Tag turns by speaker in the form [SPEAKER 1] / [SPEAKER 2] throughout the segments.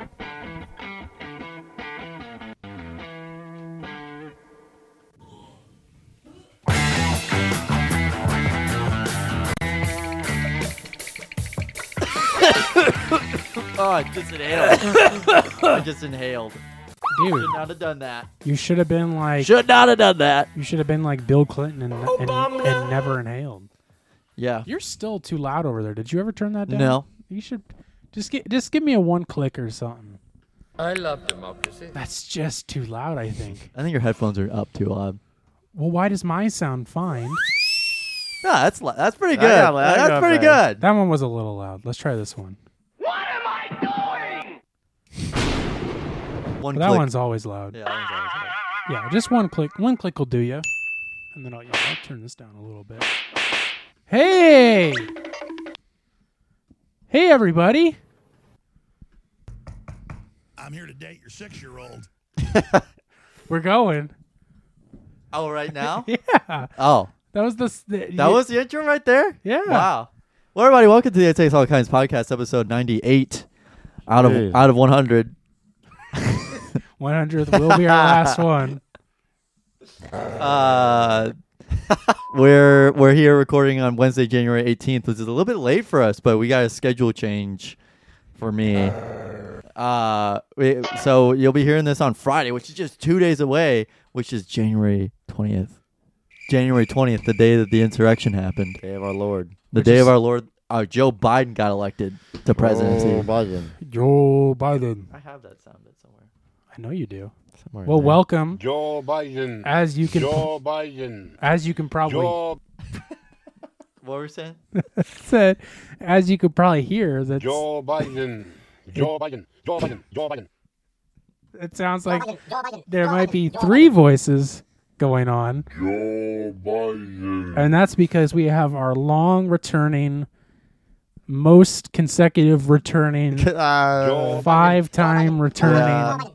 [SPEAKER 1] oh, I just inhaled. I just inhaled.
[SPEAKER 2] Dude,
[SPEAKER 1] Should not have done that.
[SPEAKER 2] you should have been like
[SPEAKER 1] Should not have done that.
[SPEAKER 2] you should have been like Bill Clinton and, and, and never inhaled.
[SPEAKER 1] Yeah.
[SPEAKER 2] You're still too loud over there. Did you ever turn that down?
[SPEAKER 1] No.
[SPEAKER 2] You should just get just give me a one click or something.
[SPEAKER 3] I love democracy.
[SPEAKER 2] That's just too loud, I think.
[SPEAKER 1] I think your headphones are up too loud.
[SPEAKER 2] Well, why does mine sound fine?
[SPEAKER 1] No, that's li- that's pretty good.
[SPEAKER 3] I got- I
[SPEAKER 1] that's
[SPEAKER 3] got
[SPEAKER 1] pretty
[SPEAKER 3] that.
[SPEAKER 1] good.
[SPEAKER 2] That one was a little loud. Let's try this one.
[SPEAKER 1] One
[SPEAKER 2] That
[SPEAKER 1] click.
[SPEAKER 2] one's always loud.
[SPEAKER 1] Yeah, that one's always good.
[SPEAKER 2] Yeah, just one click. One click will do you. And then I'll, yeah, I'll turn this down a little bit. Hey! Hey, everybody!
[SPEAKER 4] I'm here to date your six year old.
[SPEAKER 2] We're going.
[SPEAKER 1] Oh, right now?
[SPEAKER 2] Yeah.
[SPEAKER 1] oh,
[SPEAKER 2] That was the. s- the
[SPEAKER 1] that was the intro right there?
[SPEAKER 2] Yeah.
[SPEAKER 1] Wow. Well, everybody, welcome to the It Takes All Kinds podcast, episode 98 out of
[SPEAKER 3] Hey.
[SPEAKER 1] out of 100.
[SPEAKER 2] 100th will be our last one.
[SPEAKER 1] Uh, we're we're here recording on Wednesday, January 18th, which is a little bit late for us, but we got a schedule change for me. Uh, we, so you'll be hearing this on Friday, which is just two days away, which is January 20th. January 20th, the day that the insurrection happened.
[SPEAKER 3] Day of our Lord.
[SPEAKER 1] The
[SPEAKER 2] Which
[SPEAKER 1] day
[SPEAKER 2] is-
[SPEAKER 1] of our Lord, uh, Joe Biden got elected to presidency.
[SPEAKER 3] Oh, Biden.
[SPEAKER 2] Joe Biden.
[SPEAKER 1] I have that sound bit somewhere.
[SPEAKER 2] I know you do.
[SPEAKER 1] Somewhere.
[SPEAKER 2] Well, welcome.
[SPEAKER 5] Joe Biden.
[SPEAKER 2] As you can,
[SPEAKER 5] Joe Biden.
[SPEAKER 2] as you can probably
[SPEAKER 5] Joe,
[SPEAKER 1] what were we saying?
[SPEAKER 2] said, as you could probably hear, that's
[SPEAKER 5] Joe Biden. Joe Biden. Joe Biden. Joe Biden.
[SPEAKER 2] it sounds like there might be three voices going on.
[SPEAKER 5] Joe Biden.
[SPEAKER 2] And that's because we have our long returning, most consecutive
[SPEAKER 3] Uh,
[SPEAKER 2] returning,
[SPEAKER 1] Uh,
[SPEAKER 5] Joe
[SPEAKER 2] five time returning
[SPEAKER 1] Yeah.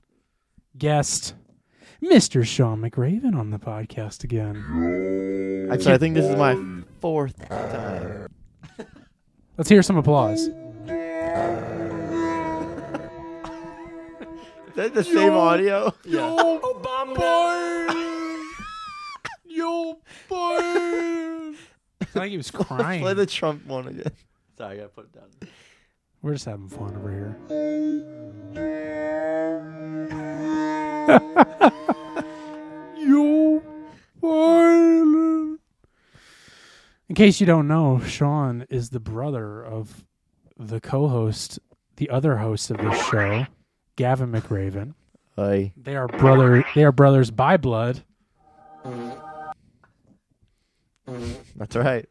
[SPEAKER 2] guest, Mr. Sean McRaven, on the podcast again.
[SPEAKER 3] Actually, I think this is my fourth time.
[SPEAKER 2] Let's hear some applause.
[SPEAKER 3] That's the same audio.
[SPEAKER 1] Yeah.
[SPEAKER 3] Yo, boy.
[SPEAKER 2] It's like he was
[SPEAKER 3] Play
[SPEAKER 2] crying.
[SPEAKER 3] the Trump one again.
[SPEAKER 1] Sorry, I gotta put it down.
[SPEAKER 2] We're just having fun over here.
[SPEAKER 3] Yo, boy.
[SPEAKER 2] In case you don't know, Sean is the brother of the co host, the other host of this show, Gavin McRaven.
[SPEAKER 3] Hey.
[SPEAKER 2] They are brother. They are brothers by blood.
[SPEAKER 3] That's right.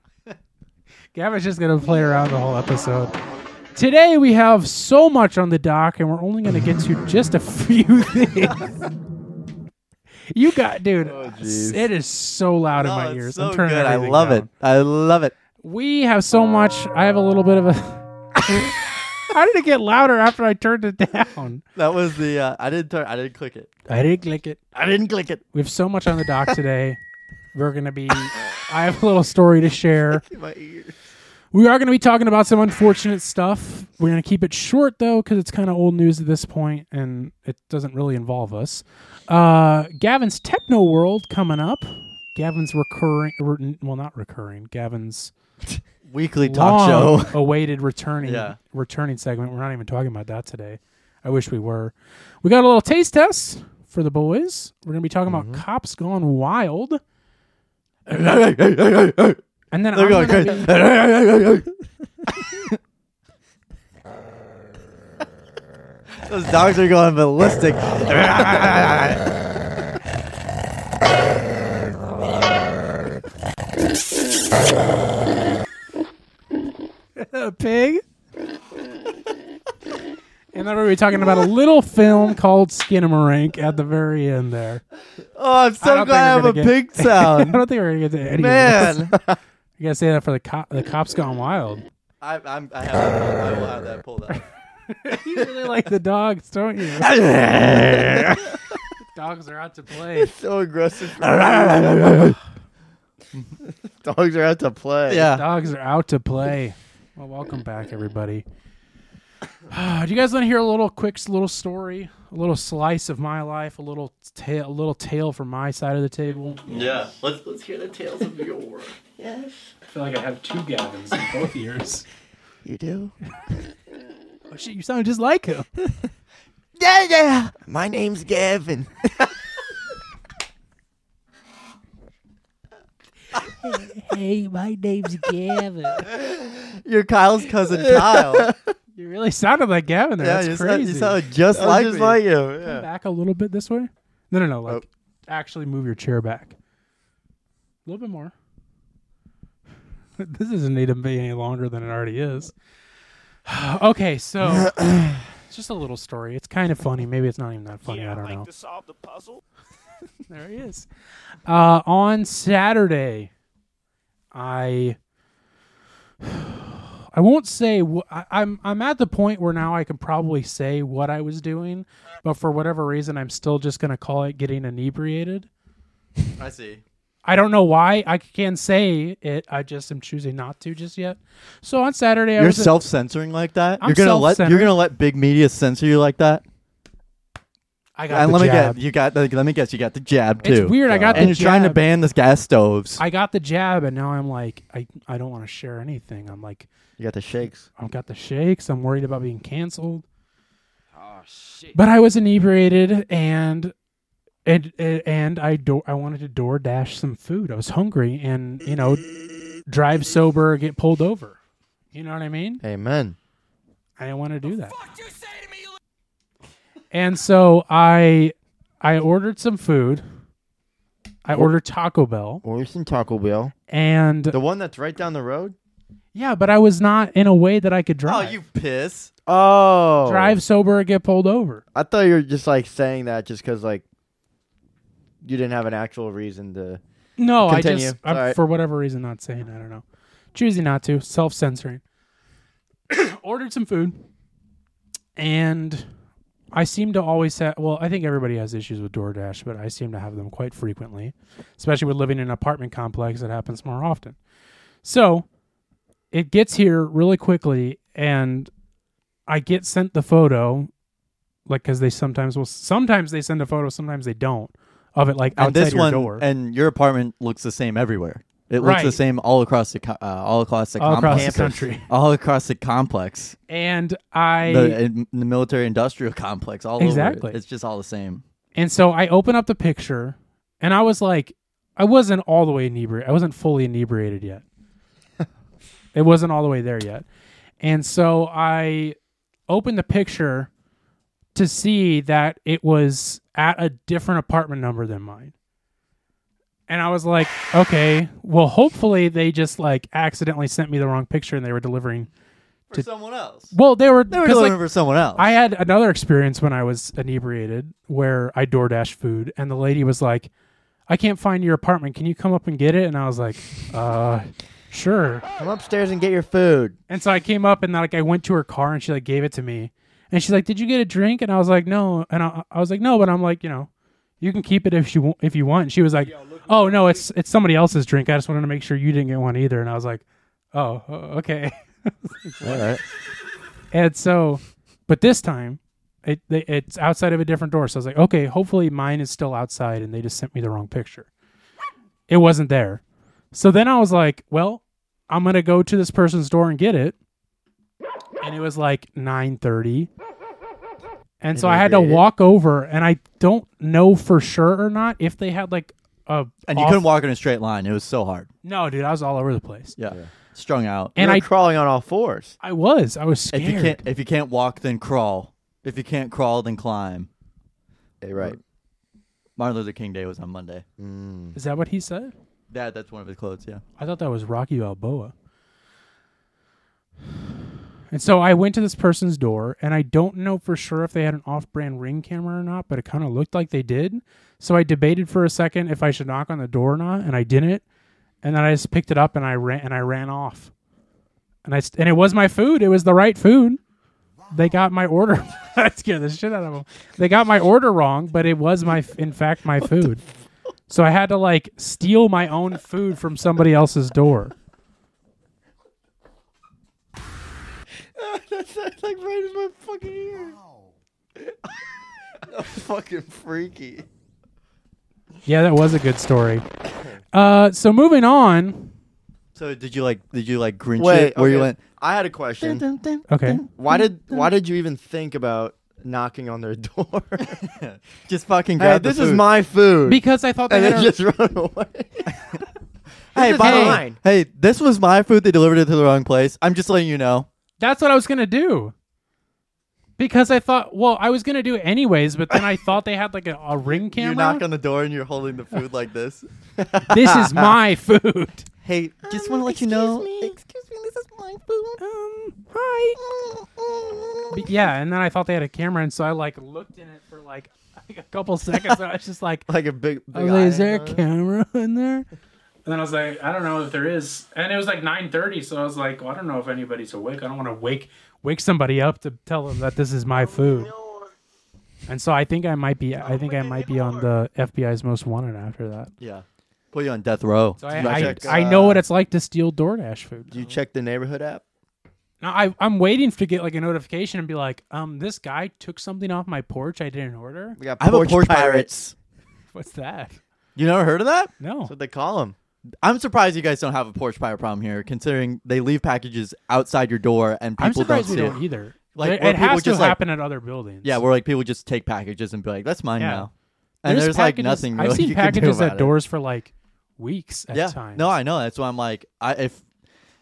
[SPEAKER 2] Gavin's just gonna play around the whole episode. Today we have so much on the dock, and we're only gonna get to just a few things. you got, dude.
[SPEAKER 3] jeez.
[SPEAKER 2] it is so loud in my
[SPEAKER 1] Oh, it's
[SPEAKER 2] ears.
[SPEAKER 1] so
[SPEAKER 2] I'm turning
[SPEAKER 1] good. I
[SPEAKER 2] everything
[SPEAKER 1] love
[SPEAKER 2] down.
[SPEAKER 1] it. I love it.
[SPEAKER 2] We have so much. I have a little bit of a. How did it get louder after I turned it down?
[SPEAKER 1] That was the uh, I didn't turn I didn't click it.
[SPEAKER 2] I didn't click it.
[SPEAKER 1] I didn't click it.
[SPEAKER 2] We have so much on the dock today. We're gonna be. I have a little story to share.
[SPEAKER 3] My ear.
[SPEAKER 2] We are going to be talking about some unfortunate stuff. We're going to keep it short though, because it's kind of old news at this point, and it doesn't really involve us. Uh, Gavin's Techno World coming up. Gavin's recurring, er, n- well, not recurring. Gavin's
[SPEAKER 1] Weekly talk
[SPEAKER 2] long
[SPEAKER 1] show.
[SPEAKER 2] awaited returning
[SPEAKER 1] Yeah.
[SPEAKER 2] returning segment. We're not even talking about that today. I wish we were. We got a little taste test for the boys. We're going to be talking
[SPEAKER 1] Mm-hmm.
[SPEAKER 2] about Cops Gone Wild, and then
[SPEAKER 1] They're
[SPEAKER 2] I'm
[SPEAKER 1] going
[SPEAKER 2] gonna
[SPEAKER 1] crazy.
[SPEAKER 2] be-
[SPEAKER 1] Those dogs are going ballistic.
[SPEAKER 2] a pig. And then we were talking about a little film called Skinamarink at the very end there.
[SPEAKER 1] Oh, I'm
[SPEAKER 2] I don't
[SPEAKER 1] so
[SPEAKER 2] think
[SPEAKER 1] glad I
[SPEAKER 2] we're
[SPEAKER 1] have a
[SPEAKER 2] gonna get-
[SPEAKER 1] pig
[SPEAKER 2] I
[SPEAKER 1] sound.
[SPEAKER 2] don't think we're gonna get to any of this.
[SPEAKER 1] Man,
[SPEAKER 2] You gotta say that for the cop. The cops gone wild.
[SPEAKER 1] I, I'm, I, have, I will have that pulled up.
[SPEAKER 2] you really like the dogs, don't you? dogs are out to play.
[SPEAKER 3] so aggressive. Dogs are out to play.
[SPEAKER 1] yeah.
[SPEAKER 2] Dogs are out to play. Well, welcome back, everybody. Uh, Do you guys want to hear a little quick, s- little story, a little slice of my life, a little tale, a little tale from my side of the table?
[SPEAKER 1] Yeah. Let's let's hear the tales of your work.
[SPEAKER 2] I feel like I have two Gavins in both ears.
[SPEAKER 3] You do?
[SPEAKER 2] Oh shit, you sound just like him.
[SPEAKER 3] Yeah, yeah. My name's Gavin.
[SPEAKER 2] Hey, my name's Gavin.
[SPEAKER 1] You're Kyle's cousin Kyle.
[SPEAKER 2] You really sounded like Gavin there.
[SPEAKER 1] yeah,
[SPEAKER 2] That's
[SPEAKER 1] you sound,
[SPEAKER 2] crazy.
[SPEAKER 1] you sound just
[SPEAKER 3] I
[SPEAKER 1] like
[SPEAKER 3] just
[SPEAKER 1] me.
[SPEAKER 3] like you.
[SPEAKER 2] Come
[SPEAKER 3] Yeah.
[SPEAKER 2] back a little bit this way. No, no, no. Like, actually, move your chair back a little bit more. this doesn't need to be any longer than it already is. okay, so it's just a little story. It's kind of funny. Maybe it's not even that funny. I don't know.
[SPEAKER 6] solve the puzzle.
[SPEAKER 2] There he is. Uh, on Saturday, I I won't say wh- I, I'm I'm at the point where now I can probably say what I was doing, but for whatever reason, I'm still just gonna call it getting inebriated.
[SPEAKER 1] I see.
[SPEAKER 2] I don't know why I can't say it. I just am choosing not to just yet. So on Saturday, I
[SPEAKER 1] You're
[SPEAKER 2] was at-
[SPEAKER 1] self-censoring like that.
[SPEAKER 2] I'm
[SPEAKER 1] you're gonna let you're
[SPEAKER 2] self-centered.
[SPEAKER 1] gonna let big media censor you like that.
[SPEAKER 2] I got
[SPEAKER 1] And
[SPEAKER 2] the
[SPEAKER 1] let me
[SPEAKER 2] jab.
[SPEAKER 1] guess, you got the, let me guess, you got the jab too.
[SPEAKER 2] It's weird. I got the
[SPEAKER 1] And you're trying to
[SPEAKER 2] jab.
[SPEAKER 1] ban the gas stoves.
[SPEAKER 2] I got the jab, and now I'm like, I I don't want to share anything. I'm like,
[SPEAKER 3] You got the shakes.
[SPEAKER 2] I've got the shakes. I'm worried about being canceled. Oh shit! But I was inebriated and and and I do- I wanted to door dash some food. I was hungry and you know drive sober, get pulled over. You know what I mean?
[SPEAKER 3] Amen.
[SPEAKER 2] I didn't want to do that. and so I I ordered some food. I ordered Taco Bell
[SPEAKER 3] Or some Taco Bell.
[SPEAKER 2] and
[SPEAKER 3] The one that's right down the road?
[SPEAKER 2] yeah, but I was not in a way that I could
[SPEAKER 1] oh,
[SPEAKER 2] drive.
[SPEAKER 1] you piss!
[SPEAKER 3] Oh.
[SPEAKER 2] drive sober, get pulled over.
[SPEAKER 3] I thought you were just like saying that just because like you didn't have an actual reason to.
[SPEAKER 2] No, I
[SPEAKER 3] Continue.
[SPEAKER 2] just
[SPEAKER 3] It's
[SPEAKER 2] I'm,
[SPEAKER 3] all right.
[SPEAKER 2] for whatever reason not saying. I don't know, choosing not to, self censoring. Ordered some food, and I seem to always have. Well, I think everybody has issues with DoorDash, but I seem to have them quite frequently, especially with living in an apartment complex. It happens more often. So it gets here really quickly, and I get sent the photo, like because they sometimes will. Sometimes they send a photo, sometimes they don't. Of it, like outside
[SPEAKER 1] And this
[SPEAKER 2] your
[SPEAKER 1] one
[SPEAKER 2] door.
[SPEAKER 1] and your apartment looks the same everywhere. It looks
[SPEAKER 2] Right.
[SPEAKER 1] the same all across the co- uh, all across the
[SPEAKER 2] all across
[SPEAKER 1] complex.
[SPEAKER 2] the country.
[SPEAKER 1] all across the complex,
[SPEAKER 2] And I
[SPEAKER 1] the, in- the military industrial complex, all
[SPEAKER 2] Exactly.
[SPEAKER 1] over. it. It's just all the same.
[SPEAKER 2] and so I open up the picture and I was like I wasn't all the way inebriated. I wasn't fully inebriated yet. it wasn't all the way there yet. And so I opened the picture to see that it was at a different apartment number than mine. And I was like, okay, well hopefully they just like accidentally sent me the wrong picture and they were delivering
[SPEAKER 1] For someone else,
[SPEAKER 2] well they were
[SPEAKER 1] they were
[SPEAKER 2] 'cause, like,
[SPEAKER 1] delivering for someone else.
[SPEAKER 2] I had another experience when I was inebriated where I DoorDash food and the lady was like, I can't find your apartment. Can you come up and get it? And I was like, uh, sure.
[SPEAKER 3] Come upstairs and get your food.
[SPEAKER 2] And so I came up and like I went to her car and she like gave it to me. And she's like, "Did you get a drink?" And I was like, "No." And I, I was like, "No," but I'm like, you know, you can keep it if you want, if you want. And she was like, "Oh no, it's it's somebody else's drink. I just wanted to make sure you didn't get one either." And I was like, "Oh, o- okay."
[SPEAKER 3] All right.
[SPEAKER 2] And so, but this time, it they, it's outside of a different door. So I was like, okay, hopefully mine is still outside, and they just sent me the wrong picture. It wasn't there. So then I was like, well, I'm gonna go to this person's door and get it. And it was like 9:30. And so I had to
[SPEAKER 3] Inebriated.
[SPEAKER 2] walk over, and I don't know for sure or not if they had like a
[SPEAKER 1] and you
[SPEAKER 2] off-
[SPEAKER 1] couldn't walk in a straight line. It was so hard.
[SPEAKER 2] No, dude, I was all over the place,
[SPEAKER 1] Yeah, strung out.
[SPEAKER 2] and
[SPEAKER 3] you were
[SPEAKER 2] I
[SPEAKER 3] crawling on all fours.
[SPEAKER 2] I was I was scared.
[SPEAKER 1] if you can't if you can't walk, then crawl. If you can't crawl, then climb.
[SPEAKER 3] Hey, right.
[SPEAKER 1] Martin Luther King Day was on Monday.
[SPEAKER 2] Is that what he said?
[SPEAKER 1] That that's one of his quotes. Yeah.
[SPEAKER 2] I thought that was Rocky Balboa. And so I went to this person's door, and I don't know for sure if they had an off brand ring camera or not, but it kind of looked like they did. So I debated for a second if I should knock on the door or not, and I didn't. And then I just picked it up and I ran and I ran off. And I st- and it was my food. It was the right food. They got my order. I scared the shit out of them. They got my order wrong, but it was my in fact my food. So I had to like steal my own food from somebody else's door.
[SPEAKER 1] That's, that's like right in my fucking ear. fucking freaky.
[SPEAKER 2] Yeah, that was a good story. Uh, so moving on.
[SPEAKER 1] So did you like? Did you like Grinch
[SPEAKER 3] Wait,
[SPEAKER 1] it? Where you
[SPEAKER 3] okay.
[SPEAKER 1] went?
[SPEAKER 3] I had a question.
[SPEAKER 2] Okay.
[SPEAKER 3] Why did Why did you even think about knocking on their door?
[SPEAKER 1] Just fucking grab
[SPEAKER 3] hey,
[SPEAKER 1] the
[SPEAKER 3] this is
[SPEAKER 1] food.
[SPEAKER 3] my food.
[SPEAKER 2] Because I thought they
[SPEAKER 3] and
[SPEAKER 2] had
[SPEAKER 3] then
[SPEAKER 2] a,
[SPEAKER 3] just run away.
[SPEAKER 1] Hey,
[SPEAKER 3] is
[SPEAKER 1] by the way,
[SPEAKER 3] mine.
[SPEAKER 1] hey, this was my food. They delivered it to the wrong place. I'm just letting you know.
[SPEAKER 2] that's what I was gonna do. Because I thought, well, I was gonna do it anyways, but then I thought they had like a, a ring
[SPEAKER 1] You
[SPEAKER 2] camera.
[SPEAKER 1] knock on the door and you're holding the food like this.
[SPEAKER 2] this is my food.
[SPEAKER 1] Hey, just want to let you know.
[SPEAKER 6] Excuse me, this is my food.
[SPEAKER 2] Um, hi. But yeah, and then I thought they had a camera, and so I like looked in it for like a couple seconds, and I was just like,
[SPEAKER 3] like a big.
[SPEAKER 2] I
[SPEAKER 3] big
[SPEAKER 2] was like, "Is
[SPEAKER 3] eye
[SPEAKER 2] there a
[SPEAKER 3] on it.
[SPEAKER 2] camera in there?" And then I was like, "I don't know if there is." And it was like nine thirty, so I was like, well, "I don't know if anybody's awake. I don't want to wake wake somebody up to tell them that this is my food." And so I think I might be. I think I might be on the FBI's most wanted after that.
[SPEAKER 1] Yeah, put you on death row.
[SPEAKER 2] So I,
[SPEAKER 3] Like
[SPEAKER 2] I,
[SPEAKER 3] check,
[SPEAKER 2] I know
[SPEAKER 3] uh,
[SPEAKER 2] what it's like to steal DoorDash food.
[SPEAKER 3] Do you check the neighborhood app?
[SPEAKER 2] Now I, I'm waiting to get like a notification and be like, um, this guy took something off my porch I didn't order.
[SPEAKER 3] We got
[SPEAKER 1] I'm a
[SPEAKER 3] porch,
[SPEAKER 1] porch
[SPEAKER 3] pirates.
[SPEAKER 1] pirates.
[SPEAKER 2] What's that?
[SPEAKER 1] You never heard of that?
[SPEAKER 2] No.
[SPEAKER 3] That's what they call them.
[SPEAKER 1] I'm surprised you guys don't have a porch pirate problem here, considering they leave packages outside your door and people
[SPEAKER 2] I'm surprised
[SPEAKER 1] don't
[SPEAKER 2] we
[SPEAKER 1] see
[SPEAKER 2] don't
[SPEAKER 1] it.
[SPEAKER 2] either.
[SPEAKER 1] Like,
[SPEAKER 2] Like
[SPEAKER 1] where
[SPEAKER 2] it
[SPEAKER 1] people
[SPEAKER 2] has to
[SPEAKER 1] just, like-
[SPEAKER 2] happen at other buildings.
[SPEAKER 1] Yeah, where like people just take packages and be like, "That's mine
[SPEAKER 2] Yeah.
[SPEAKER 1] now," and there's, like nothing. Really
[SPEAKER 2] I've seen
[SPEAKER 1] you can do
[SPEAKER 2] packages
[SPEAKER 1] about
[SPEAKER 2] at
[SPEAKER 1] it.
[SPEAKER 2] doors for like weeks at
[SPEAKER 1] Yeah,
[SPEAKER 2] times.
[SPEAKER 1] no, I know. That's why I'm like, I if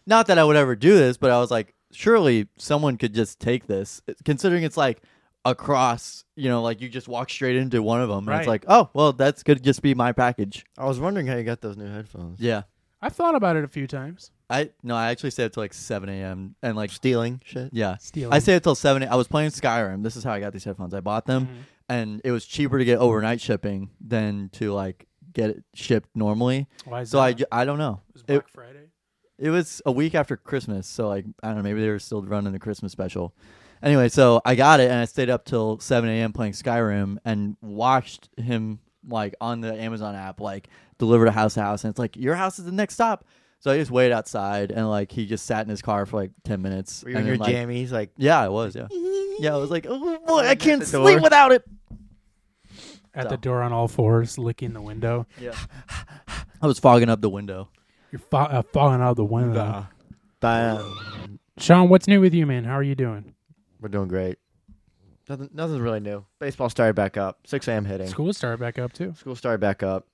[SPEAKER 1] not that I would ever do this, but I was like, surely someone could just take this, eh, considering it's like across. You know, like you just walk straight into one of them, and
[SPEAKER 2] Right.
[SPEAKER 1] it's like, oh, well, that's could just be my package.
[SPEAKER 3] I was wondering how you got those new headphones.
[SPEAKER 1] Yeah,
[SPEAKER 2] I've thought about it a few times.
[SPEAKER 1] I no, I actually stayed up to like seven a.m. and like
[SPEAKER 3] Stealing shit.
[SPEAKER 1] Yeah.
[SPEAKER 2] Stealing.
[SPEAKER 1] I stayed up till 7. I was playing Skyrim. This is how I got these headphones. I bought them
[SPEAKER 2] Mm-hmm.
[SPEAKER 1] and it was cheaper to get overnight shipping than to like get it shipped normally.
[SPEAKER 2] Why is
[SPEAKER 1] so
[SPEAKER 2] that?
[SPEAKER 1] I, ju- I don't know.
[SPEAKER 2] was
[SPEAKER 1] It,
[SPEAKER 2] Black Friday.
[SPEAKER 1] it was a week after Christmas. So like, I don't know. Maybe they were still running the Christmas special. Anyway, so I got it and I stayed up till 7 a.m. playing Skyrim and watched him like on the Amazon app, like deliver to house to house. And it's like, your house is the next stop. So I just waited outside and like he just sat in his car for like 10 minutes.
[SPEAKER 3] Were you in
[SPEAKER 1] and
[SPEAKER 3] your
[SPEAKER 1] then, like,
[SPEAKER 3] jammies? Like,
[SPEAKER 1] yeah, I was. Yeah, yeah, I was like, oh boy, I can't
[SPEAKER 3] the
[SPEAKER 1] sleep
[SPEAKER 3] door.
[SPEAKER 1] without it.
[SPEAKER 2] At
[SPEAKER 1] So.
[SPEAKER 2] the door on all fours, licking the window.
[SPEAKER 1] I was fogging up the window.
[SPEAKER 2] You're fa- uh, falling out of the window.
[SPEAKER 3] damn,
[SPEAKER 2] Sean, what's new with you, man? How are you doing?
[SPEAKER 3] we're doing great. Nothing, nothing's really new. Baseball started back up. 6 a.m. hitting.
[SPEAKER 2] School started back up too.
[SPEAKER 3] School started back up.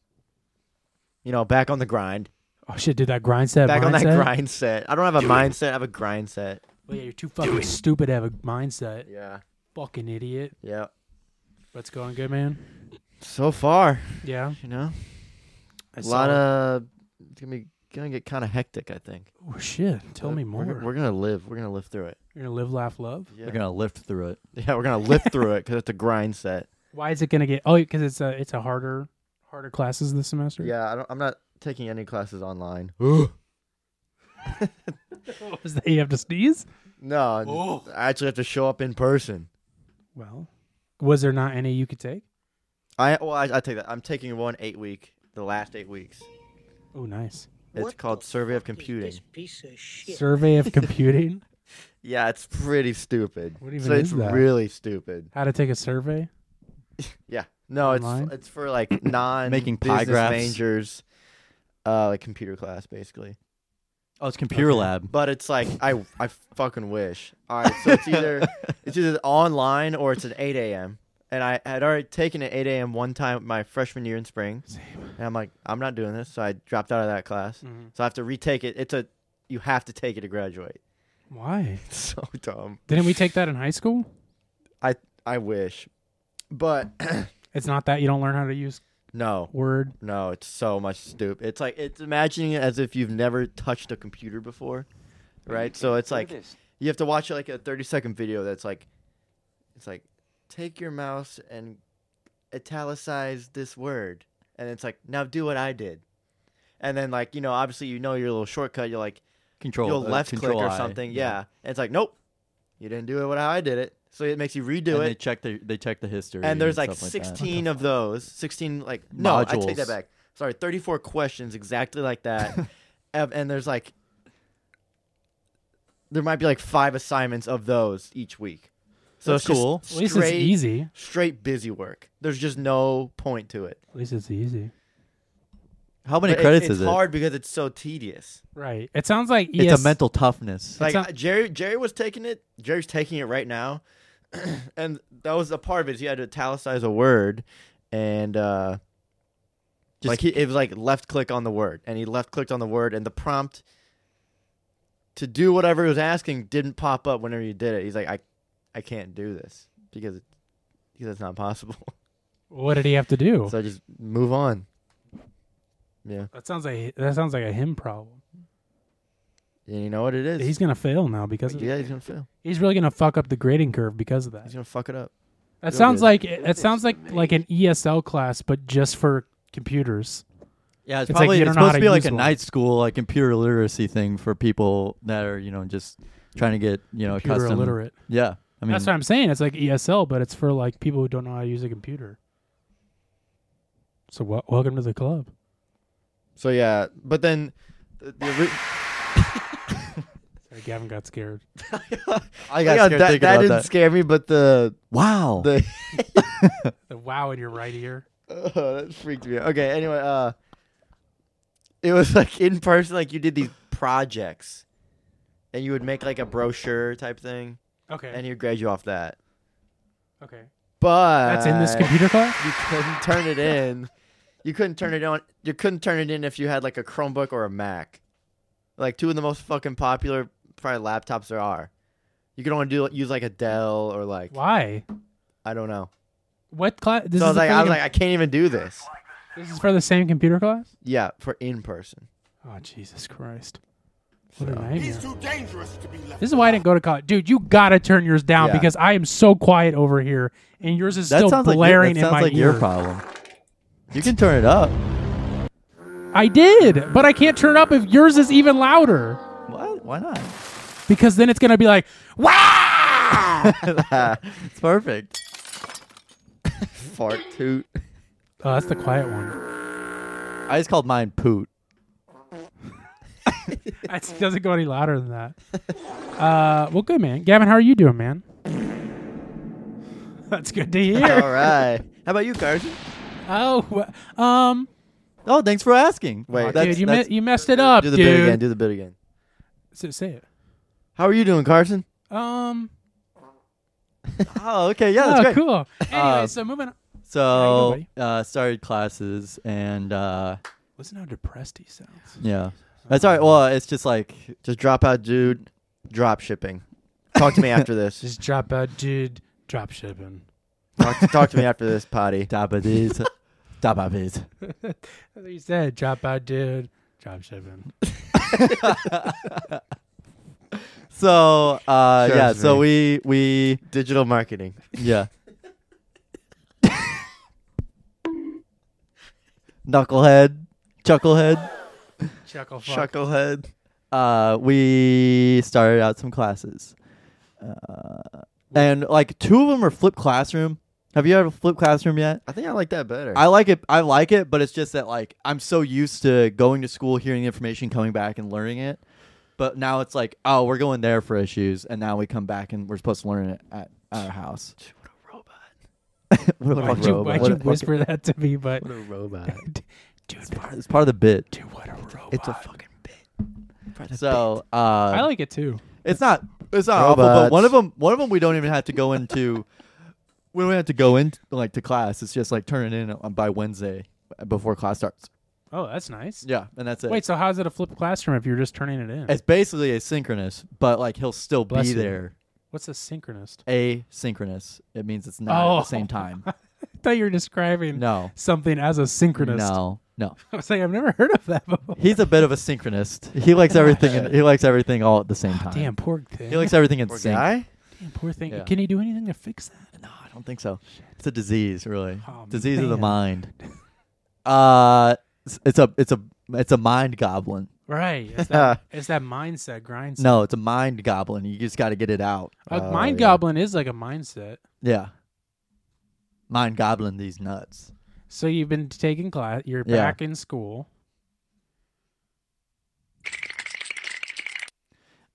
[SPEAKER 3] You know, back on the grind.
[SPEAKER 2] Oh shit! Did that grind set?
[SPEAKER 3] Back on that
[SPEAKER 2] mindset?
[SPEAKER 3] grind set. I don't have a mindset. I have a grind set.
[SPEAKER 2] Well, yeah, you're too fucking stupid to have a mindset.
[SPEAKER 3] Yeah.
[SPEAKER 2] Fucking idiot.
[SPEAKER 3] Yeah.
[SPEAKER 2] What's going good, man?
[SPEAKER 3] So far,
[SPEAKER 2] Yeah.
[SPEAKER 3] you know,
[SPEAKER 2] I
[SPEAKER 3] a
[SPEAKER 2] saw
[SPEAKER 3] lot
[SPEAKER 2] it.
[SPEAKER 3] of it's gonna be gonna get kind of hectic. I think.
[SPEAKER 2] Oh, shit. Tell
[SPEAKER 3] But
[SPEAKER 2] me more.
[SPEAKER 3] we're- We're, gonna live. We're gonna live through it.
[SPEAKER 2] You're gonna live, laugh, love.
[SPEAKER 3] Yeah.
[SPEAKER 1] They're gonna lift through it.
[SPEAKER 3] yeah, we're gonna live through it because it's a grind set.
[SPEAKER 2] Why is it gonna get? Oh, because it's a it's a harder harder classes this semester.
[SPEAKER 3] Yeah, I don't, I'm not taking any classes online.
[SPEAKER 1] Oh,
[SPEAKER 2] Is that you have to sneeze?
[SPEAKER 3] No,
[SPEAKER 2] Oh.
[SPEAKER 3] I actually have to show up in person.
[SPEAKER 2] Well, was there not any you could take?
[SPEAKER 3] I well, I, I take that. I'm taking one eight week. The last eight weeks.
[SPEAKER 2] Oh, nice.
[SPEAKER 3] It's
[SPEAKER 6] What
[SPEAKER 3] called
[SPEAKER 6] the
[SPEAKER 3] Survey of
[SPEAKER 6] fuck is
[SPEAKER 3] Computing.
[SPEAKER 6] This piece of shit.
[SPEAKER 2] Survey of computing.
[SPEAKER 3] Yeah, it's pretty stupid.
[SPEAKER 2] What even
[SPEAKER 3] so
[SPEAKER 2] is
[SPEAKER 3] it's
[SPEAKER 2] that?
[SPEAKER 3] really stupid.
[SPEAKER 2] How to take a survey?
[SPEAKER 3] Yeah. No, it's
[SPEAKER 2] Online?
[SPEAKER 3] it's for like non
[SPEAKER 1] Making pie
[SPEAKER 3] business
[SPEAKER 1] graphs.
[SPEAKER 3] majors, uh, like computer class basically.
[SPEAKER 1] Oh, it's computer lab.
[SPEAKER 3] But it's like I I fucking wish. All right, so it's either it's either online or it's at eight a.m. And I had already taken it eight a.m. one time my freshman year in spring, and I'm like I'm not doing this, so I dropped out of that class.
[SPEAKER 2] Mm-hmm.
[SPEAKER 3] So I have to retake it. It's a you have to take it to graduate.
[SPEAKER 2] Why?
[SPEAKER 3] It's so dumb.
[SPEAKER 2] Didn't we take that in high school?
[SPEAKER 3] I I wish, but
[SPEAKER 2] It's not that you don't learn how to use
[SPEAKER 3] no.
[SPEAKER 2] Word.
[SPEAKER 3] No, it's so much stupid. It's like it's imagining it as if you've never touched a computer before, right? So it's like You have to watch like a 30 second video that's like, it's like, take your mouse and italicize this word, and it's like, now do what I did, and then like you know obviously you know your little shortcut. You're like,
[SPEAKER 1] Control.
[SPEAKER 3] you'll
[SPEAKER 1] uh,
[SPEAKER 3] left click
[SPEAKER 1] control
[SPEAKER 3] or
[SPEAKER 1] I,
[SPEAKER 3] something. Yeah, And it's like, nope, you didn't do it what how I did it. So it makes you redo
[SPEAKER 1] And
[SPEAKER 3] it.
[SPEAKER 1] they check the they check the history.
[SPEAKER 3] and there's like
[SPEAKER 1] stuff that.
[SPEAKER 3] 16 of those 16 like no i take
[SPEAKER 1] Modules.
[SPEAKER 3] that back sorry 34 questions exactly like that Ev- and there's like there might be like five assignments of those each week so
[SPEAKER 1] That's
[SPEAKER 3] it's just
[SPEAKER 1] cool.
[SPEAKER 2] At least
[SPEAKER 3] straight,
[SPEAKER 2] it's easy.
[SPEAKER 3] straight busy work there's just no point to it
[SPEAKER 2] At least it's easy.
[SPEAKER 1] How many
[SPEAKER 3] But it-
[SPEAKER 1] credits
[SPEAKER 3] it's
[SPEAKER 1] is it?
[SPEAKER 3] hard because it's so tedious
[SPEAKER 2] Right. It sounds like E
[SPEAKER 1] It's
[SPEAKER 2] ES-
[SPEAKER 1] a mental toughness.
[SPEAKER 3] like
[SPEAKER 2] not-
[SPEAKER 3] jerry jerry was taking it jerry's taking it right now and that was a part of it is he had to italicize a word and uh
[SPEAKER 1] Just-
[SPEAKER 3] like he, it was like left click on the word, and he left clicked on the word, and the prompt to do whatever he was asking didn't pop up whenever you did it. He's like, I, I can't do this because it, because it's not possible.
[SPEAKER 2] What did he have to do?
[SPEAKER 3] so I just move on. Yeah,
[SPEAKER 2] that sounds like that sounds like a him problem.
[SPEAKER 3] and you know what it is.
[SPEAKER 2] He's gonna fail now because of,
[SPEAKER 3] yeah, he's gonna fail.
[SPEAKER 2] he's really gonna fuck up the grading curve because of
[SPEAKER 3] He's
[SPEAKER 2] that.
[SPEAKER 3] gonna fuck it up.
[SPEAKER 2] That
[SPEAKER 3] do
[SPEAKER 2] sounds
[SPEAKER 3] it.
[SPEAKER 2] like that sounds like like an ESL class, but just for computers.
[SPEAKER 1] yeah, it's,
[SPEAKER 2] it's like
[SPEAKER 1] probably
[SPEAKER 2] you
[SPEAKER 1] it's
[SPEAKER 2] don't know how
[SPEAKER 1] supposed to
[SPEAKER 2] to
[SPEAKER 1] be like a
[SPEAKER 2] use one.
[SPEAKER 1] night school, like computer literacy thing for people that are you know just trying to get you know
[SPEAKER 2] Computer
[SPEAKER 1] accustomed.
[SPEAKER 2] illiterate.
[SPEAKER 1] Yeah, I mean
[SPEAKER 2] That's what I'm saying. It's like ESL, but it's for like people who don't know how to use a computer. So wel- welcome to the club.
[SPEAKER 3] So yeah, but then the, the ori-
[SPEAKER 2] Sorry, Gavin got scared.
[SPEAKER 1] I
[SPEAKER 3] yeah, that, that didn't scare me, but the
[SPEAKER 1] Wow.
[SPEAKER 3] the
[SPEAKER 2] The wow in your right ear.
[SPEAKER 3] Oh, that freaked me out. Okay, anyway, uh it was like in person, like you did these projects. And you would make like a brochure type thing.
[SPEAKER 2] Okay.
[SPEAKER 3] And he would grade you off that.
[SPEAKER 2] okay.
[SPEAKER 3] But
[SPEAKER 2] That's in this computer class.
[SPEAKER 3] You couldn't turn it in. You couldn't turn it on you couldn't turn it in if you had like a Chromebook or a Mac. Like two of the most fucking popular probably laptops there are. You could only do use like a Dell or like
[SPEAKER 2] Why?
[SPEAKER 3] I don't know.
[SPEAKER 2] What class? This
[SPEAKER 3] so I
[SPEAKER 2] is
[SPEAKER 3] was
[SPEAKER 2] the
[SPEAKER 3] like
[SPEAKER 2] thing
[SPEAKER 3] I was
[SPEAKER 2] in-
[SPEAKER 3] like, I can't even do this.
[SPEAKER 2] this is for the same computer class.
[SPEAKER 3] Yeah, for in person.
[SPEAKER 2] Oh Jesus Christ! What a
[SPEAKER 3] So-
[SPEAKER 2] nightmare!
[SPEAKER 4] He's too dangerous to be left.
[SPEAKER 2] This is why I didn't go to college, dude. You gotta turn yours down
[SPEAKER 3] Yeah.
[SPEAKER 2] because I am so quiet over here, and yours is
[SPEAKER 1] that
[SPEAKER 2] still
[SPEAKER 1] sounds
[SPEAKER 2] blaring in
[SPEAKER 1] like, your- that
[SPEAKER 2] my
[SPEAKER 1] sounds like
[SPEAKER 2] ear.
[SPEAKER 1] your problem. You can turn it up.
[SPEAKER 2] I did, but I can't turn up if yours is even louder
[SPEAKER 1] What? Why not?
[SPEAKER 2] because then it's gonna be like, Oh, wow!
[SPEAKER 1] it's perfect.
[SPEAKER 3] Fart toot.
[SPEAKER 2] oh, that's the quiet one.
[SPEAKER 1] I just called mine poot.
[SPEAKER 2] It doesn't go any louder than that. Uh, well, good man, Gavin. How are you doing, man? That's good to hear.
[SPEAKER 3] All right. How about you, Carson?
[SPEAKER 2] oh, wh- um,
[SPEAKER 1] Oh, thanks for asking.
[SPEAKER 3] Wait,
[SPEAKER 1] Wow,
[SPEAKER 3] That's-
[SPEAKER 2] dude, you
[SPEAKER 3] that's-
[SPEAKER 2] me- you messed it up,
[SPEAKER 3] do the
[SPEAKER 2] dude.
[SPEAKER 3] bit again. Do the bit again.
[SPEAKER 2] S- say it.
[SPEAKER 3] How are you doing, Carson?
[SPEAKER 2] Um.
[SPEAKER 1] oh, okay, yeah, that's
[SPEAKER 2] oh,
[SPEAKER 1] great.
[SPEAKER 3] Um,
[SPEAKER 2] cool. Anyway,
[SPEAKER 1] Uh,
[SPEAKER 2] so moving on. How
[SPEAKER 1] So
[SPEAKER 2] you doing,
[SPEAKER 1] uh, started classes and uh,
[SPEAKER 2] Listen how depressed he sounds.
[SPEAKER 1] yeah, that's all right. Well, it's just like
[SPEAKER 3] Just drop out, dude. Drop shipping. Talk to me after this.
[SPEAKER 2] Just drop out, dude. Drop shipping.
[SPEAKER 3] Talk to, talk to me after this, potty.
[SPEAKER 1] dababiz, dababiz.
[SPEAKER 2] You said drop out, dude. Drop shipping.
[SPEAKER 1] So uh,
[SPEAKER 3] Serves
[SPEAKER 1] yeah, so
[SPEAKER 3] me.
[SPEAKER 1] we we
[SPEAKER 3] Digital marketing.
[SPEAKER 1] yeah. Knucklehead, chucklehead.
[SPEAKER 2] Chuckle fuck.
[SPEAKER 3] Chucklehead.
[SPEAKER 1] uh, we started out some classes, uh, and like two of them are flipped classroom. Have you had a flip classroom yet?
[SPEAKER 3] I think I like that better.
[SPEAKER 1] I like it. I like it, but it's just that like I'm so used to going to school, hearing information, coming back and learning it. But now it's like, oh, we're going there for issues, and now we come back and we're supposed to learn it at, at our house. What a robot!
[SPEAKER 2] Why'd you,
[SPEAKER 1] robot.
[SPEAKER 2] why'd
[SPEAKER 1] What
[SPEAKER 2] you
[SPEAKER 1] a fucking-
[SPEAKER 2] whisper that to me? But
[SPEAKER 3] a robot.
[SPEAKER 2] dude, what,
[SPEAKER 1] It's part of the bit.
[SPEAKER 2] dude, what a robot.
[SPEAKER 3] It's a fucking bit.
[SPEAKER 1] So uh,
[SPEAKER 2] I like it too.
[SPEAKER 1] It's not. It's not awful. But
[SPEAKER 3] Robots.
[SPEAKER 1] one of them. One of them. We don't even have to go into. we don't have to go in like to class. It's just like turn it in on- by Wednesday before class starts.
[SPEAKER 2] Oh, that's nice.
[SPEAKER 1] Yeah, and that's it.
[SPEAKER 2] Wait, so how's it a flipped classroom if you're just turning it in?
[SPEAKER 1] It's basically asynchronous, but like he'll still
[SPEAKER 2] Bless
[SPEAKER 1] be
[SPEAKER 2] you.
[SPEAKER 1] there.
[SPEAKER 2] What's a synchronist?
[SPEAKER 1] Asynchronous. It means it's not at
[SPEAKER 2] Oh.
[SPEAKER 1] the same time.
[SPEAKER 2] I thought you were describing
[SPEAKER 1] No.
[SPEAKER 2] something as a synchronist.
[SPEAKER 1] No. No,
[SPEAKER 2] I was saying I've never heard of that before.
[SPEAKER 1] he's a bit of a synchronist. He likes everything. In, he likes everything all at the same time.
[SPEAKER 2] Damn poor thing.
[SPEAKER 1] He likes everything in
[SPEAKER 3] Poor
[SPEAKER 1] sync.
[SPEAKER 3] guy.
[SPEAKER 2] Damn poor thing.
[SPEAKER 1] Yeah.
[SPEAKER 2] Can he do anything to fix that?
[SPEAKER 1] No, I don't think so. It's a disease, really.
[SPEAKER 2] Oh,
[SPEAKER 1] disease of the
[SPEAKER 2] man.
[SPEAKER 1] mind. Uh, it's, it's a it's a it's a mind goblin.
[SPEAKER 2] Right. It's that, it's that mindset grind.
[SPEAKER 1] No, it's a mind goblin. You just got to get it out.
[SPEAKER 2] A
[SPEAKER 3] Oh,
[SPEAKER 2] mind
[SPEAKER 3] yeah.
[SPEAKER 2] goblin is like a mindset.
[SPEAKER 1] Yeah. Mind goblin these nuts.
[SPEAKER 2] So you've been taking class. You're
[SPEAKER 1] Yeah.
[SPEAKER 2] back in school.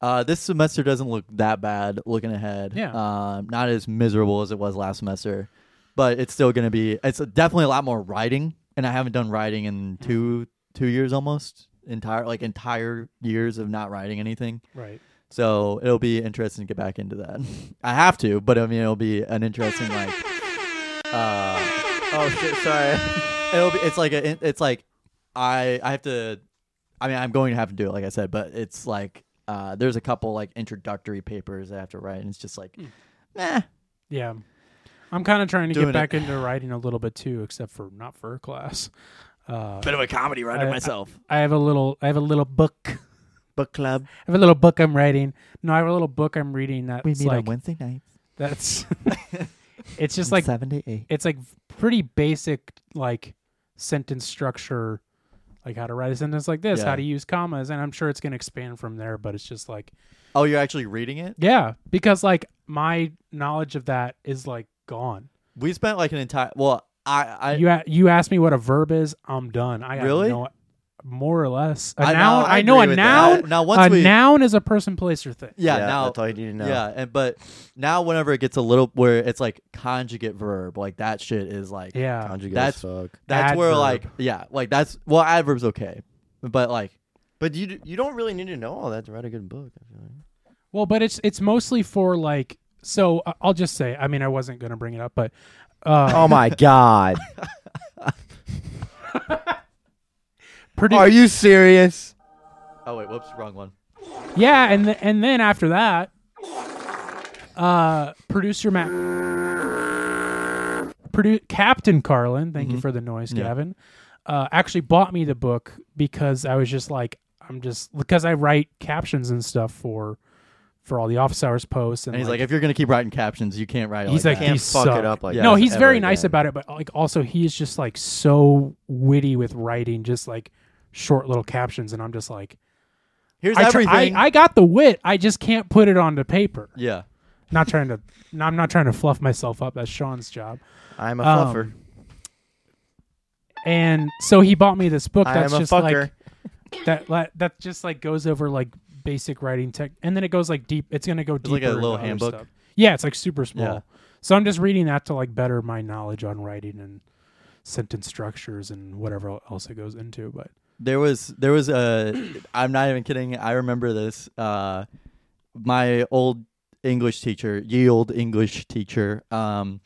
[SPEAKER 1] Uh, this semester doesn't look that bad looking ahead.
[SPEAKER 2] Yeah.
[SPEAKER 1] Um, not as miserable as it was last semester, but it's still going to be, it's definitely a lot more writing. And I haven't done writing in two, two years almost. Entire, like entire years of not writing anything.
[SPEAKER 2] Right.
[SPEAKER 1] So it'll be interesting to get back into that. I have to, but I mean, it'll be an interesting, like, uh,
[SPEAKER 3] Oh shit! Sorry.
[SPEAKER 1] it'll be it's like a, it's like i i have to i mean i'm going to have to do it like i said but it's like uh there's a couple like introductory papers i have to write and it's just
[SPEAKER 2] Hmm.
[SPEAKER 1] like nah
[SPEAKER 2] Yeah. I'm kind of trying to
[SPEAKER 1] Doing
[SPEAKER 2] get
[SPEAKER 1] it.
[SPEAKER 2] back into writing a little bit too, except for not for class. Uh,
[SPEAKER 1] bit of a comedy writer
[SPEAKER 2] I-
[SPEAKER 1] myself
[SPEAKER 2] I have a little. I have a little book.
[SPEAKER 3] Book club.
[SPEAKER 2] I have a little book I'm writing. No, I have a little book I'm reading that's
[SPEAKER 1] we meet
[SPEAKER 2] like
[SPEAKER 1] on wednesday nights
[SPEAKER 2] that's. it's just
[SPEAKER 1] from
[SPEAKER 2] like
[SPEAKER 1] seven to eight
[SPEAKER 2] it's like pretty basic like sentence structure like how to write a sentence like this how
[SPEAKER 1] Yeah.
[SPEAKER 2] to use commas and i'm sure it's going to expand from there but it's just like
[SPEAKER 1] oh you're actually reading it
[SPEAKER 2] yeah because like my knowledge of that is like gone
[SPEAKER 1] we spent like an entire well i i
[SPEAKER 2] you a- you asked me what a verb is i'm done i have
[SPEAKER 1] Really?
[SPEAKER 2] no, more or less a
[SPEAKER 1] I know,
[SPEAKER 2] noun
[SPEAKER 1] I
[SPEAKER 2] i know a
[SPEAKER 1] agree with that.
[SPEAKER 2] noun
[SPEAKER 1] Now, once
[SPEAKER 2] a
[SPEAKER 1] we-
[SPEAKER 2] noun is a person place or thing
[SPEAKER 1] yeah, now
[SPEAKER 3] that's all you need to know.
[SPEAKER 1] yeah and but now whenever it gets a little where it's like conjugate verb like that shit is like
[SPEAKER 2] yeah
[SPEAKER 3] Conjugate
[SPEAKER 1] That's-
[SPEAKER 3] as fuck.
[SPEAKER 1] that's where
[SPEAKER 2] Adverb.
[SPEAKER 1] like yeah like that's well adverbs okay but like
[SPEAKER 3] But you d- you don't really need to know all that to write a good book. I feel like.
[SPEAKER 2] Well, but it's it's mostly for like so I- I'll just say I mean I wasn't going to bring it up but uh
[SPEAKER 3] Oh my god!
[SPEAKER 2] produ-
[SPEAKER 3] Are you serious?
[SPEAKER 1] oh wait whoops wrong one
[SPEAKER 2] yeah and th- and then after that uh producer Matt produ- Captain Carlin thank
[SPEAKER 3] Mm-hmm.
[SPEAKER 2] you for the noise Gavin uh actually bought me the book because I was just like I'm just because I write captions and stuff for for all the office hours posts and,
[SPEAKER 1] And he's like, if you're gonna keep writing captions, you can't write. it
[SPEAKER 2] he's
[SPEAKER 1] like,
[SPEAKER 2] like,
[SPEAKER 1] that."
[SPEAKER 3] Can't
[SPEAKER 2] "These
[SPEAKER 3] fuck it
[SPEAKER 2] suck."
[SPEAKER 3] up like
[SPEAKER 2] no
[SPEAKER 3] this
[SPEAKER 2] he's
[SPEAKER 3] ever
[SPEAKER 2] very nice
[SPEAKER 3] again.
[SPEAKER 2] about it but like also he is just like so witty with writing just like short little captions and i'm just like
[SPEAKER 1] here's
[SPEAKER 2] I, tr- I,
[SPEAKER 1] everything.
[SPEAKER 2] I got the wit i just can't put it onto paper
[SPEAKER 1] yeah,
[SPEAKER 2] not trying to no, i'm not trying to fluff myself up that's sean's job
[SPEAKER 3] I'm a
[SPEAKER 2] Um,
[SPEAKER 3] fluffer.
[SPEAKER 2] and so he bought me this book
[SPEAKER 3] I
[SPEAKER 2] that's
[SPEAKER 3] am a
[SPEAKER 2] just
[SPEAKER 3] fucker.
[SPEAKER 2] like that li- that just like goes over like basic writing tech and then it goes like deep it's gonna go deeper
[SPEAKER 1] like a
[SPEAKER 2] into
[SPEAKER 1] little
[SPEAKER 2] other
[SPEAKER 1] handbook.
[SPEAKER 2] stuff. yeah it's like super small
[SPEAKER 1] Yeah.
[SPEAKER 2] so i'm just reading that to like better my knowledge on writing and sentence structures and whatever else it goes into but
[SPEAKER 1] there was there was a. I'm not even kidding. I remember this. Uh, my old English teacher, ye old English teacher. Um,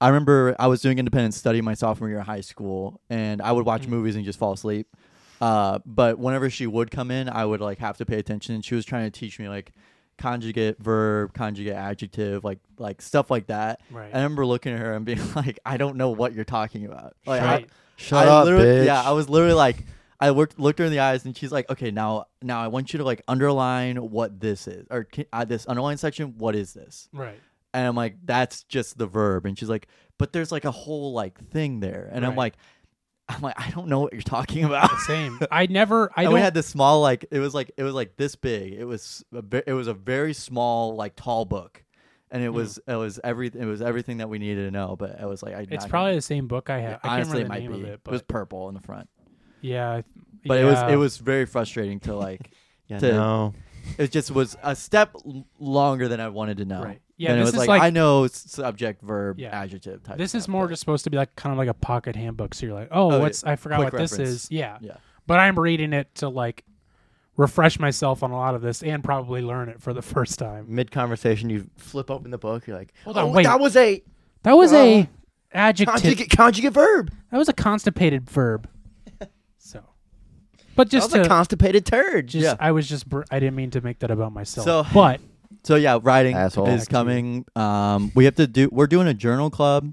[SPEAKER 1] I remember I was doing independent study my sophomore year of high school, and I would watch movies and just fall asleep. Uh, but whenever she would come in, I would like have to pay attention. And she was trying to teach me like conjugate verb, conjugate adjective, like like stuff like that.
[SPEAKER 2] Right.
[SPEAKER 1] And I remember looking at her and being like, I don't know what you're talking about. Like, I-
[SPEAKER 2] Right.
[SPEAKER 3] Shut
[SPEAKER 1] I
[SPEAKER 3] up,
[SPEAKER 1] literally-
[SPEAKER 3] bitch.
[SPEAKER 1] Yeah, I was literally like, I looked looked her in the eyes, and she's like, "Okay, now now I want you to like underline what this is, or can, uh, this underline section. What is this?"
[SPEAKER 2] right
[SPEAKER 1] And I'm like, "That's just the verb." And she's like, "But there's like a whole like thing there," and I'm
[SPEAKER 2] Right.
[SPEAKER 1] like, "I'm like, I don't know what you're talking about."
[SPEAKER 2] same i never i
[SPEAKER 1] and
[SPEAKER 2] don't
[SPEAKER 1] we had this small like it was like it was like this big. It was a ve- it was a very small like tall book, and
[SPEAKER 2] Hmm.
[SPEAKER 1] it was it was every it was everything that we needed to know. But I was like, I
[SPEAKER 2] it's probably the same book i have i can't remember
[SPEAKER 1] honestly it
[SPEAKER 2] the
[SPEAKER 1] might
[SPEAKER 2] name
[SPEAKER 1] be
[SPEAKER 2] of it
[SPEAKER 1] it was
[SPEAKER 2] but
[SPEAKER 1] purple in the front
[SPEAKER 2] yeah
[SPEAKER 1] but it was
[SPEAKER 2] yeah.
[SPEAKER 1] it was very frustrating to like
[SPEAKER 3] Yeah,
[SPEAKER 1] to-
[SPEAKER 3] no.
[SPEAKER 1] it just was a step l- longer than I wanted to know.
[SPEAKER 2] Right. Yeah,
[SPEAKER 1] and it
[SPEAKER 2] this
[SPEAKER 1] was
[SPEAKER 2] is like-
[SPEAKER 1] like, I know s- subject, verb,
[SPEAKER 2] Yeah.
[SPEAKER 1] adjective type.
[SPEAKER 2] this is
[SPEAKER 1] stuff,
[SPEAKER 2] more
[SPEAKER 1] but-
[SPEAKER 2] just supposed to be like kind of like a pocket handbook so you're like oh,
[SPEAKER 1] Oh,
[SPEAKER 2] what's i forgot what
[SPEAKER 1] quick
[SPEAKER 2] this
[SPEAKER 1] reference.
[SPEAKER 2] is yeah
[SPEAKER 1] yeah.
[SPEAKER 2] but I'm reading it to like refresh myself on a lot of this and probably learn it for the first time.
[SPEAKER 3] Mid conversation, you flip open the book. You're like,
[SPEAKER 2] Hold on,
[SPEAKER 3] "Oh,
[SPEAKER 2] wait.
[SPEAKER 3] that was a
[SPEAKER 2] That was a
[SPEAKER 3] Oh.
[SPEAKER 2] adjective.
[SPEAKER 3] conjugate, conjugate verb.
[SPEAKER 2] That was a constipated verb. So, but just
[SPEAKER 3] that was
[SPEAKER 2] to,
[SPEAKER 3] a constipated turd.
[SPEAKER 2] just
[SPEAKER 1] yeah.
[SPEAKER 2] I was just br- I didn't mean to make that about myself.
[SPEAKER 1] So-
[SPEAKER 2] but
[SPEAKER 1] So yeah, writing
[SPEAKER 3] Asshole.
[SPEAKER 1] is coming. Um, we have to do. We're doing a journal club.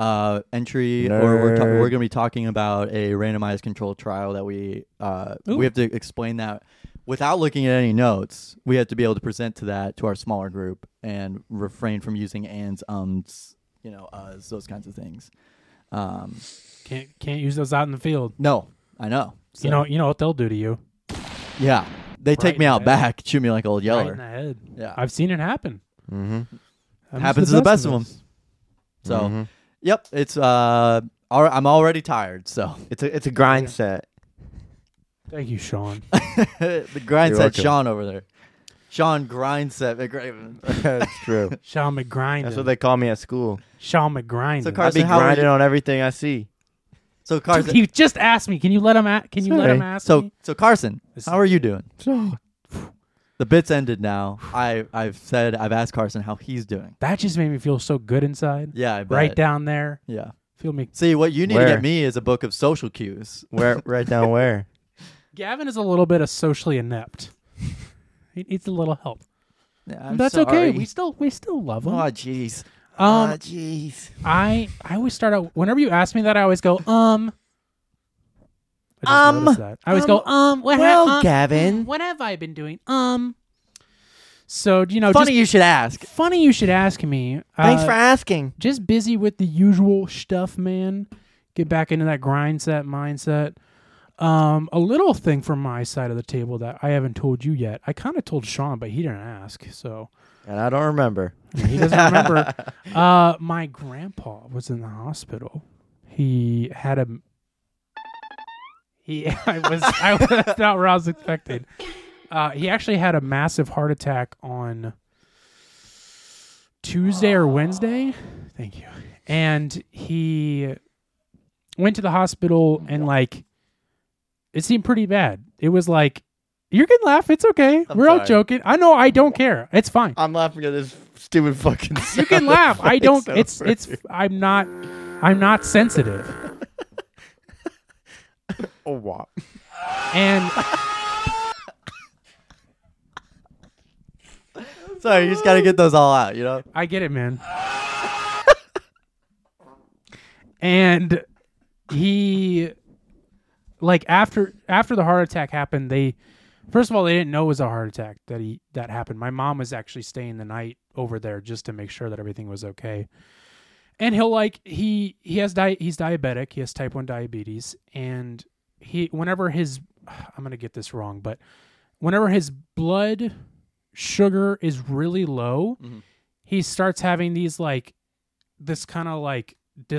[SPEAKER 1] uh, entry, or we're, ta-
[SPEAKER 3] Nerd.
[SPEAKER 1] we're going to be talking about a randomized controlled trial that we uh,
[SPEAKER 2] Ooh.
[SPEAKER 1] we have to explain that without looking at any notes. We have to be able to present to that to our smaller group and refrain from using ands, ums, you know, uhs, those kinds of things. Um,
[SPEAKER 2] Can't can't use those out in the field.
[SPEAKER 1] no, I know. So,
[SPEAKER 2] You know you know what they'll do to you.
[SPEAKER 1] yeah, they
[SPEAKER 2] Right
[SPEAKER 1] take me
[SPEAKER 2] in
[SPEAKER 1] out
[SPEAKER 2] the head.
[SPEAKER 1] back, shoot me like old
[SPEAKER 2] Right
[SPEAKER 1] yeller.
[SPEAKER 2] in the head.
[SPEAKER 1] Yeah.
[SPEAKER 2] I've seen it happen.
[SPEAKER 3] Mm-hmm.
[SPEAKER 1] Happens to the best of 'em.
[SPEAKER 2] us.
[SPEAKER 1] so, yep, it's uh, all, I'm already tired. So
[SPEAKER 3] It's a it's a grind set.
[SPEAKER 2] Thank you, Sean.
[SPEAKER 1] the grind
[SPEAKER 3] You're
[SPEAKER 1] set
[SPEAKER 3] welcome.
[SPEAKER 1] Sean over there. Sean grind set McRaven.
[SPEAKER 3] That's true.
[SPEAKER 2] Sean McGrind.
[SPEAKER 3] That's what they call me at school.
[SPEAKER 2] Sean McGrind.
[SPEAKER 1] So,
[SPEAKER 3] I
[SPEAKER 1] Carson,
[SPEAKER 3] be
[SPEAKER 1] how are
[SPEAKER 3] grinding
[SPEAKER 1] you-
[SPEAKER 3] on everything I see.
[SPEAKER 1] So Carson,
[SPEAKER 2] He just asked me. Can you let him? A- can you let him
[SPEAKER 3] Sorry.
[SPEAKER 2] ask
[SPEAKER 1] so
[SPEAKER 2] me?
[SPEAKER 1] so Carson,
[SPEAKER 2] This
[SPEAKER 1] how are you doing? The bit's ended now. I I've said I've asked Carson how he's doing.
[SPEAKER 2] That just made me feel so good inside.
[SPEAKER 1] Yeah, I bet.
[SPEAKER 2] right down there.
[SPEAKER 1] Yeah.
[SPEAKER 2] Feel me.
[SPEAKER 1] See, what you need to
[SPEAKER 3] Where?
[SPEAKER 1] get me is a book of social cues.
[SPEAKER 3] Where right down where?
[SPEAKER 2] Gavin is a little bit of socially inept. he needs a little help.
[SPEAKER 1] Yeah, I'm
[SPEAKER 2] That's
[SPEAKER 1] sorry.
[SPEAKER 2] okay. We still we still love him.
[SPEAKER 1] Oh jeez. Oh,
[SPEAKER 2] um,
[SPEAKER 3] jeez.
[SPEAKER 2] I I always start out whenever you ask me that. I always go um. I just
[SPEAKER 3] Um,
[SPEAKER 2] noticed that. I always go um. What ha-
[SPEAKER 3] well,
[SPEAKER 2] um,
[SPEAKER 3] Gavin.
[SPEAKER 2] what have I been doing? Um. So you know,
[SPEAKER 1] Funny
[SPEAKER 2] oh, Just,
[SPEAKER 1] you should ask.
[SPEAKER 2] funny you should ask me.
[SPEAKER 3] Thanks
[SPEAKER 2] Uh,
[SPEAKER 3] for asking.
[SPEAKER 2] just busy with the usual stuff, man. Get back into that grind set mindset. Um, a little thing from my side of the table that I haven't told you yet. I kind of told Sean, but he didn't ask, so
[SPEAKER 3] And I don't remember.
[SPEAKER 2] he doesn't remember. Uh, my grandpa was in the hospital. He had a. He, I was, I was that's not what I was expecting. Uh, he actually had a massive heart attack on Tuesday or Wednesday. Thank you. And he went to the hospital and like it seemed pretty bad. It was like you can laugh. It's okay.
[SPEAKER 1] I'm
[SPEAKER 2] We're all
[SPEAKER 1] sorry.
[SPEAKER 2] joking. I know. I don't care. It's fine.
[SPEAKER 3] I'm laughing at this stupid fucking.
[SPEAKER 2] You can laugh. I don't. It's it's. I'm not. I'm not sensitive.
[SPEAKER 3] a wop.
[SPEAKER 2] And
[SPEAKER 1] Sorry, you just gotta get those all out, you know?
[SPEAKER 2] I get it, man. and he, like after after the heart attack happened, they first of all they didn't know it was a heart attack that he that happened. My mom was actually staying the night over there just to make sure that everything was okay. And he'll like he he has di- he's diabetic. He has type one diabetes, and he whenever his I'm gonna get this wrong, but whenever his blood sugar is really low,
[SPEAKER 1] Mhm.
[SPEAKER 2] he starts having these like this kind of like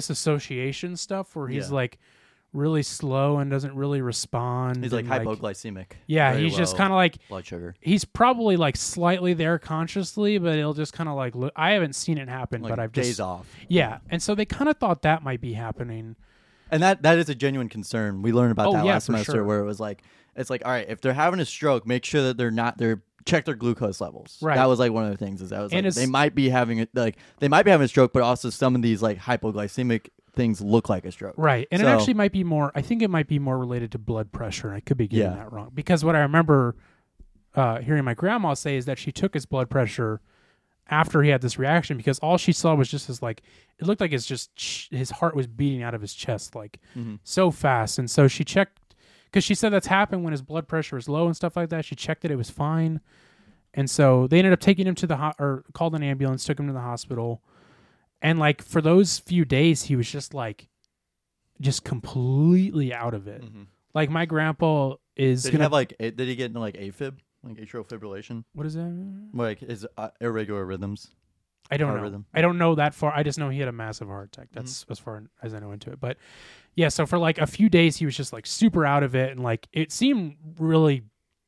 [SPEAKER 2] disassociation stuff where he's
[SPEAKER 1] Yeah.
[SPEAKER 2] like really slow and doesn't really respond.
[SPEAKER 1] He's like
[SPEAKER 2] and,
[SPEAKER 1] hypoglycemic.
[SPEAKER 2] yeah,
[SPEAKER 1] Very
[SPEAKER 2] he's just
[SPEAKER 1] low
[SPEAKER 2] kind of like
[SPEAKER 1] blood sugar.
[SPEAKER 2] he's probably like slightly there consciously, but it'll just kind of like look. I haven't seen it happen,
[SPEAKER 1] Like
[SPEAKER 2] but I've
[SPEAKER 1] days
[SPEAKER 2] just
[SPEAKER 1] off.
[SPEAKER 2] yeah. And so they kind of thought that might be happening.
[SPEAKER 1] And that that is a genuine concern. We learned about
[SPEAKER 2] Oh,
[SPEAKER 1] that
[SPEAKER 2] yeah,
[SPEAKER 1] last
[SPEAKER 2] for
[SPEAKER 1] semester
[SPEAKER 2] sure.
[SPEAKER 1] where it was like it's like all right, if they're having a stroke, make sure that they're not they're check their glucose levels.
[SPEAKER 2] Right.
[SPEAKER 1] That was like one of the things is that was
[SPEAKER 2] And
[SPEAKER 1] like,
[SPEAKER 2] it's-
[SPEAKER 1] they might be having it like they might be having a stroke, but also some of these like hypoglycemic things look like a stroke.
[SPEAKER 2] Right. And it
[SPEAKER 1] So-
[SPEAKER 2] actually might be more I think it might be more related to blood pressure and I could be getting
[SPEAKER 1] Yeah.
[SPEAKER 2] that wrong because what I remember uh, hearing my grandma say is that she took his blood pressure after he had this reaction because all she saw was just his like it looked like it's just ch- his heart was beating out of his chest like
[SPEAKER 1] Mm-hmm.
[SPEAKER 2] so fast and so she checked cuz she said that's happened when his blood pressure was low and stuff like that she checked that it was fine and so they ended up taking him to the ho- or called an ambulance took him to the hospital and like for those few days he was just like just completely out of it. Like my grandpa is
[SPEAKER 1] Mm-hmm. Did he
[SPEAKER 2] gonna
[SPEAKER 1] have like a, did he get into like AFib, like atrial fibrillation,
[SPEAKER 2] what is that?
[SPEAKER 1] like his uh, irregular rhythms?
[SPEAKER 2] I don't
[SPEAKER 1] Heart
[SPEAKER 2] know.
[SPEAKER 1] rhythm.
[SPEAKER 2] I don't know that far. I just know he had a massive heart attack. That's as far as I know into it. But yeah, so for like a few days he was just like super out of it and like it seemed really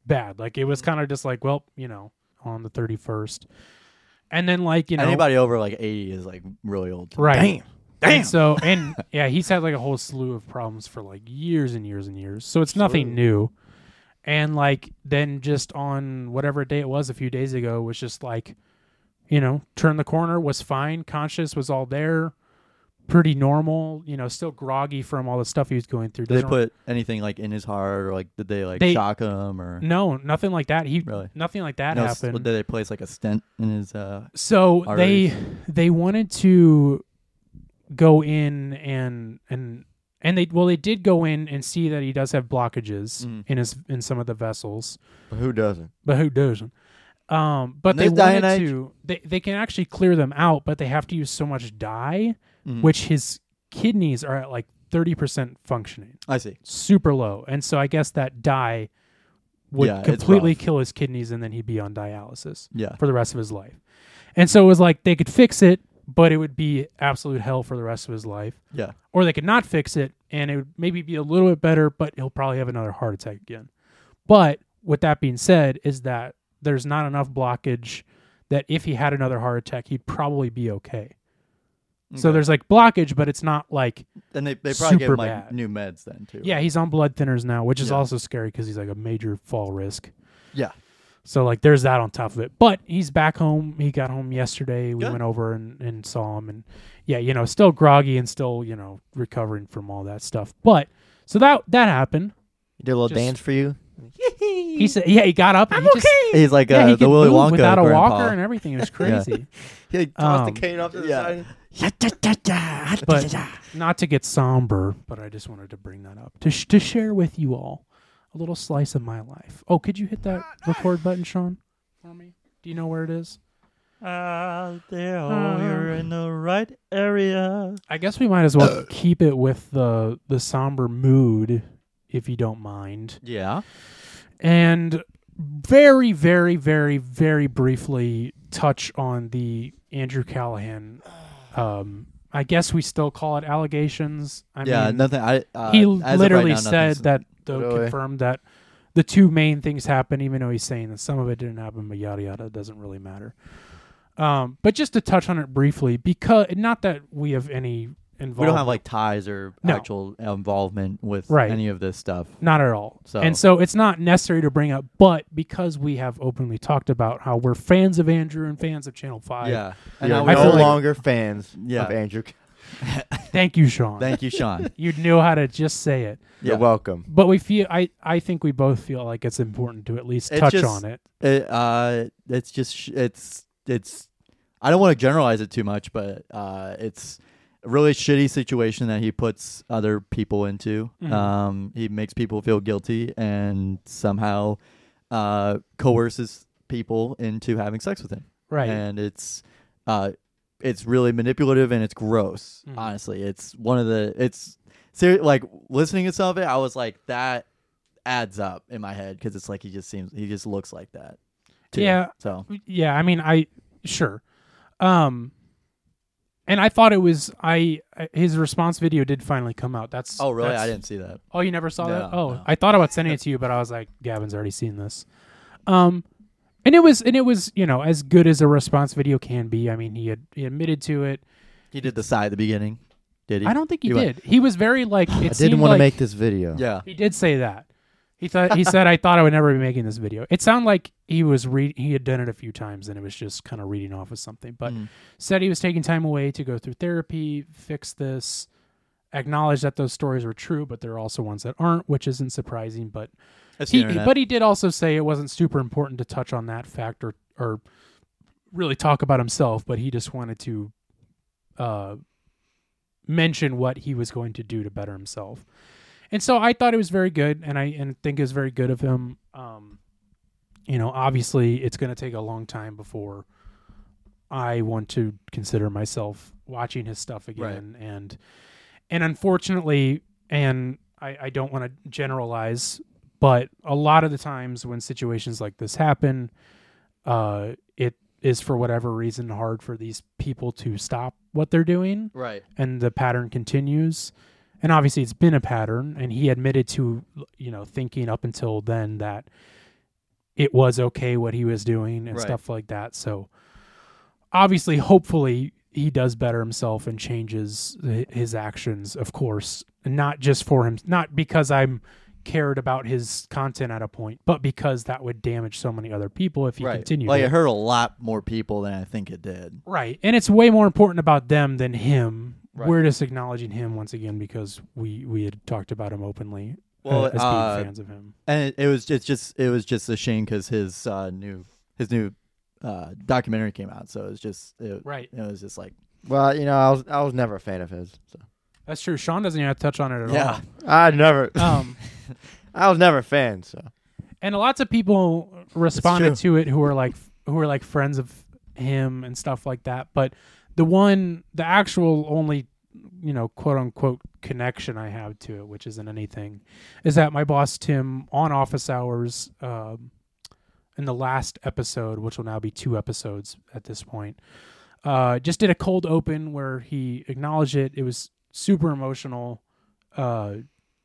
[SPEAKER 2] bad. Like it was kind of just like, well, you know, on the 31st. And then like, you know,
[SPEAKER 1] Anybody over like eighty is like really old.
[SPEAKER 2] right. And so and yeah, he's had like a whole slew of problems for like years and years and years. So it's nothing new. And like then just on whatever day it was a few days ago was just like, you know, turned the corner, was fine, conscious, was all there, pretty normal, you know, still groggy from all the stuff he was going through.
[SPEAKER 1] Did they
[SPEAKER 2] Doesn't-
[SPEAKER 1] put anything like in his heart or like did they like
[SPEAKER 2] They-
[SPEAKER 1] shock him or
[SPEAKER 2] No, nothing like that. He
[SPEAKER 1] Really?
[SPEAKER 2] nothing like that
[SPEAKER 1] no, s-
[SPEAKER 2] happened.
[SPEAKER 1] did they place like a stent in his uh
[SPEAKER 2] so they
[SPEAKER 1] Arteries.
[SPEAKER 2] they wanted to go in and and and they well they did go in and see that he does have blockages
[SPEAKER 1] Mm.
[SPEAKER 2] in his in some of the vessels,
[SPEAKER 3] Who doesn't?
[SPEAKER 2] but who doesn't? Um, but
[SPEAKER 1] In
[SPEAKER 2] they
[SPEAKER 1] this day
[SPEAKER 2] wanted
[SPEAKER 1] and age-
[SPEAKER 2] to they they can actually clear them out, but they have to use so much dye,
[SPEAKER 1] Mhm.
[SPEAKER 2] which his kidneys are at like thirty percent functioning,
[SPEAKER 1] I see.
[SPEAKER 2] super low, and so I guess that dye would
[SPEAKER 1] Yeah, it's
[SPEAKER 2] completely
[SPEAKER 1] rough.
[SPEAKER 2] kill his kidneys, and then he'd be on dialysis
[SPEAKER 1] Yeah.
[SPEAKER 2] for the rest of his life. And so it was like they could fix it, but it would be absolute hell for the rest of his life.
[SPEAKER 1] Yeah.
[SPEAKER 2] Or they could not fix it and it would maybe be a little bit better, but he'll probably have another heart attack again. But with that being said, is that there's not enough blockage that if he had another heart attack, he'd probably be okay. So
[SPEAKER 1] Okay.
[SPEAKER 2] there's like blockage, but it's not like,
[SPEAKER 1] And they, they probably gave
[SPEAKER 2] super
[SPEAKER 1] him like
[SPEAKER 2] bad.
[SPEAKER 1] new meds then too.
[SPEAKER 2] yeah, he's on blood thinners now, which is
[SPEAKER 1] Yeah.
[SPEAKER 2] also scary because he's like a major fall risk.
[SPEAKER 1] Yeah.
[SPEAKER 2] So like there's that on top of it. But he's back home. He got home yesterday. We
[SPEAKER 1] Good.
[SPEAKER 2] went over and, and saw him and yeah, you know, still groggy and still, you know, recovering from all that stuff. But so that that happened.
[SPEAKER 3] He did a little
[SPEAKER 2] Just-
[SPEAKER 3] dance for you.
[SPEAKER 2] He said yeah, he got up and he just
[SPEAKER 1] He's like
[SPEAKER 2] yeah,
[SPEAKER 1] uh,
[SPEAKER 2] he
[SPEAKER 1] the
[SPEAKER 2] could
[SPEAKER 1] Willy
[SPEAKER 2] move
[SPEAKER 1] Wonka
[SPEAKER 2] without a
[SPEAKER 1] grandpa.
[SPEAKER 2] walker and everything. It was crazy.
[SPEAKER 3] He like,
[SPEAKER 2] tossed the Um,
[SPEAKER 3] cane off to
[SPEAKER 1] the yeah. side.
[SPEAKER 2] but not to get somber, but I just wanted to bring that up to sh- to share with you all a little slice of my life. Oh, could you hit that record button, Sean, for me? Do you know where it is?
[SPEAKER 1] Ah, there,
[SPEAKER 2] oh,
[SPEAKER 3] Uh.
[SPEAKER 2] you're
[SPEAKER 1] in the right area.
[SPEAKER 2] I guess we might as well keep it with the the somber mood, if you don't mind.
[SPEAKER 1] Yeah.
[SPEAKER 2] And very, very, very, very briefly touch on the Andrew Callahan. Um, I guess we still call it allegations. I
[SPEAKER 1] yeah.
[SPEAKER 2] mean,
[SPEAKER 1] nothing. I. Uh,
[SPEAKER 2] he
[SPEAKER 1] as of right
[SPEAKER 2] literally
[SPEAKER 1] now,
[SPEAKER 2] said
[SPEAKER 1] nothing's-
[SPEAKER 2] that, though,
[SPEAKER 3] Really?
[SPEAKER 2] confirmed that the two main things happened, even though he's saying that some of it didn't happen, but yada yada it doesn't really matter. Um, but just to touch on it briefly, because not that we have any involvement.
[SPEAKER 1] we don't have like ties or
[SPEAKER 2] No.
[SPEAKER 1] actual involvement with
[SPEAKER 2] Right.
[SPEAKER 1] any of this stuff.
[SPEAKER 2] Not at all.
[SPEAKER 1] So-
[SPEAKER 2] And so it's not necessary to bring up, but because we have openly talked about how we're fans of Andrew and fans of Channel 5.
[SPEAKER 1] yeah.
[SPEAKER 3] You're
[SPEAKER 1] now we
[SPEAKER 2] I
[SPEAKER 1] know,
[SPEAKER 3] no
[SPEAKER 2] feel like-
[SPEAKER 3] longer fans
[SPEAKER 1] Yeah.
[SPEAKER 3] of Andrew. Ca-
[SPEAKER 2] Thank you, Sean.
[SPEAKER 1] Thank you, Sean.
[SPEAKER 2] you knew how to just say it.
[SPEAKER 1] yeah.
[SPEAKER 3] You're welcome.
[SPEAKER 2] But we feel I, I think we both feel like it's important to at least
[SPEAKER 1] It's
[SPEAKER 2] touch
[SPEAKER 1] just-
[SPEAKER 2] on it.
[SPEAKER 1] It, uh, it's just sh- it's it's. I don't want to generalize it too much, but uh, it's a really shitty situation that he puts other people into.
[SPEAKER 2] Mhm.
[SPEAKER 1] Um, he makes people feel guilty and somehow uh, coerces people into having sex with him.
[SPEAKER 2] Right.
[SPEAKER 1] and it's uh it's really manipulative and it's gross
[SPEAKER 2] Mhm.
[SPEAKER 1] honestly it's one of the it's ser- like listening to some of it i was like that adds up in my head because it's like he just seems he just looks like that too.
[SPEAKER 2] Yeah.
[SPEAKER 1] so
[SPEAKER 2] yeah i mean i sure um and i thought it was i I- his response video did finally come out that's
[SPEAKER 1] oh really i
[SPEAKER 2] that's-
[SPEAKER 1] didn't see that
[SPEAKER 2] oh you never saw that
[SPEAKER 1] No,
[SPEAKER 2] oh
[SPEAKER 1] no.
[SPEAKER 2] i thought about sending it to you but i was like gavin's already seen this um and it was and it was you know as good as a response video can be i mean he had he admitted to it
[SPEAKER 1] he did the sigh at the beginning did he
[SPEAKER 2] i don't think he,
[SPEAKER 1] He
[SPEAKER 2] did
[SPEAKER 1] went-
[SPEAKER 2] he was very like it
[SPEAKER 3] I didn't
[SPEAKER 2] want
[SPEAKER 3] want to make this video.
[SPEAKER 1] yeah
[SPEAKER 2] he did say that he thought he said i thought i would never be making this video it sounded like he was re- he had done it a few times and it was just kind of reading off of something but
[SPEAKER 1] Mm.
[SPEAKER 2] said he was taking time away to go through therapy, fix this, acknowledge that those stories were true, but there are also ones that aren't, which isn't surprising. But
[SPEAKER 1] That's the
[SPEAKER 2] he,
[SPEAKER 1] internet.
[SPEAKER 2] but he did also say it wasn't super important to touch on that fact or, or really talk about himself, but he just wanted to uh, mention what he was going to do to better himself. And so I thought it was very good, and I and think it was very good of him. Um, you know, obviously, it's going to take a long time before I want to consider myself watching his stuff again, and and unfortunately, and I, I don't want to generalize, but a lot of the times when situations like this happen, uh, it is for whatever reason hard for these people to stop what they're doing
[SPEAKER 1] right
[SPEAKER 2] and the pattern continues and obviously it's been a pattern and he admitted to you know thinking up until then that it was okay what he was doing and
[SPEAKER 1] Right.
[SPEAKER 2] stuff like that so obviously hopefully he does better himself and changes hi- his actions of course and not just for him not because i'm cared about his content at a point but because that would damage so many other people if he
[SPEAKER 1] right
[SPEAKER 2] continued
[SPEAKER 1] like
[SPEAKER 2] it.
[SPEAKER 1] it hurt a lot more people than i think it did
[SPEAKER 2] Right. And it's way more important about them than him.
[SPEAKER 1] Right.
[SPEAKER 2] We're just acknowledging him once again because we we had talked about him openly uh,
[SPEAKER 1] Well,
[SPEAKER 2] as being
[SPEAKER 1] uh,
[SPEAKER 2] fans of him.
[SPEAKER 1] and it, it was it's just it was just a shame because his uh new his new uh documentary came out so it was just it,
[SPEAKER 2] Right.
[SPEAKER 1] it was just like
[SPEAKER 3] Well, you know, I was I was never a fan of his. So.
[SPEAKER 2] That's true. Sean doesn't even have to touch on it at
[SPEAKER 1] Yeah.
[SPEAKER 3] I never.
[SPEAKER 2] all. Um,
[SPEAKER 3] I was never a fan. So
[SPEAKER 2] and lots of people responded to it who are like who are like friends of him and stuff like that but the one the actual only you know quote unquote connection i have to it which isn't anything is that my boss tim on office hours um, in the last episode which will now be two episodes at this point uh, just did a cold open where he acknowledged it it was super emotional uh,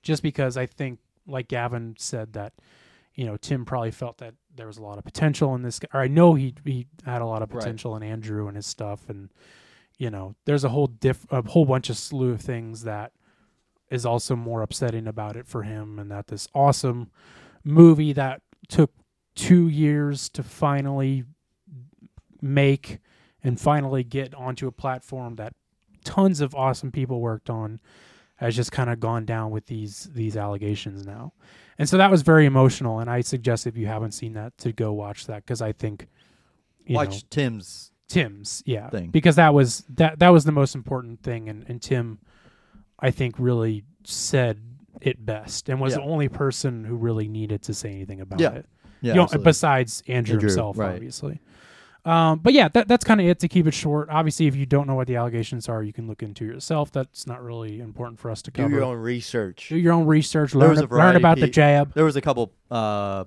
[SPEAKER 2] just because i think like gavin said that you know, Tim probably felt that there was a lot of potential in this guy. Or I know he he had a lot of
[SPEAKER 1] Right.
[SPEAKER 2] potential in Andrew and his stuff, and you know, there's a whole diff a whole bunch of slew of things that is also more upsetting about it for him, and that this awesome movie that took two years to finally make and finally get onto a platform that tons of awesome people worked on has just kind of gone down with these these allegations now. And so that was very emotional and I suggest if you haven't seen that to go watch that cuz I think you
[SPEAKER 1] Watch
[SPEAKER 2] know,
[SPEAKER 1] Tim's.
[SPEAKER 2] Tim's, yeah,
[SPEAKER 1] thing.
[SPEAKER 2] because that was that that was the most important thing and and Tim I think really said it best and was
[SPEAKER 1] Yeah.
[SPEAKER 2] the only person who really needed to say anything about
[SPEAKER 1] Yeah.
[SPEAKER 2] it.
[SPEAKER 1] Yeah,
[SPEAKER 2] You know,
[SPEAKER 1] absolutely.
[SPEAKER 2] besides Andrew,
[SPEAKER 1] Andrew,
[SPEAKER 2] himself,
[SPEAKER 1] right.
[SPEAKER 2] obviously. Um, but yeah, that, that's kind of it to keep it short. Obviously, if you don't know what the allegations are, you can look into yourself. That's not really important for us to
[SPEAKER 3] do
[SPEAKER 2] cover.
[SPEAKER 3] your own research.
[SPEAKER 2] Do your own research.
[SPEAKER 1] There
[SPEAKER 2] Learn,
[SPEAKER 1] was a
[SPEAKER 2] learn
[SPEAKER 1] variety
[SPEAKER 2] about the
[SPEAKER 1] pe-
[SPEAKER 2] jab.
[SPEAKER 1] There was a couple uh,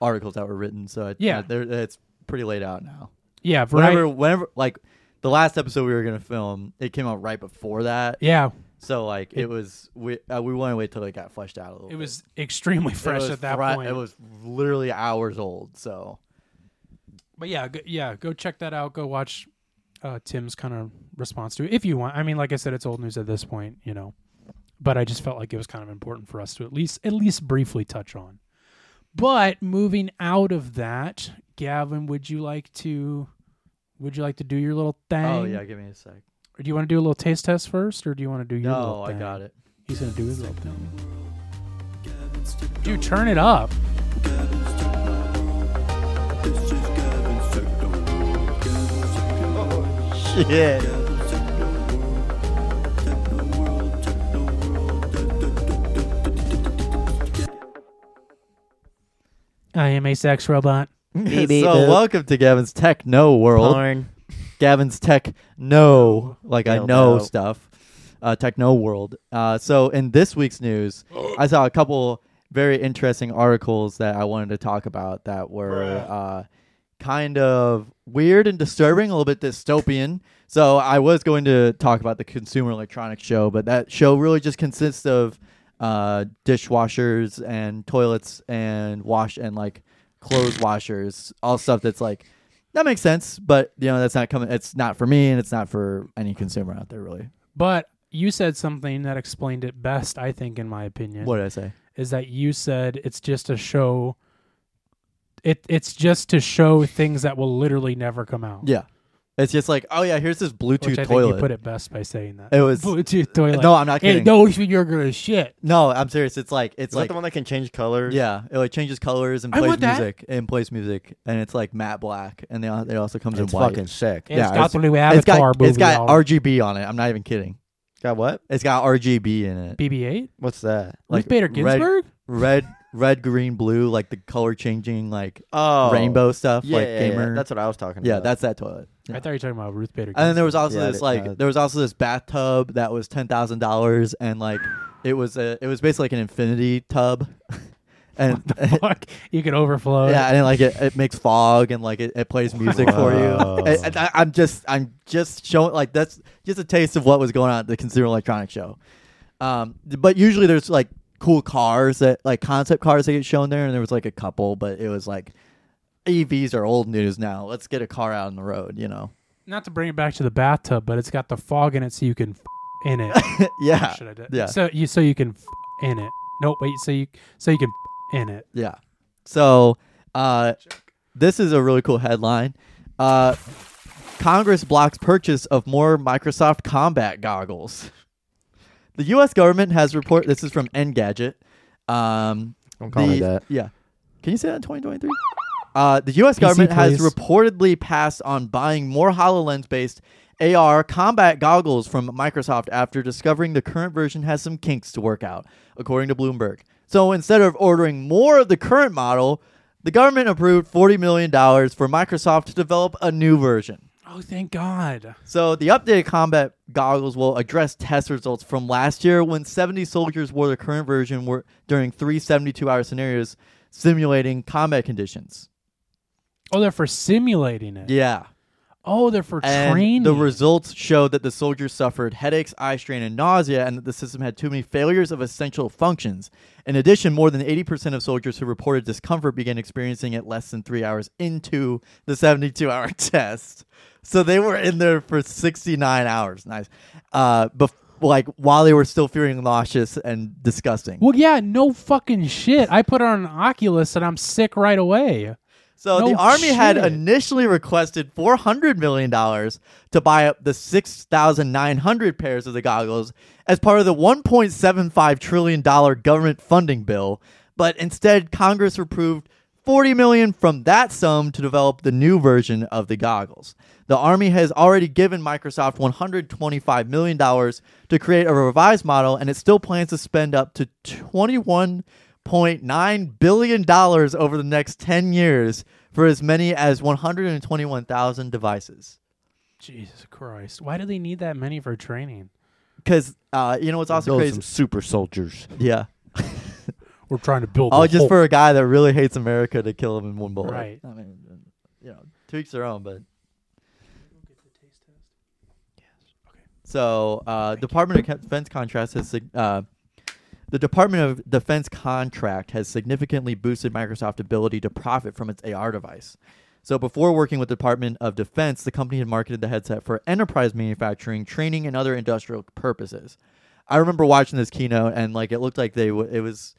[SPEAKER 1] articles that were written, so it,
[SPEAKER 2] Yeah.
[SPEAKER 1] uh, there, it's pretty laid out now.
[SPEAKER 2] Yeah, variety.
[SPEAKER 1] Whenever, whenever, like the last episode we were gonna film, it came out right before that.
[SPEAKER 2] yeah,
[SPEAKER 1] So like it, was we uh, we wanted to wait till it got fleshed out a little.
[SPEAKER 2] it
[SPEAKER 1] bit.
[SPEAKER 2] was extremely
[SPEAKER 1] It
[SPEAKER 2] fresh
[SPEAKER 1] was
[SPEAKER 2] at that
[SPEAKER 1] fri-
[SPEAKER 2] point.
[SPEAKER 1] It was literally hours old. So
[SPEAKER 2] but yeah, go, yeah, go check that out. Go watch uh, Tim's kind of response to it if you want. I mean, like I said, it's old news at this point, you know. But I just felt like it was kind of important for us to at least at least briefly touch on. But moving out of that, Gavin, would you like to would you like to do your little thing?
[SPEAKER 1] oh yeah, give me a sec.
[SPEAKER 2] Or do you want to do a little taste test first, or do you want to do your
[SPEAKER 1] No,
[SPEAKER 2] little
[SPEAKER 1] I
[SPEAKER 2] thing?
[SPEAKER 1] got it.
[SPEAKER 2] He's gonna do his little thing. Dude, turn it up.
[SPEAKER 1] Shit.
[SPEAKER 2] I am a sex robot.
[SPEAKER 3] Beep,
[SPEAKER 1] so
[SPEAKER 3] boop.
[SPEAKER 1] welcome to Gavin's Techno World.
[SPEAKER 3] Porn.
[SPEAKER 1] Gavin's Tech No, like I
[SPEAKER 3] Nailed
[SPEAKER 1] know
[SPEAKER 3] it out.
[SPEAKER 1] stuff, uh, Techno World. Uh, so in this week's news, I saw a couple very interesting articles that I wanted to talk about that were uh, kind of weird and disturbing, a little bit dystopian. So I was going to talk about the Consumer Electronics Show, but that show really just consists of uh, dishwashers and toilets and wash and like clothes washers, all stuff that's like that makes sense, but you know that's not coming. It's not for me, and it's not for any consumer out there, really.
[SPEAKER 2] But you said something that explained it best, I think, in my opinion.
[SPEAKER 1] What did I say?
[SPEAKER 2] is that you said it's just a show. It it's just to show things that will literally never come out.
[SPEAKER 1] Yeah, it's just like, oh yeah, here's this Bluetooth
[SPEAKER 2] which I
[SPEAKER 1] toilet.
[SPEAKER 2] think you put it best by saying that.
[SPEAKER 1] It was-
[SPEAKER 2] Bluetooth toilet.
[SPEAKER 1] No, I'm not
[SPEAKER 2] Hey,
[SPEAKER 1] kidding.
[SPEAKER 2] those you're gonna shit.
[SPEAKER 1] No, I'm serious. It's like it's
[SPEAKER 3] Is
[SPEAKER 1] like
[SPEAKER 3] that the one that can change colors?
[SPEAKER 1] yeah, it like changes colors and
[SPEAKER 2] I
[SPEAKER 1] plays
[SPEAKER 2] want that.
[SPEAKER 1] music and plays music, and it's like matte black, and they al- it also comes
[SPEAKER 3] It's
[SPEAKER 1] in white.
[SPEAKER 3] fucking sick.
[SPEAKER 2] And it's
[SPEAKER 1] Yeah,
[SPEAKER 2] got
[SPEAKER 1] it's-
[SPEAKER 2] the new
[SPEAKER 1] it's
[SPEAKER 2] Avatar
[SPEAKER 1] got
[SPEAKER 2] movie.
[SPEAKER 1] it's got
[SPEAKER 2] out.
[SPEAKER 1] RGB on it. I'm not even kidding.
[SPEAKER 3] Got what?
[SPEAKER 1] It's got RGB in it.
[SPEAKER 2] BB-8.
[SPEAKER 3] What's that?
[SPEAKER 1] Like
[SPEAKER 2] Ruth Bader
[SPEAKER 1] red-
[SPEAKER 2] Ginsburg.
[SPEAKER 1] Red, red, green, blue, like the color changing, like
[SPEAKER 3] Oh,
[SPEAKER 1] rainbow stuff,
[SPEAKER 3] Yeah,
[SPEAKER 1] like
[SPEAKER 3] yeah, yeah.
[SPEAKER 1] gamer.
[SPEAKER 3] That's what I was talking
[SPEAKER 1] yeah,
[SPEAKER 3] about.
[SPEAKER 1] that's that toilet.
[SPEAKER 2] I thought you were talking about Ruth Bader. Ginsburg.
[SPEAKER 1] And then there was also
[SPEAKER 3] Yeah,
[SPEAKER 1] this
[SPEAKER 3] they-
[SPEAKER 1] like
[SPEAKER 3] uh,
[SPEAKER 1] there was also this bathtub that was ten thousand dollars and like it was a it was basically like an infinity tub, and
[SPEAKER 2] Fuck, you could overflow.
[SPEAKER 1] yeah, and like it, it makes fog and like it, it plays music for
[SPEAKER 3] Wow.
[SPEAKER 1] you. And- and I, I'm just I'm just showing like that's just a taste of what was going on at the Consumer Electronics Show. Um, but usually there's like cool cars that like concept cars that get shown there, and there was like a couple, but it was like EVs are old news now. Let's get a car out on the road, you know.
[SPEAKER 2] Not to bring it back to the bathtub, but it's got the fog in it, so you can f- in it.
[SPEAKER 1] yeah,
[SPEAKER 2] Should I do?
[SPEAKER 1] yeah.
[SPEAKER 2] So you so you can f- in it. No, wait. So you so you can f- in it.
[SPEAKER 1] Yeah. So uh, this is a really cool headline. Uh, Congress blocks purchase of more Microsoft combat goggles. The U.S. government has report. This is from Engadget. Um,
[SPEAKER 3] Don't call me that.
[SPEAKER 1] Yeah. Can you say that in 2023? Uh, the U.S.
[SPEAKER 2] PC,
[SPEAKER 1] government has
[SPEAKER 2] please.
[SPEAKER 1] reportedly passed on buying more HoloLens based AR combat goggles from Microsoft after discovering the current version has some kinks to work out, according to Bloomberg. So instead of ordering more of the current model, the government approved $40 million for Microsoft to develop a new version.
[SPEAKER 2] Oh, thank God.
[SPEAKER 1] So the updated combat goggles will address test results from last year when 70 soldiers wore the current version were during three 72-hour scenarios simulating combat conditions.
[SPEAKER 2] Oh, they're for simulating it.
[SPEAKER 1] Yeah.
[SPEAKER 2] Oh, they're for
[SPEAKER 1] And
[SPEAKER 2] training.
[SPEAKER 1] the results showed that the soldiers suffered headaches, eye strain, and nausea, and that the system had too many failures of essential functions. In addition, more than 80% of soldiers who reported discomfort began experiencing it less than three hours into the 72 hour test. So they were in there for 69 hours. Nice. Uh, bef- like while they were still feeling nauseous and disgusting.
[SPEAKER 2] well, yeah, no fucking shit. I put on an Oculus and I'm sick right away.
[SPEAKER 1] So
[SPEAKER 2] No
[SPEAKER 1] the army had
[SPEAKER 2] shit.
[SPEAKER 1] initially requested four hundred million dollars to buy up the six thousand nine hundred pairs of the goggles as part of the one point seven five trillion dollar government funding bill, but instead Congress approved forty million from that sum to develop the new version of the goggles. The army has already given Microsoft one hundred twenty five million dollars to create a revised model, and it still plans to spend up to twenty one Point nine billion dollars over the next 10 years for as many as 121,000 devices.
[SPEAKER 2] Jesus Christ. Why do they need that many for training?
[SPEAKER 1] Because uh, you know what's also
[SPEAKER 3] Those
[SPEAKER 1] crazy?
[SPEAKER 3] some super soldiers.
[SPEAKER 1] Yeah.
[SPEAKER 2] We're trying to build.
[SPEAKER 1] All
[SPEAKER 2] the
[SPEAKER 1] Oh, just
[SPEAKER 2] Hulk.
[SPEAKER 1] for a guy that really hates America to kill him in one bullet.
[SPEAKER 2] Right.
[SPEAKER 1] I mean, you know, to each their own, but. So, uh, Department of Defense contract has sig- uh, the Department of Defense contract has significantly boosted Microsoft's ability to profit from its AR device. So, before working with the Department of Defense, the company had marketed the headset for enterprise manufacturing, training, and other industrial purposes. I remember watching this keynote, and like it looked like they w- it was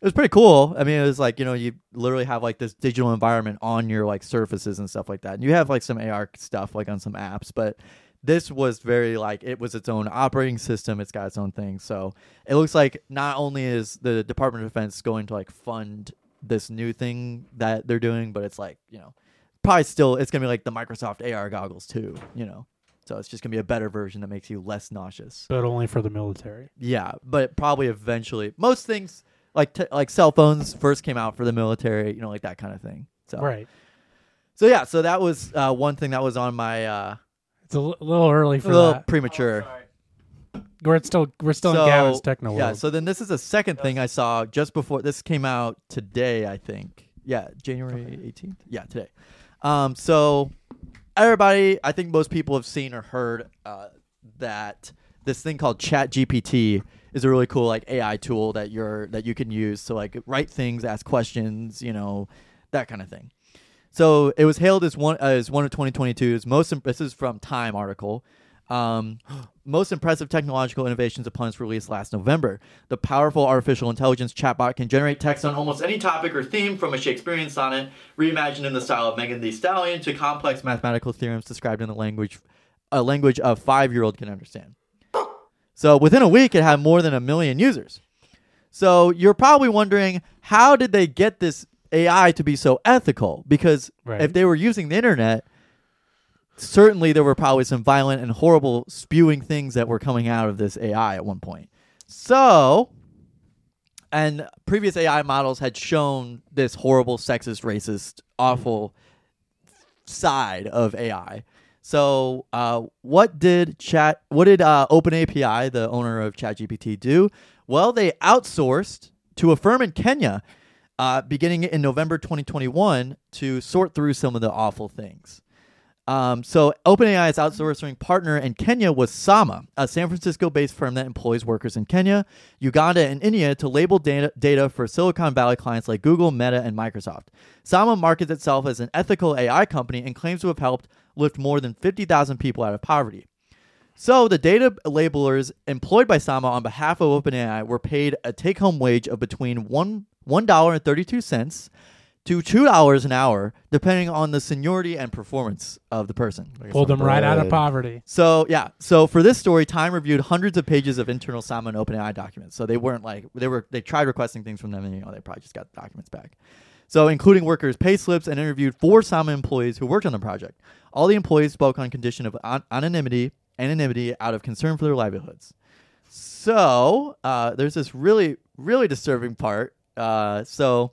[SPEAKER 1] it was pretty cool. I mean, it was like you know you literally have like this digital environment on your like surfaces and stuff like that, and you have like some AR stuff like on some apps, but this was very like it was its own operating system. It's got its own thing, so it looks like not only is the Department of Defense going to like fund this new thing that they're doing, but it's like you know probably still it's gonna be like the Microsoft AR goggles too, you know. So it's just gonna be a better version that makes you less nauseous.
[SPEAKER 2] But only for the military.
[SPEAKER 1] Yeah, but probably eventually. Most things like t- like cell phones first came out for the military, you know, like that kind of thing. So
[SPEAKER 2] Right.
[SPEAKER 1] So yeah, so that was uh, one thing that was on my uh,
[SPEAKER 2] It's a l- little early
[SPEAKER 1] a
[SPEAKER 2] for
[SPEAKER 1] little
[SPEAKER 2] that.
[SPEAKER 1] premature.
[SPEAKER 2] we're still we're still
[SPEAKER 1] so,
[SPEAKER 2] in Gavin's techno world.
[SPEAKER 1] Yeah. So then this is the second thing I saw just before this came out today. I think. Yeah, January eighteenth. Yeah, today. Um. So everybody, I think most people have seen or heard uh, that this thing called ChatGPT is a really cool like AI tool that you're that you can use to like write things, ask questions, you know, that kind of thing. So it was hailed as one uh, as one of 2022's most. Imp- this is from Time article. Um, most impressive technological innovations upon its release last November. The powerful artificial intelligence chatbot can generate text on almost any topic or theme, from a Shakespearean sonnet reimagined in the style of Megan Thee Stallion to complex mathematical theorems described in the language a language a five-year-old can understand. So within a week, it had more than a million users. So you're probably wondering how did they get this AI to be so ethical? Because
[SPEAKER 2] Right.
[SPEAKER 1] if they were using the internet, certainly there were probably some violent and horrible spewing things that were coming out of this AI at one point. So, and previous AI models had shown this horrible, sexist, racist, awful side of AI. So, uh, what did Chat? What did uh, OpenAPI, the owner of ChatGPT, do? Well, they outsourced to a firm in Kenya, uh, beginning in November 2021, to sort through some of the awful things. Um, so OpenAI's outsourcing partner in Kenya was Sama, a San Francisco-based firm that employs workers in Kenya, Uganda, and India to label data, data for Silicon Valley clients like Google, Meta, and Microsoft. Sama markets itself as an ethical AI company and claims to have helped lift more than 50,000 people out of poverty. So the data labelers employed by Sama on behalf of OpenAI were paid a take-home wage of between one one dollar and thirty-two cents to two dollars an hour, depending on the seniority and performance of the person.
[SPEAKER 2] Pulled them right out of
[SPEAKER 3] bread.
[SPEAKER 2] poverty.
[SPEAKER 1] So yeah, so for this story, Time reviewed hundreds of pages of internal Sama and OpenAI documents. So they weren't like they were they tried requesting things from them, and you know they probably just got the documents back. So, including workers' pay slips, and interviewed four Sama employees who worked on the project. All the employees spoke on condition of an- anonymity, anonymity out of concern for their livelihoods. So, uh, there's this really, really disturbing part. Uh, so,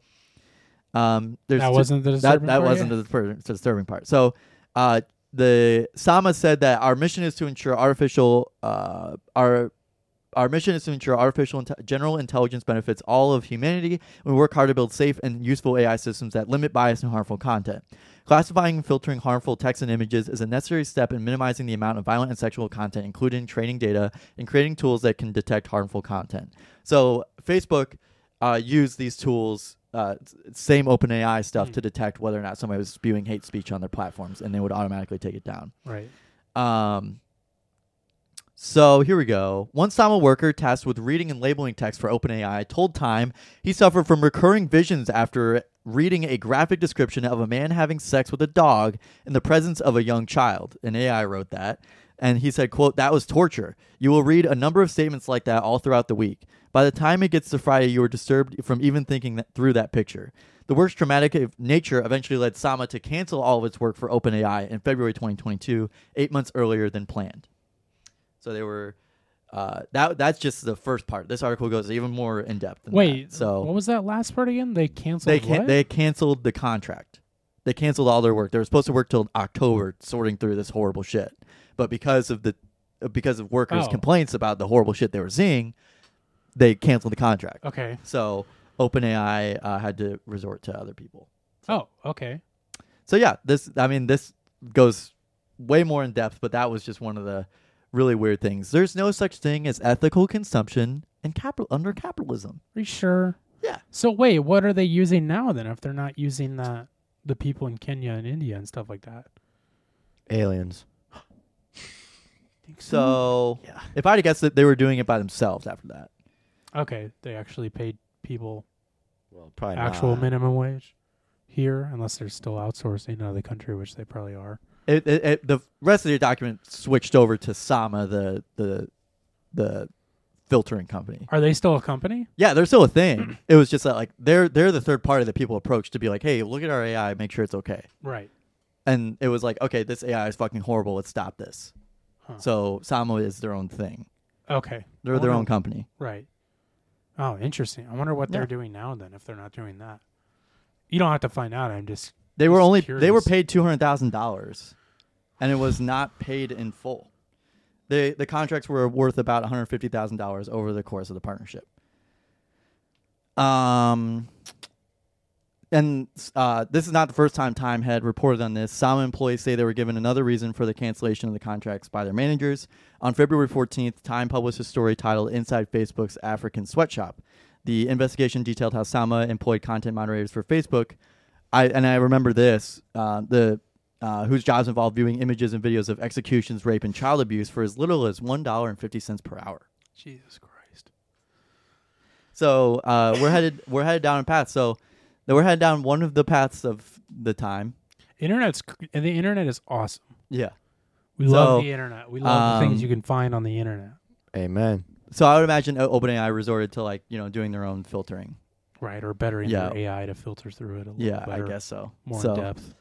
[SPEAKER 1] um, there's
[SPEAKER 2] That
[SPEAKER 1] two-
[SPEAKER 2] wasn't the
[SPEAKER 1] that,
[SPEAKER 2] disturbing
[SPEAKER 1] that
[SPEAKER 2] part
[SPEAKER 1] wasn't
[SPEAKER 2] yet?
[SPEAKER 1] the disper- disturbing part. So, uh, the Sama said that our mission is to ensure artificial, uh, our our mission is to ensure artificial inte- general intelligence benefits all of humanity. We work hard to build safe and useful AI systems that limit bias and harmful content. Classifying and filtering harmful text and images is a necessary step in minimizing the amount of violent and sexual content, including training data and creating tools that can detect harmful content. So Facebook uh, used these tools, uh, s- same OpenAI stuff, to detect whether or not somebody was spewing hate speech on their platforms, and they would automatically take it down.
[SPEAKER 2] Right.
[SPEAKER 1] Um, so here we go. One Sama worker tasked with reading and labeling text for OpenAI told Time he suffered from recurring visions after reading a graphic description of a man having sex with a dog in the presence of a young child. An AI wrote that. And he said, quote, that was torture. You will read a number of statements like that all throughout the week. By the time it gets to Friday, you are disturbed from even thinking that through that picture. The work's traumatic ev- nature eventually led Sama to cancel all of its work for OpenAI in February 2022, eight months earlier than planned. So they were. Uh, that that's just the first part. This article goes even more in depth. Than
[SPEAKER 2] Wait.
[SPEAKER 1] that. so
[SPEAKER 2] what was that last part again? They canceled.
[SPEAKER 1] they can
[SPEAKER 2] what?
[SPEAKER 1] they canceled the contract. They canceled all their work. They were supposed to work till October sorting through this horrible shit. But because of the because of workers'
[SPEAKER 2] Oh.
[SPEAKER 1] complaints about the horrible shit they were seeing, they canceled the contract.
[SPEAKER 2] okay.
[SPEAKER 1] So OpenAI uh, had to resort to other people.
[SPEAKER 2] Oh, okay.
[SPEAKER 1] So yeah, this I mean this goes way more in depth, but that was just one of the really weird things. There's no such thing as ethical consumption in capital under capitalism.
[SPEAKER 2] Are you sure?
[SPEAKER 1] Yeah.
[SPEAKER 2] So wait, what are they using now then? If they're not using the the people in Kenya and India and stuff like that.
[SPEAKER 3] Aliens.
[SPEAKER 1] So Hmm. if I'd have guessed that they were doing it by themselves after that.
[SPEAKER 2] Okay, they actually paid people
[SPEAKER 3] Well, probably
[SPEAKER 2] actual
[SPEAKER 1] uh,
[SPEAKER 3] not.
[SPEAKER 2] minimum wage here, unless they're still outsourcing out of the country, which they probably are.
[SPEAKER 1] It, it, it, the rest of the document switched over to Sama, the the the filtering company.
[SPEAKER 2] Are they still a company?
[SPEAKER 1] Yeah, they're still a thing. it was just that like they're they're the third party that people approach to be like, hey, look at our AI, make sure it's okay.
[SPEAKER 2] Right.
[SPEAKER 1] And it was like, okay, this AI is fucking horrible. Let's stop this.
[SPEAKER 2] Huh.
[SPEAKER 1] So Sama is their own thing.
[SPEAKER 2] Okay.
[SPEAKER 1] They're their own company.
[SPEAKER 2] Right. Oh, interesting. I wonder what
[SPEAKER 1] Yeah.
[SPEAKER 2] they're doing now then if they're not doing that. You don't have to find out. I'm just
[SPEAKER 1] They were
[SPEAKER 2] Just
[SPEAKER 1] only they were
[SPEAKER 2] curious.
[SPEAKER 1] paid two hundred thousand dollars, and it was not paid in full. They the contracts were worth about one hundred fifty thousand dollars over the course of the partnership. Um, and uh, this is not the first time Time had reported on this. Some employees say they were given another reason for the cancellation of the contracts by their managers. On February 14th, Time published a story titled Inside Facebook's African Sweatshop. The investigation detailed how Sama employed content moderators for Facebook. I and I remember this. Uh, the uh, whose jobs involved viewing images and videos of executions, rape, and child abuse for as little as one dollar and fifty cents per hour.
[SPEAKER 2] Jesus Christ.
[SPEAKER 1] So uh, we're headed we're headed down a path. So we're headed down one of the paths of the time.
[SPEAKER 2] Internet's c- and the internet is awesome.
[SPEAKER 1] Yeah.
[SPEAKER 2] We love
[SPEAKER 1] So,
[SPEAKER 2] the internet. We love the things
[SPEAKER 1] um,
[SPEAKER 2] you can find on the internet.
[SPEAKER 3] Amen.
[SPEAKER 1] So I would imagine O- OpenAI resorted to like you know doing their own filtering.
[SPEAKER 2] Right, or better in
[SPEAKER 1] Yeah.
[SPEAKER 2] their AI to filter through it a little
[SPEAKER 1] Yeah, I
[SPEAKER 2] better,
[SPEAKER 1] guess so.
[SPEAKER 2] more
[SPEAKER 1] so
[SPEAKER 2] in depth.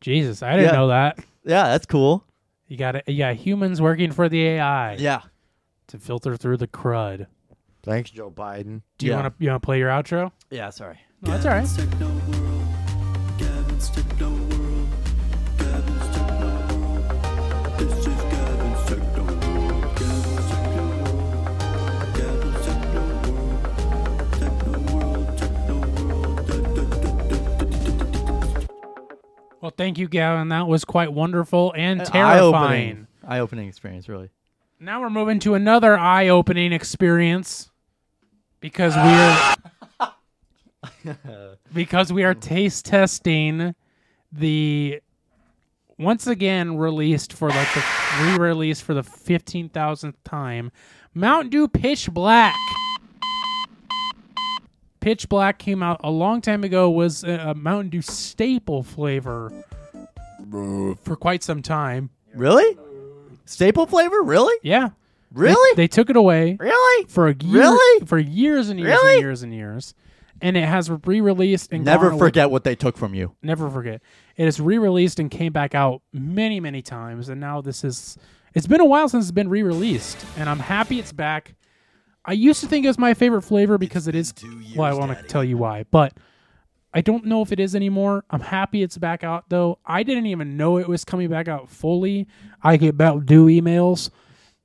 [SPEAKER 2] Jesus, I didn't
[SPEAKER 1] Yeah.
[SPEAKER 2] know that.
[SPEAKER 1] yeah, that's cool.
[SPEAKER 2] You got it. Yeah, humans working for the AI
[SPEAKER 1] Yeah.
[SPEAKER 2] to filter through the crud.
[SPEAKER 3] Thanks, Joe Biden.
[SPEAKER 2] Do you
[SPEAKER 1] Yeah.
[SPEAKER 2] want to you want to play your outro?
[SPEAKER 1] Yeah. Sorry.
[SPEAKER 2] No, that's all right. Well, thank you, Gavin. That was quite wonderful and terrifying.
[SPEAKER 1] Eye-opening, eye-opening experience, really.
[SPEAKER 2] Now we're moving to another eye-opening experience because we're because we are taste testing the once again released for like the re-release for the 15,000th time Mountain Dew Pitch Black. Pitch Black came out a long time ago was a, a Mountain Dew staple flavor for quite some time.
[SPEAKER 1] Really? Staple flavor? Really?
[SPEAKER 2] Yeah.
[SPEAKER 1] Really?
[SPEAKER 2] They took it away
[SPEAKER 1] really?
[SPEAKER 2] for a year,
[SPEAKER 1] Really?
[SPEAKER 2] for years and years
[SPEAKER 1] Really?
[SPEAKER 2] and years and years. and it has re-released and
[SPEAKER 1] Never
[SPEAKER 2] gone away-
[SPEAKER 1] forget what they took from you.
[SPEAKER 2] never forget. It is re-released and came back out many, many times, and now this is. It's been a while since it's been re-released, and I'm happy it's back. I used to think it was my favorite flavor because it is. well, I want to tell you why, but I don't know if it is anymore. I'm happy it's back out though. I didn't even know it was coming back out fully. I get about due emails,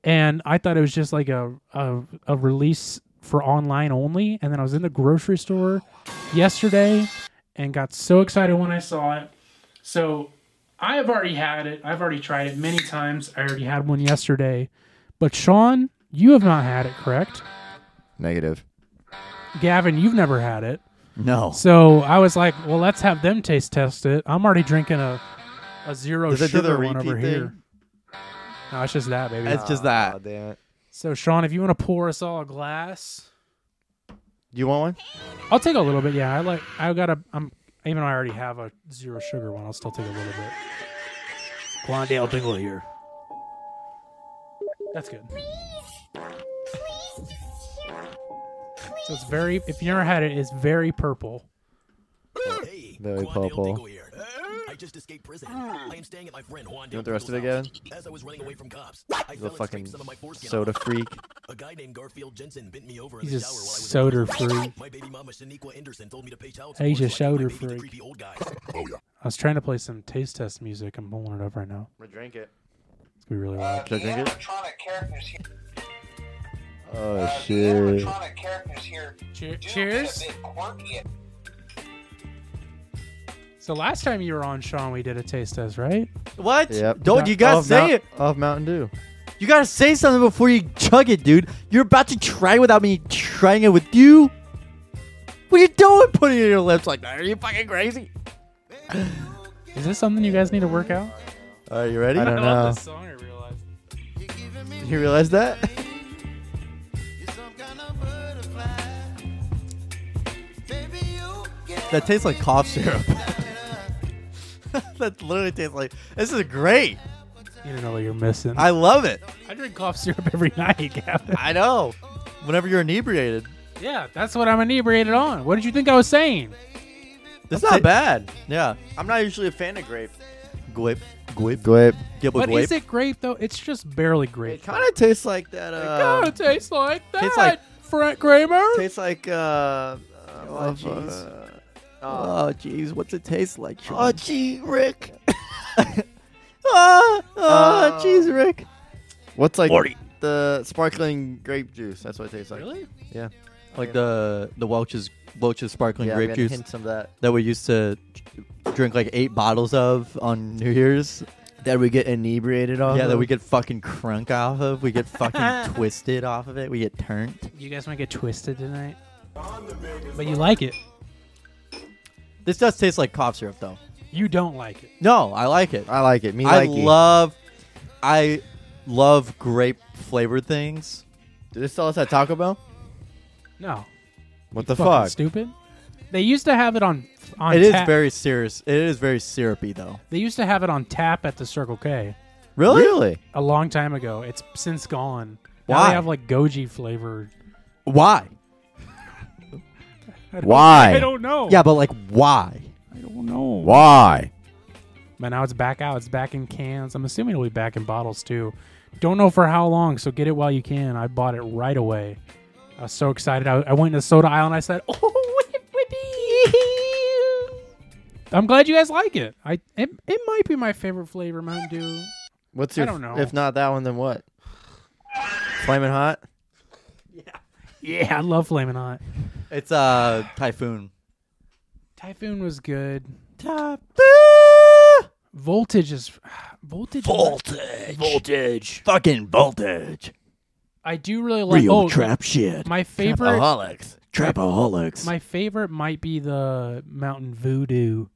[SPEAKER 2] and I thought it was just like a a, a release for online only. And then I was in the grocery store yesterday and got so excited when I saw it. So I have already had it. I've already tried it many times. I already had one yesterday. But Sean, you have not had it, correct?
[SPEAKER 3] Negative.
[SPEAKER 2] Gavin, you've never had it.
[SPEAKER 1] No.
[SPEAKER 2] So I was like, well, let's have them taste test it. I'm already drinking a a zero
[SPEAKER 1] Does it do
[SPEAKER 2] sugar
[SPEAKER 1] the
[SPEAKER 2] one over
[SPEAKER 1] repeat
[SPEAKER 2] here. No, it's just that, baby.
[SPEAKER 1] It's just that.
[SPEAKER 3] Aw, damn it.
[SPEAKER 2] so Sean, if you want to pour us all a glass,
[SPEAKER 3] Do you want one?
[SPEAKER 2] I'll take a little bit. Yeah, I like. I got a. I'm even though I already have a zero sugar one. I'll still take a little bit. Blondale Dingle here. That's good. So it's very. If you never had it, it's very purple.
[SPEAKER 7] Hey,
[SPEAKER 3] Very
[SPEAKER 7] Juan Dale
[SPEAKER 3] purple.
[SPEAKER 7] Dingle here. I just escaped prison. I am staying at my friend Juan
[SPEAKER 3] You want the
[SPEAKER 7] Dale
[SPEAKER 3] rest of it,
[SPEAKER 7] Dingle's
[SPEAKER 3] Gavin?
[SPEAKER 7] house. As I was running away from cops, I fell
[SPEAKER 3] The
[SPEAKER 7] and scraped
[SPEAKER 3] fucking
[SPEAKER 7] some of my foreskin
[SPEAKER 3] soda freak.
[SPEAKER 7] off. A guy named Garfield Jensen bent me over in
[SPEAKER 2] He's
[SPEAKER 7] the
[SPEAKER 2] a
[SPEAKER 7] shower while I was
[SPEAKER 2] soda freak.
[SPEAKER 7] My baby mama Shaniqua Anderson told me to pay child
[SPEAKER 2] Hey,
[SPEAKER 7] support.
[SPEAKER 2] he's a
[SPEAKER 7] so I gave
[SPEAKER 2] soda
[SPEAKER 7] my baby to
[SPEAKER 2] freak.
[SPEAKER 7] creepy old guys.
[SPEAKER 2] I was trying to play some taste test music. I'm pulling it up right now.
[SPEAKER 3] I'm gonna drink it.
[SPEAKER 2] It's gonna be really loud.
[SPEAKER 1] Should I drink it?
[SPEAKER 8] electronic characters here.
[SPEAKER 3] Oh
[SPEAKER 8] The
[SPEAKER 3] shit.
[SPEAKER 8] electronic characters here.
[SPEAKER 2] Che-
[SPEAKER 8] do
[SPEAKER 2] cheers.
[SPEAKER 8] Get a bit quirky at
[SPEAKER 2] So last time you were on, Sean, we did a taste test, right?
[SPEAKER 1] What?
[SPEAKER 3] Yep.
[SPEAKER 1] Dog, you
[SPEAKER 2] Oh,
[SPEAKER 1] gotta
[SPEAKER 3] Off
[SPEAKER 1] say
[SPEAKER 3] Mount-
[SPEAKER 1] it.
[SPEAKER 3] Off Mountain Dew.
[SPEAKER 1] You gotta say something before you chug it, dude. You're about to try it without me trying it with you. What are you doing putting it in your lips like that? Are you fucking crazy?
[SPEAKER 2] Is this something you guys need to work out?
[SPEAKER 1] Are you ready?
[SPEAKER 3] I don't know.
[SPEAKER 2] song. I realized.
[SPEAKER 3] You realize that?
[SPEAKER 1] That tastes like cough syrup. that literally tastes like. This is great.
[SPEAKER 2] You don't know what you're missing. I,
[SPEAKER 1] I love it.
[SPEAKER 2] drink cough syrup every night, Gavin.
[SPEAKER 1] I know. Whenever you're inebriated,
[SPEAKER 2] yeah, that's what I'm inebriated on. What did you think I was saying?
[SPEAKER 1] it's
[SPEAKER 3] not bad.
[SPEAKER 1] Yeah.
[SPEAKER 3] I'm not usually a fan of grape.
[SPEAKER 1] Gwip. Gwip.
[SPEAKER 3] Grape.
[SPEAKER 1] Gib with
[SPEAKER 2] But is
[SPEAKER 1] grape.
[SPEAKER 2] it grape though? It's just barely
[SPEAKER 3] It
[SPEAKER 2] grape.
[SPEAKER 3] kind of tastes like that. Uh,
[SPEAKER 2] kind of tastes like that.
[SPEAKER 1] tastes like-
[SPEAKER 2] Frank Kramer.
[SPEAKER 3] tastes like uh.
[SPEAKER 1] Oh, jeez. Oh, jeez. What's it taste like?
[SPEAKER 3] Oh, gee, Rick.
[SPEAKER 1] Oh, oh,
[SPEAKER 3] Uh,
[SPEAKER 1] jeez, Rick.
[SPEAKER 3] What's like the sparkling grape juice? That's what it tastes like.
[SPEAKER 2] really?
[SPEAKER 3] Yeah.
[SPEAKER 1] Like the the Welch's Welch's sparkling
[SPEAKER 3] yeah, I'm
[SPEAKER 1] grape
[SPEAKER 3] gonna
[SPEAKER 1] juice
[SPEAKER 3] Hint some of that.
[SPEAKER 1] that we used to drink like eight bottles of on New Year's.
[SPEAKER 3] That we get inebriated on.
[SPEAKER 1] Yeah, that we get fucking crunk off of. We get fucking twisted off of it. We get turned.
[SPEAKER 2] You guys want to get twisted tonight? But you like it.
[SPEAKER 1] This does taste like cough syrup, though.
[SPEAKER 2] You don't like it.
[SPEAKER 1] No, I like it.
[SPEAKER 3] I like it. Me
[SPEAKER 1] I
[SPEAKER 3] likey.
[SPEAKER 1] love, I love grape flavored things.
[SPEAKER 3] Did they sell us at Taco Bell?
[SPEAKER 2] No.
[SPEAKER 3] What the
[SPEAKER 2] Fucking
[SPEAKER 3] fuck?
[SPEAKER 2] Stupid. They used to have it on on.
[SPEAKER 1] It is
[SPEAKER 2] tap-
[SPEAKER 1] very serious. It is very syrupy, though.
[SPEAKER 2] They used to have it on tap at the Circle K
[SPEAKER 1] Really?
[SPEAKER 2] a long time ago. It's since gone. Now
[SPEAKER 1] Why?
[SPEAKER 2] they have like goji flavored.
[SPEAKER 1] Why?
[SPEAKER 2] I
[SPEAKER 3] Why?
[SPEAKER 2] don't know.
[SPEAKER 1] Yeah, but like why?
[SPEAKER 2] I don't know.
[SPEAKER 3] Why?
[SPEAKER 2] But now it's back out. It's back in cans. I'm assuming it'll be back in bottles too. Don't know for how long, so get it while you can. I bought it right away. I was so excited. I, I went to Soda Isle and I said, "Oh, whippy!" I'm glad you guys like it. I it, it might be my favorite flavor, Mountain Dew.
[SPEAKER 3] What's
[SPEAKER 2] I
[SPEAKER 3] your?
[SPEAKER 2] don't know.
[SPEAKER 3] If not that one, then what? Flamin' hot.
[SPEAKER 2] Yeah, I love Flamin' Hot.
[SPEAKER 1] It's uh typhoon.
[SPEAKER 2] Typhoon was good.
[SPEAKER 1] Typhoon.
[SPEAKER 2] Voltage is voltage.
[SPEAKER 1] Voltage. Voltage. Fucking voltage.
[SPEAKER 2] I do really like. oh,
[SPEAKER 1] shit. Uh-huh.
[SPEAKER 2] My favorite.
[SPEAKER 1] Trapaholics. Trapaholics.
[SPEAKER 2] My favorite might be the Mountain Voodoo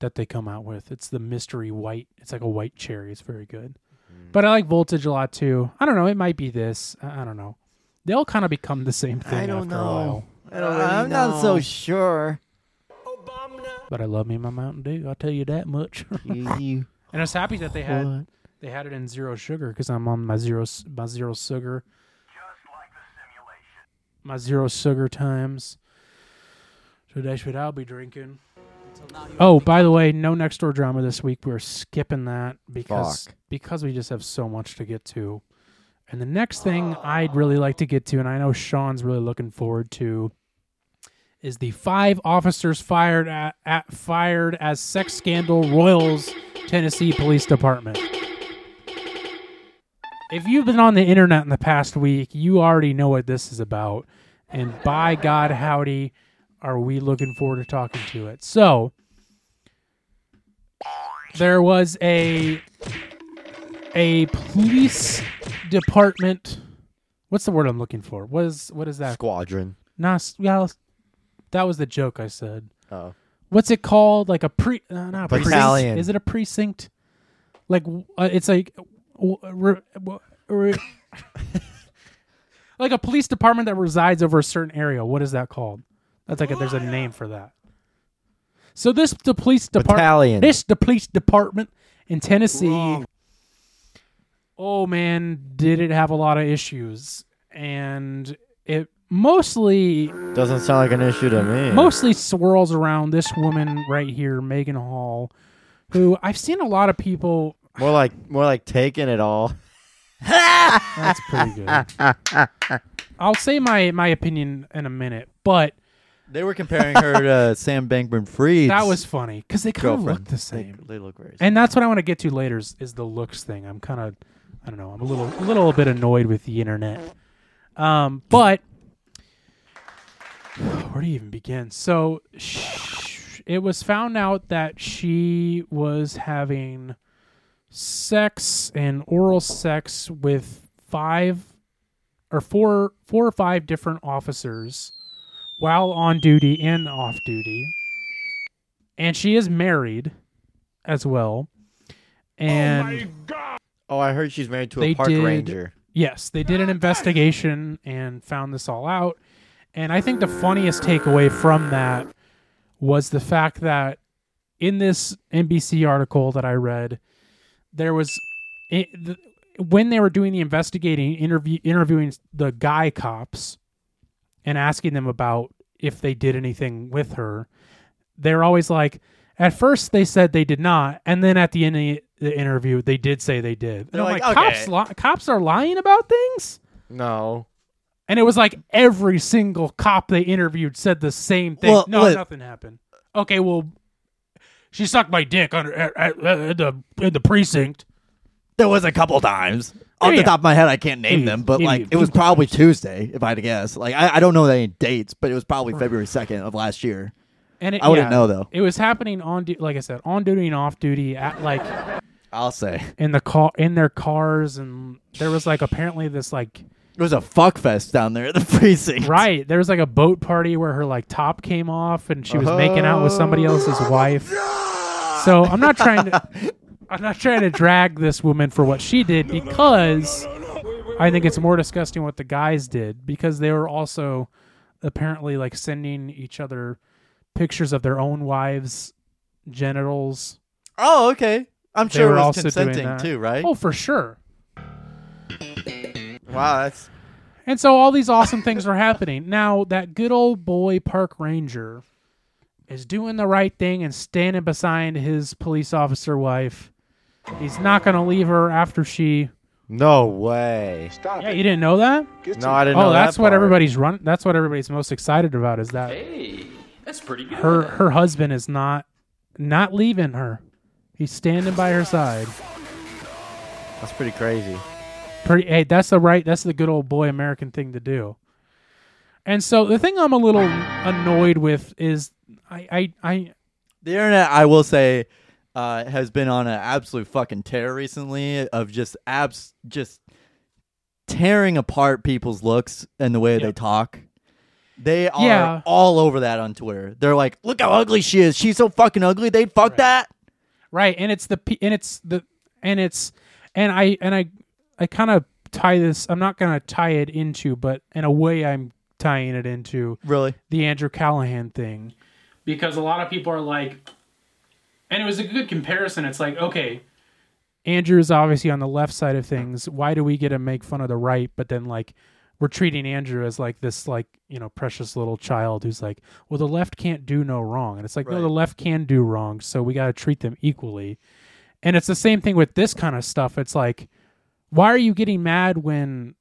[SPEAKER 2] that they come out with. It's the mystery white. It's like a white cherry. It's very good.
[SPEAKER 1] Mm.
[SPEAKER 2] But I like Voltage a lot too. I don't know. It might be this. I I don't know. They all kind of become the same thing
[SPEAKER 3] I don't
[SPEAKER 2] after a while.
[SPEAKER 3] know. I don't
[SPEAKER 1] I'm
[SPEAKER 3] really
[SPEAKER 1] not so
[SPEAKER 3] know.
[SPEAKER 1] sure.
[SPEAKER 2] But I love me my Mountain Dew. I'll tell you that much.
[SPEAKER 3] You-
[SPEAKER 2] and I was happy that they had they had it in zero sugar because I'm on my zero s- my zero sugar. my zero sugar times. So that's what I'll be drinking. Oh, by the way, no next door drama this week. We're skipping that because
[SPEAKER 3] Fuck.
[SPEAKER 2] because we just have so much to get to. And the next thing I'd really like to get to, and I know Sean's really looking forward to, is the five officers fired at, at fired as sex scandal roils Tennessee Police Department. If you've been on the internet in the past week, you already know what this is about. And by God, howdy, are we looking forward to talking to it. So, there was a a police department. What's the word I'm looking for? What is what is that?
[SPEAKER 3] Squadron.
[SPEAKER 2] Nah, s- well, that was the joke I said.
[SPEAKER 3] Oh.
[SPEAKER 2] What's it called? Like a pre? Uh, not a precinct.
[SPEAKER 3] Battalion.
[SPEAKER 2] Is it a precinct? Like w- uh, it's like, w- re- w- re- like a police department that resides over a certain area. What is that called? That's like a, there's a name for that. So this the police
[SPEAKER 3] Battalion.
[SPEAKER 2] department. This the police department in Tennessee. Oh man, did it have a lot of issues, and it mostly
[SPEAKER 3] Doesn't sound like an issue to me.
[SPEAKER 2] mostly swirls around this woman right here, Megan Hall, who I've seen a lot of people.
[SPEAKER 3] More like more like taking it all.
[SPEAKER 2] That's pretty good. I'll say my my opinion in a minute, but
[SPEAKER 1] They were comparing her to Sam Bankman Fried.
[SPEAKER 2] that was funny because they kind of
[SPEAKER 1] girlfriend.
[SPEAKER 2] look the same,
[SPEAKER 1] They, they look very.
[SPEAKER 2] and that's what I want to get to later is, is the looks thing. I'm kind of I don't know. I'm a little a little bit annoyed with the internet, um, but where do you even begin? So sh- it was found out that she was having sex and oral sex with five or four four or five different officers while on duty and off duty. And she is married as well. And
[SPEAKER 3] Oh, I heard she's married to a
[SPEAKER 2] They
[SPEAKER 3] park
[SPEAKER 2] did-
[SPEAKER 3] ranger.
[SPEAKER 2] Yes, they did an investigation and found this all out. And I think the funniest takeaway from that was the fact that in this NBC article that I read, there was it, th- when they were doing the investigating interview interviewing the guy cops and asking them about if they did anything with her, they're always like, at first they said they did not, and then at the end of the interview they did say they did. And
[SPEAKER 1] They're
[SPEAKER 2] I'm
[SPEAKER 1] like,
[SPEAKER 2] like,
[SPEAKER 1] "Okay."
[SPEAKER 2] cops, li- cops are lying about things.
[SPEAKER 3] No.
[SPEAKER 2] And it was like every single cop they interviewed said the same thing.
[SPEAKER 1] Well,
[SPEAKER 2] no,
[SPEAKER 1] let-
[SPEAKER 2] nothing happened. Okay, well, she sucked my dick under at, at, at the in the precinct.
[SPEAKER 1] There was a couple times. Off
[SPEAKER 2] Yeah.
[SPEAKER 1] the top of my head, I can't name
[SPEAKER 2] Maybe-
[SPEAKER 1] them, but
[SPEAKER 2] maybe
[SPEAKER 1] like
[SPEAKER 2] a
[SPEAKER 1] it was
[SPEAKER 2] few
[SPEAKER 1] probably Tuesday, if I had to guess. Like I, I don't know any dates, but it was probably February second of last year.
[SPEAKER 2] And it,
[SPEAKER 1] I wouldn't
[SPEAKER 2] yeah,
[SPEAKER 1] know, though.
[SPEAKER 2] It was happening on, du- like I said, on duty and off duty at like
[SPEAKER 1] I'll say it
[SPEAKER 2] in the car in their cars, and there was like apparently this like
[SPEAKER 1] was a fuck fest down there at the precinct.
[SPEAKER 2] Right. There was like a boat party where her like top came off and she was making out with somebody else's wife. So I'm not trying to I'm not trying to drag this woman for what she did because I think it's more disgusting what the guys did because they were also apparently like sending each other pictures of their own wives genitals.
[SPEAKER 1] Oh, okay. I'm
[SPEAKER 2] They
[SPEAKER 1] sure
[SPEAKER 2] were
[SPEAKER 1] it was
[SPEAKER 2] also doing
[SPEAKER 1] consenting
[SPEAKER 2] that.
[SPEAKER 1] too, right?
[SPEAKER 2] Oh, for sure.
[SPEAKER 3] Wow, that's
[SPEAKER 2] And so all these awesome things are happening. Now that good old boy park ranger is doing the right thing and standing beside his police officer wife. He's not going to leave her after she.
[SPEAKER 3] no way.
[SPEAKER 2] Yeah, you didn't know that?
[SPEAKER 3] No, I didn't know
[SPEAKER 2] Oh, that's
[SPEAKER 3] that
[SPEAKER 2] what
[SPEAKER 3] part.
[SPEAKER 2] everybody's run. That's what everybody's most excited about is that. Hey, that's pretty good. Her her husband is not not leaving her. He's standing by her side.
[SPEAKER 3] That's pretty crazy.
[SPEAKER 2] pretty hey that's the right that's the good old boy american thing to do and so the thing i'm a little annoyed with is i i, I
[SPEAKER 1] The internet, I will say, uh, has been on an absolute fucking tear recently of just abs, just tearing apart people's looks and the way they talk. They are
[SPEAKER 2] Yeah.
[SPEAKER 1] all over that on Twitter. They're like, "Look how ugly she is. She's so fucking ugly. They'd fuck that."
[SPEAKER 2] right and it's the pe- and it's the and it's and i and i i kind of tie this i'm not gonna tie it into but in a way i'm tying it into
[SPEAKER 1] Really?
[SPEAKER 2] the Andrew Callahan thing because a lot of people are like, and it was a good comparison. It's like, okay, Andrew is obviously on the left side of things. Why do we get to make fun of the right, but then like we're treating Andrew as like this like you know precious little child who's like, well, the left can't do no wrong, and it's like, no,
[SPEAKER 3] Right.
[SPEAKER 2] the left can do wrong, so we got to treat them equally. And it's the same thing with this kind of stuff. It's like, why are you getting mad when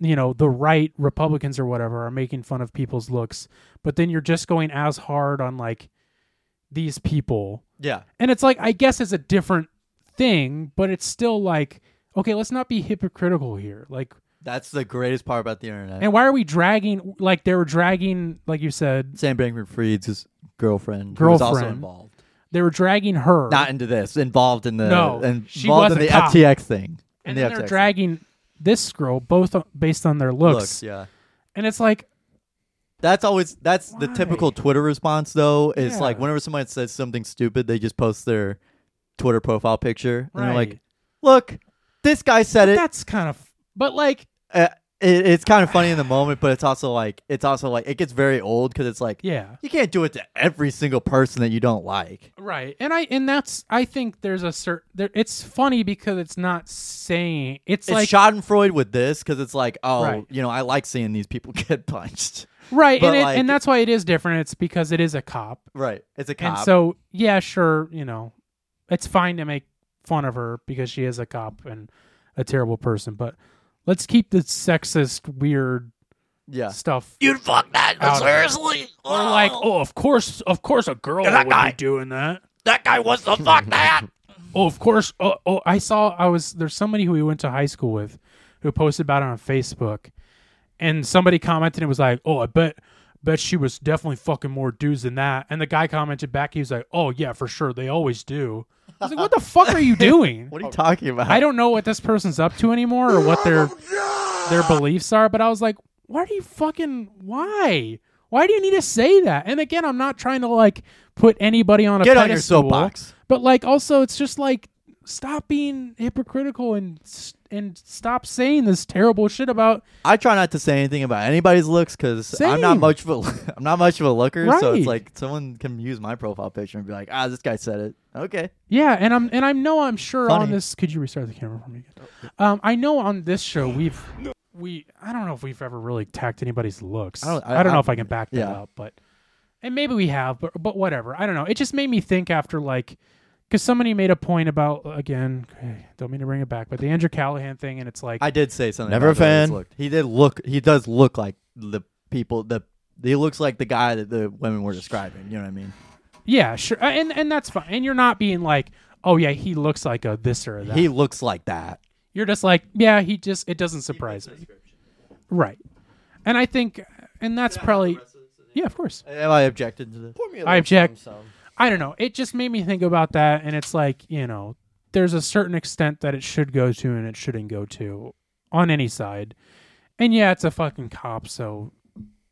[SPEAKER 2] you know the right Republicans or whatever are making fun of people's looks, but then you're just going as hard on like these people
[SPEAKER 1] Yeah.
[SPEAKER 2] and it's like I guess it's a different thing, but it's still like okay, let's not be hypocritical here. Like,
[SPEAKER 1] That's the greatest part about the internet.
[SPEAKER 2] and why are we dragging? Like they were dragging, like you said,
[SPEAKER 1] Sam Bankman Fried's girlfriend, who was also
[SPEAKER 2] Girlfriend.
[SPEAKER 1] involved.
[SPEAKER 2] they were dragging her,
[SPEAKER 1] Not into this, involved in the
[SPEAKER 2] No,
[SPEAKER 1] involved
[SPEAKER 2] she
[SPEAKER 1] in
[SPEAKER 2] was a
[SPEAKER 1] the
[SPEAKER 2] cop.
[SPEAKER 1] FTX thing. in
[SPEAKER 2] and
[SPEAKER 1] the
[SPEAKER 2] then they're
[SPEAKER 1] FTX
[SPEAKER 2] dragging this girl both on- based on their
[SPEAKER 1] thing.
[SPEAKER 2] looks.
[SPEAKER 1] looks. Yeah.
[SPEAKER 2] And it's like,
[SPEAKER 1] That's always that's the
[SPEAKER 2] Why?
[SPEAKER 1] typical Twitter response though. Is
[SPEAKER 2] Yeah.
[SPEAKER 1] like whenever somebody says something stupid, they just post their Twitter profile picture and they're like,
[SPEAKER 2] Right.
[SPEAKER 1] "Look, this guy said it.
[SPEAKER 2] that's kind of, but like,
[SPEAKER 1] Uh, it." It's kind of funny in the moment, but it's also like it's also like it gets very old because it's like
[SPEAKER 2] yeah.
[SPEAKER 1] you can't do it to every single person that you don't like.
[SPEAKER 2] Right. And I and that's I think there's a certain there, it's funny because it's not saying it's,
[SPEAKER 1] It's
[SPEAKER 2] like
[SPEAKER 1] Schadenfreude with this because it's like, oh,
[SPEAKER 2] Right.
[SPEAKER 1] you know, I like seeing these people get punched.
[SPEAKER 2] right
[SPEAKER 1] but
[SPEAKER 2] and it,
[SPEAKER 1] like-
[SPEAKER 2] and that's why it is different. It's because it is a cop
[SPEAKER 1] Right. It's a
[SPEAKER 2] And
[SPEAKER 1] cop.
[SPEAKER 2] so, yeah, sure, you know, it's fine to make fun of her because she is a cop and a terrible person, but let's keep the sexist, weird
[SPEAKER 1] yeah.
[SPEAKER 2] stuff.
[SPEAKER 9] You'd fuck that,
[SPEAKER 2] Out of it.
[SPEAKER 9] seriously?
[SPEAKER 2] Or like, oh, of course, of course, a girl
[SPEAKER 9] that
[SPEAKER 2] would
[SPEAKER 9] guy.
[SPEAKER 2] be doing that.
[SPEAKER 9] that guy wants to fuck that.
[SPEAKER 2] Oh, of course. Oh, oh, I saw. I was there's somebody who we went to high school with, who posted about it on Facebook, and somebody commented and was like, "Oh, I bet, bet she was definitely fucking more dudes than that." And the guy commented back, he was like, "Oh yeah, for sure, they always do." I was like, "What the fuck are you doing?"
[SPEAKER 1] What are you talking about?
[SPEAKER 2] I don't know what this person's up to anymore or what their their beliefs are, but I was like, why do you fucking why? Why do you need to say that? And again, I'm not trying to like put anybody on a
[SPEAKER 1] Get on your
[SPEAKER 2] pedestal,
[SPEAKER 1] soapbox.
[SPEAKER 2] But like also it's just like stop being hypocritical and s- and stop saying this terrible shit about
[SPEAKER 1] I try not to say anything about anybody's looks because I'm not
[SPEAKER 2] Same.
[SPEAKER 1] much of a I'm not much of a looker, so
[SPEAKER 2] Right.
[SPEAKER 1] it's like someone can use my profile picture and be like, ah, this guy said it. Okay,
[SPEAKER 2] Yeah, and I'm and I know I'm sure on
[SPEAKER 1] Funny.
[SPEAKER 2] this. Could you restart the camera for me? Again? Um, I know on this show we've we I don't know if we've ever really attacked anybody's looks. I
[SPEAKER 1] I
[SPEAKER 2] don't,
[SPEAKER 1] don't- I-
[SPEAKER 2] know
[SPEAKER 1] I-
[SPEAKER 2] if I can back that
[SPEAKER 1] yeah.
[SPEAKER 2] up, but and maybe we have, but but whatever. I don't know. It just made me think after like because somebody made a point about again. okay, Don't mean to bring it back, but the Andrew Callahan thing, and it's like
[SPEAKER 1] I did say something.
[SPEAKER 3] Never
[SPEAKER 1] about the way it's
[SPEAKER 3] a fan.
[SPEAKER 1] looked. He did look. He does look like the people. The he looks like the guy that the women were describing. You know what I mean?
[SPEAKER 2] yeah, sure, uh, and and that's fine. And you're not being like, oh yeah, he looks like a this or a that.
[SPEAKER 1] He looks like that.
[SPEAKER 2] you're just like, yeah, he just it doesn't surprise me. Right. And I think and that's probably Yeah, of course.
[SPEAKER 1] Am I objected to this?
[SPEAKER 2] I object. I don't know. It just made me think about that and it's like, you know, there's a certain extent that it should go to and it shouldn't go to on any side. And yeah, it's a fucking cop, so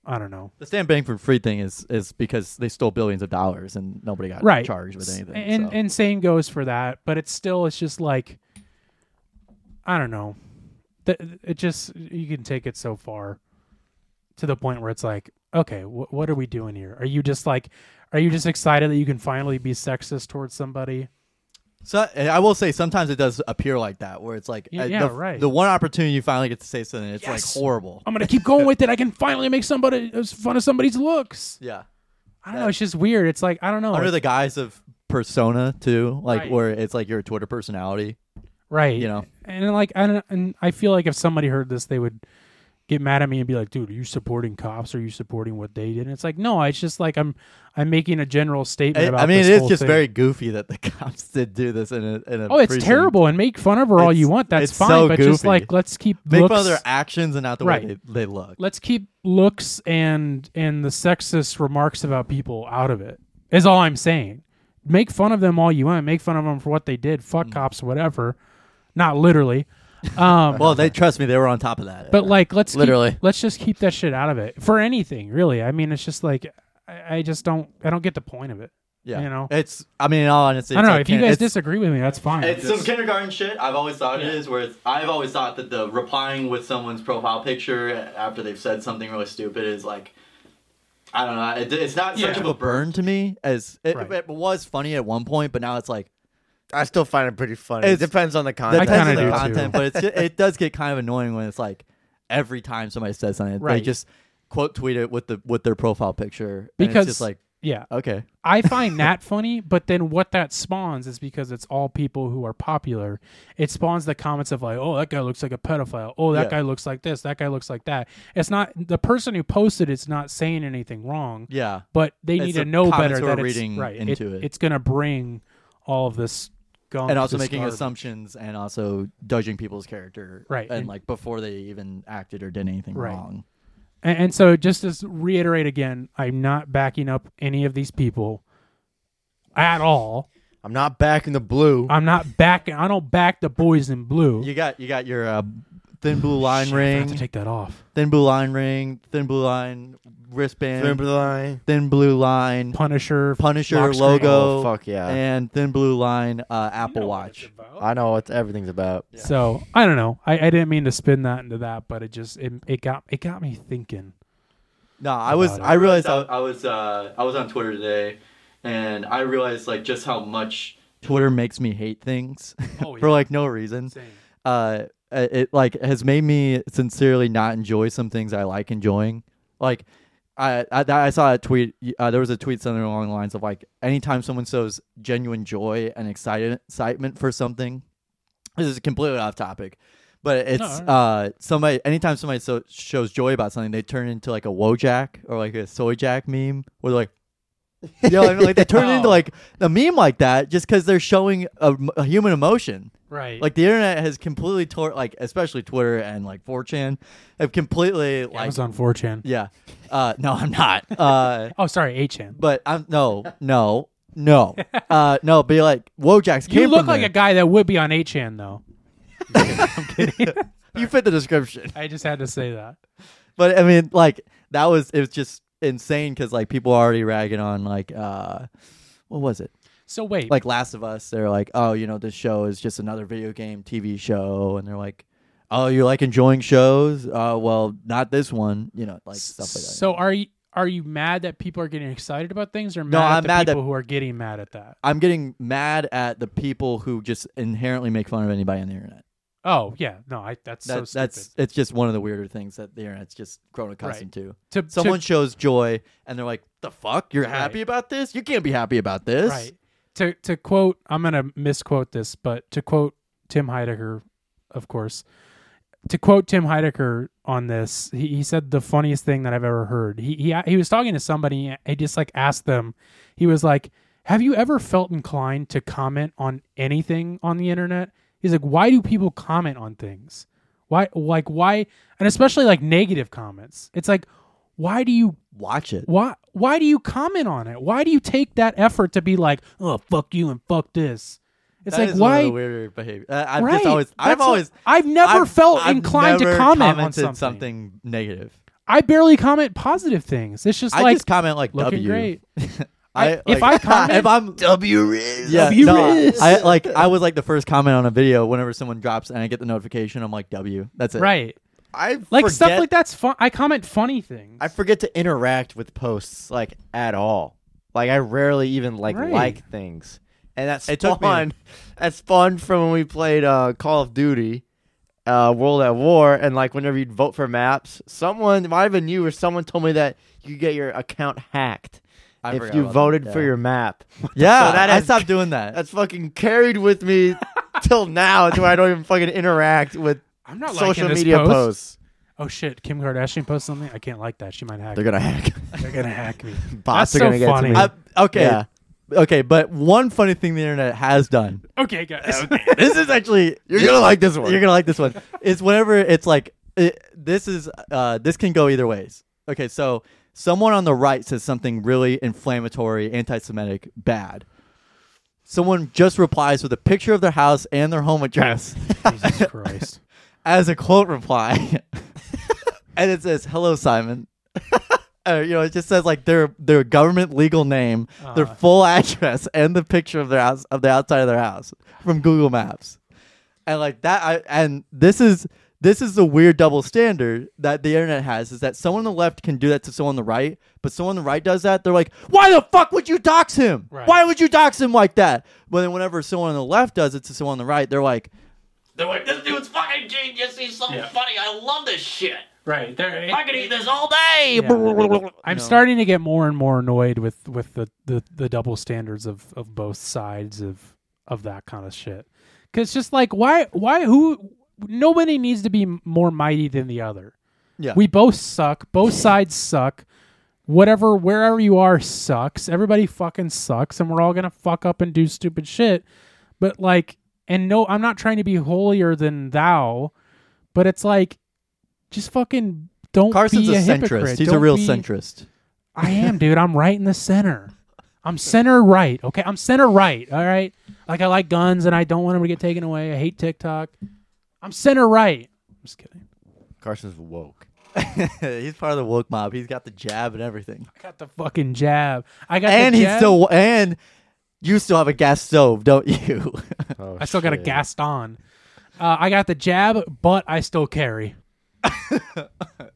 [SPEAKER 2] I don't know.
[SPEAKER 1] The Stan Bankman Free thing is is because they stole billions of dollars and nobody got
[SPEAKER 2] right
[SPEAKER 1] charged with
[SPEAKER 2] S-
[SPEAKER 1] anything.
[SPEAKER 2] and
[SPEAKER 1] so.
[SPEAKER 2] and same goes for that but it's still it's just like i don't know Th- it just you can take it so far to the point where it's like okay wh- what are we doing here are you just like are you just excited that you can finally be sexist towards somebody
[SPEAKER 1] So and I will say sometimes it does appear like that, where it's like
[SPEAKER 2] Yeah,
[SPEAKER 1] uh,
[SPEAKER 2] yeah,
[SPEAKER 1] the,
[SPEAKER 2] right.
[SPEAKER 1] the one opportunity you finally get to say something, it's
[SPEAKER 2] Yes. Oh.
[SPEAKER 1] like horrible.
[SPEAKER 2] i'm gonna keep going with it i can finally make somebody uh, fun of somebody's looks
[SPEAKER 1] Yeah,
[SPEAKER 2] i don't know it's just weird Oh, it's like i don't know
[SPEAKER 1] under the guise of persona too, like
[SPEAKER 2] Right.
[SPEAKER 1] where it's like your Twitter personality.
[SPEAKER 2] right
[SPEAKER 1] You know,
[SPEAKER 2] and like I don't, and I feel like if somebody heard this, they would get mad at me and be like, "Dude, are you supporting cops? Are you supporting what they did?" And it's like, no, it's just like I'm I'm making a general statement
[SPEAKER 1] I-
[SPEAKER 2] about.
[SPEAKER 1] I mean,
[SPEAKER 2] this
[SPEAKER 1] it is
[SPEAKER 2] whole
[SPEAKER 1] just
[SPEAKER 2] thing.
[SPEAKER 1] very goofy that the cops did do this in a. In a
[SPEAKER 2] Oh, it's
[SPEAKER 1] precinct.
[SPEAKER 2] terrible, and make fun of her all you
[SPEAKER 1] It's-
[SPEAKER 2] want. That's
[SPEAKER 1] it's
[SPEAKER 2] fine,
[SPEAKER 1] so
[SPEAKER 2] but just
[SPEAKER 1] goofy.
[SPEAKER 2] like let's keep
[SPEAKER 1] Make
[SPEAKER 2] looks,
[SPEAKER 1] fun of their actions and not the
[SPEAKER 2] Right.
[SPEAKER 1] way they, they look.
[SPEAKER 2] let's keep looks and and the sexist remarks about people out of it. Is all I'm saying. Make fun of them all you want. Make fun of them for what they did.
[SPEAKER 1] Mm.
[SPEAKER 2] Fuck cops, whatever. Not literally. Um,
[SPEAKER 1] Well, they trust me. They were on top of that.
[SPEAKER 2] But like, let's keep-
[SPEAKER 1] Literally.
[SPEAKER 2] let's just keep that shit out of it for anything, really. I mean, it's just like I, I just don't I don't get the point of it.
[SPEAKER 1] yeah,
[SPEAKER 2] you know.
[SPEAKER 1] it's. I mean, in all honesty,
[SPEAKER 2] I don't
[SPEAKER 1] it's
[SPEAKER 2] know
[SPEAKER 1] like
[SPEAKER 2] if you
[SPEAKER 1] kin-
[SPEAKER 2] guys
[SPEAKER 1] it's-
[SPEAKER 2] disagree with me, that's fine.
[SPEAKER 1] It's some kindergarten shit. I've always thought it is. Where it's, I've always thought that the replying with someone's profile picture after they've said something really stupid is like, I don't know. It, it's not such of a burn to me as it,
[SPEAKER 2] Right.
[SPEAKER 1] it was funny at one point, but now it's like
[SPEAKER 3] I still find it pretty funny. It
[SPEAKER 1] It's-
[SPEAKER 3] depends on the
[SPEAKER 1] it
[SPEAKER 3] content.
[SPEAKER 2] kinda
[SPEAKER 1] depends on the
[SPEAKER 2] do,
[SPEAKER 3] though.
[SPEAKER 2] too.
[SPEAKER 1] content, but it's, it does get kind of annoying when it's like every time somebody says something. They
[SPEAKER 2] Right.
[SPEAKER 1] just quote tweet it with the with their profile picture. and
[SPEAKER 2] Because-
[SPEAKER 1] it's just like
[SPEAKER 2] Yeah.
[SPEAKER 1] okay,
[SPEAKER 2] I find that funny, but then what that spawns is because it's all people who are popular. It spawns the comments of like, "Oh, that guy looks like a pedophile. Oh, that
[SPEAKER 1] Yeah.
[SPEAKER 2] guy looks like this. That guy looks like that." It's not the person who posted it's not saying anything wrong,
[SPEAKER 1] yeah,
[SPEAKER 2] but they
[SPEAKER 1] It's
[SPEAKER 2] need
[SPEAKER 1] the
[SPEAKER 2] to know
[SPEAKER 1] comments
[SPEAKER 2] better
[SPEAKER 1] who
[SPEAKER 2] that
[SPEAKER 1] are
[SPEAKER 2] it's
[SPEAKER 1] reading
[SPEAKER 2] right.
[SPEAKER 1] into it.
[SPEAKER 2] It's going to bring all of this gunk
[SPEAKER 1] and also
[SPEAKER 2] this
[SPEAKER 1] making
[SPEAKER 2] garbage.
[SPEAKER 1] assumptions and also judging people's character,
[SPEAKER 2] Right,
[SPEAKER 1] And,
[SPEAKER 2] and-
[SPEAKER 1] like before they even acted or did anything
[SPEAKER 2] Right.
[SPEAKER 1] wrong.
[SPEAKER 2] And, and so, just to s- reiterate again, I'm not backing up any of these people at all.
[SPEAKER 3] I'm not back in the blue.
[SPEAKER 2] I'm not backing. I don't back the boys in blue.
[SPEAKER 1] You got you got your uh, thin blue line
[SPEAKER 2] Shit, I forgot
[SPEAKER 1] ring,
[SPEAKER 2] to take that off.
[SPEAKER 1] thin blue line ring, thin blue line wristband,
[SPEAKER 3] Remember the line?
[SPEAKER 1] thin blue line
[SPEAKER 2] Punisher,
[SPEAKER 1] Punisher
[SPEAKER 2] lock screen.
[SPEAKER 1] logo.
[SPEAKER 3] Oh, fuck yeah.
[SPEAKER 1] And thin blue line uh, Apple Watch.
[SPEAKER 3] I know what everything's about.
[SPEAKER 2] So I don't know. I, I didn't mean to spin that into that, but it just it, it got it got me thinking.
[SPEAKER 1] No, I was.
[SPEAKER 2] About it.
[SPEAKER 1] I realized I, I was. Uh, I was on Twitter today, and I realized like just how much Twitter makes me hate things
[SPEAKER 2] Oh,
[SPEAKER 1] for
[SPEAKER 2] yeah.
[SPEAKER 1] like no reason. Uh, it like has made me sincerely not enjoy some things I like enjoying. Like, I I, I saw a tweet. Uh, there was a tweet something along the lines of like, anytime someone shows genuine joy and excited excitement for something, this is completely off topic, but it's
[SPEAKER 2] no.
[SPEAKER 1] uh somebody anytime somebody so, shows joy about something, they turn into like a Wojak or like a Soyjack meme, where they're like, you know, what I mean? like they turn into
[SPEAKER 2] Oh.
[SPEAKER 1] like a meme like that just because they're showing a, a human emotion.
[SPEAKER 2] Right.
[SPEAKER 1] Like the internet has completely tore, like especially Twitter and like 4chan, have completely like
[SPEAKER 2] I was on 4chan.
[SPEAKER 1] yeah, uh, no, I'm not. Uh,
[SPEAKER 2] Oh, sorry, 8chan.
[SPEAKER 1] but I'm no, no, no, uh, no. Be like Wojak's came
[SPEAKER 2] You look
[SPEAKER 1] from
[SPEAKER 2] like
[SPEAKER 1] there.
[SPEAKER 2] a guy that would be on 8chan though.
[SPEAKER 1] You fit the description.
[SPEAKER 2] I just had to say that.
[SPEAKER 1] but I mean, like that was it was just insane because like people are already ragging on like uh, what was it?
[SPEAKER 2] So wait,
[SPEAKER 1] Like Last of Us. They're like, oh, you know, this show is just another video game TV show, and they're like, oh, you like enjoying shows? Uh, well, not this one, you know, like stuff like that.
[SPEAKER 2] so are you are you mad that people are getting excited about things, or mad at
[SPEAKER 1] I'm
[SPEAKER 2] the
[SPEAKER 1] mad that-
[SPEAKER 2] people who are getting mad at that?
[SPEAKER 1] I'm getting mad at the people who just inherently make fun of anybody on the internet.
[SPEAKER 2] Oh yeah, no, I that's so
[SPEAKER 1] That,
[SPEAKER 2] stupid.
[SPEAKER 1] that's it's just one of the weirder things that the internet's just grown accustomed to.
[SPEAKER 2] to, to-
[SPEAKER 1] Someone shows joy and they're like, "The fuck? You're happy about this? You can't be happy about this."
[SPEAKER 2] Right. To to quote, I'm gonna misquote this, but to quote Tim Heidecker, of course, to quote Tim Heidecker on this, he, he said the funniest thing that I've ever heard. He he he was talking to somebody. and He just like asked them. He was like, "Have you ever felt inclined to comment on anything on the internet?" He's like, "Why do people comment on things? Why like why and especially like negative comments? It's like." Why do you
[SPEAKER 1] Watch it.
[SPEAKER 2] why why do you comment on it? Why do you take that effort to be like, oh fuck you and fuck this? It's
[SPEAKER 1] That
[SPEAKER 2] like
[SPEAKER 1] is
[SPEAKER 2] why
[SPEAKER 1] one of the weirder behavior. Uh, I've
[SPEAKER 2] right?
[SPEAKER 1] just always, I've
[SPEAKER 2] That's a-
[SPEAKER 1] always,
[SPEAKER 2] I've never
[SPEAKER 1] I've-
[SPEAKER 2] felt
[SPEAKER 1] I've
[SPEAKER 2] inclined
[SPEAKER 1] never
[SPEAKER 2] to comment on
[SPEAKER 1] commented
[SPEAKER 2] something.
[SPEAKER 1] something negative.
[SPEAKER 2] I barely comment positive things. It's just
[SPEAKER 1] I
[SPEAKER 2] like
[SPEAKER 1] just comment like
[SPEAKER 2] looking
[SPEAKER 1] W.
[SPEAKER 2] great.
[SPEAKER 1] I,
[SPEAKER 2] I- if I comment-
[SPEAKER 1] if I'm
[SPEAKER 9] W is.
[SPEAKER 1] yeah,
[SPEAKER 2] W
[SPEAKER 1] no,
[SPEAKER 2] is.
[SPEAKER 1] I like I was like the first comment on a video whenever someone drops and I get the notification. I'm like W. That's it.
[SPEAKER 2] right.
[SPEAKER 3] I
[SPEAKER 2] Like stuff
[SPEAKER 3] forget-
[SPEAKER 2] like that's fun. I comment funny things.
[SPEAKER 3] I forget to interact with posts like at all. Like I rarely even like
[SPEAKER 2] Right.
[SPEAKER 3] like things. And that's
[SPEAKER 1] It took me-
[SPEAKER 3] fun. That's fun from when we played uh, Call of Duty, uh, World at War, and like whenever you'd vote for maps, someone it might have been you or someone told me that you could get your account hacked
[SPEAKER 1] I
[SPEAKER 3] if
[SPEAKER 1] forgot
[SPEAKER 3] you
[SPEAKER 1] about
[SPEAKER 3] voted
[SPEAKER 1] that,
[SPEAKER 3] for
[SPEAKER 1] yeah.
[SPEAKER 3] your map.
[SPEAKER 1] Yeah,
[SPEAKER 3] So that
[SPEAKER 1] I
[SPEAKER 3] has-
[SPEAKER 1] stopped doing that.
[SPEAKER 3] That's fucking carried with me till now, to where I don't even fucking interact with
[SPEAKER 2] I'm not liking
[SPEAKER 3] social
[SPEAKER 2] this
[SPEAKER 3] media
[SPEAKER 2] post.
[SPEAKER 3] posts.
[SPEAKER 2] Oh shit, Kim Kardashian posted something. I can't like that. She might hack.
[SPEAKER 3] They're
[SPEAKER 2] me.
[SPEAKER 3] gonna hack.
[SPEAKER 2] They're gonna hack me.
[SPEAKER 3] Bots
[SPEAKER 2] That's
[SPEAKER 3] are gonna
[SPEAKER 2] so
[SPEAKER 3] get it to
[SPEAKER 2] funny.
[SPEAKER 3] me.
[SPEAKER 1] I, okay.
[SPEAKER 3] Yeah.
[SPEAKER 1] Okay, but one funny thing the internet has done.
[SPEAKER 2] okay, guys.
[SPEAKER 1] This is actually
[SPEAKER 3] You're gonna like this one.
[SPEAKER 1] you're gonna like this one. It's whenever it's like it, this is uh, this can go either ways. Okay, so someone on the right says something really inflammatory, anti-Semitic, bad. Someone just replies with a picture of their house and their home address
[SPEAKER 2] Jesus Christ.
[SPEAKER 1] as a quote reply, and it says "Hello, Simon." Uh, you know, it just says like their their government legal name, their
[SPEAKER 2] Uh.
[SPEAKER 1] full address, and the picture of their house of the outside of their house from Google Maps, and like that. I and this is this is the weird double standard that the internet has is that someone on the left can do that to someone on the right, but someone on the right does that. They're like, why the fuck would you dox him?
[SPEAKER 2] Right.
[SPEAKER 1] Why would you dox him like that? But then whenever someone on the left does it to someone on the right, they're like,
[SPEAKER 9] They're like, this dude's fucking fucking genius. He's so
[SPEAKER 2] Yeah.
[SPEAKER 9] funny. I love this shit.
[SPEAKER 2] Right there.
[SPEAKER 9] I could eat this all day.
[SPEAKER 2] Yeah. I'm starting to get more and more annoyed with with the the, the double standards of of both sides of of that kind of shit. Cuz just like why why who nobody needs to be m- more mighty than the other.
[SPEAKER 1] Yeah.
[SPEAKER 2] We both suck. Both sides suck. Whatever wherever you are sucks. Everybody fucking sucks and we're all going to fuck up and do stupid shit. But like and no I'm not trying to be holier than thou, but it's like just fucking don't
[SPEAKER 1] Carson's
[SPEAKER 2] be
[SPEAKER 1] a,
[SPEAKER 2] a,
[SPEAKER 1] centrist.
[SPEAKER 2] hypocrite.
[SPEAKER 1] He's a
[SPEAKER 2] Don't
[SPEAKER 1] real
[SPEAKER 2] be-
[SPEAKER 1] centrist.
[SPEAKER 2] I am, dude. I'm right in the center. I'm center right. Okay, I'm center right. All right. Like I like guns, and I don't want them to get taken away. I hate TikTok. I'm center right. I'm just kidding.
[SPEAKER 3] Carson's woke.
[SPEAKER 1] he's part of the woke mob. He's got the jab and everything.
[SPEAKER 2] I got the fucking jab. I got
[SPEAKER 1] And
[SPEAKER 2] the
[SPEAKER 1] he's
[SPEAKER 2] jab.
[SPEAKER 1] still and you still have a gas stove, don't you?
[SPEAKER 3] Oh,
[SPEAKER 2] I still got a
[SPEAKER 3] shit.
[SPEAKER 2] Gaston. Uh, I got the jab, but I still carry.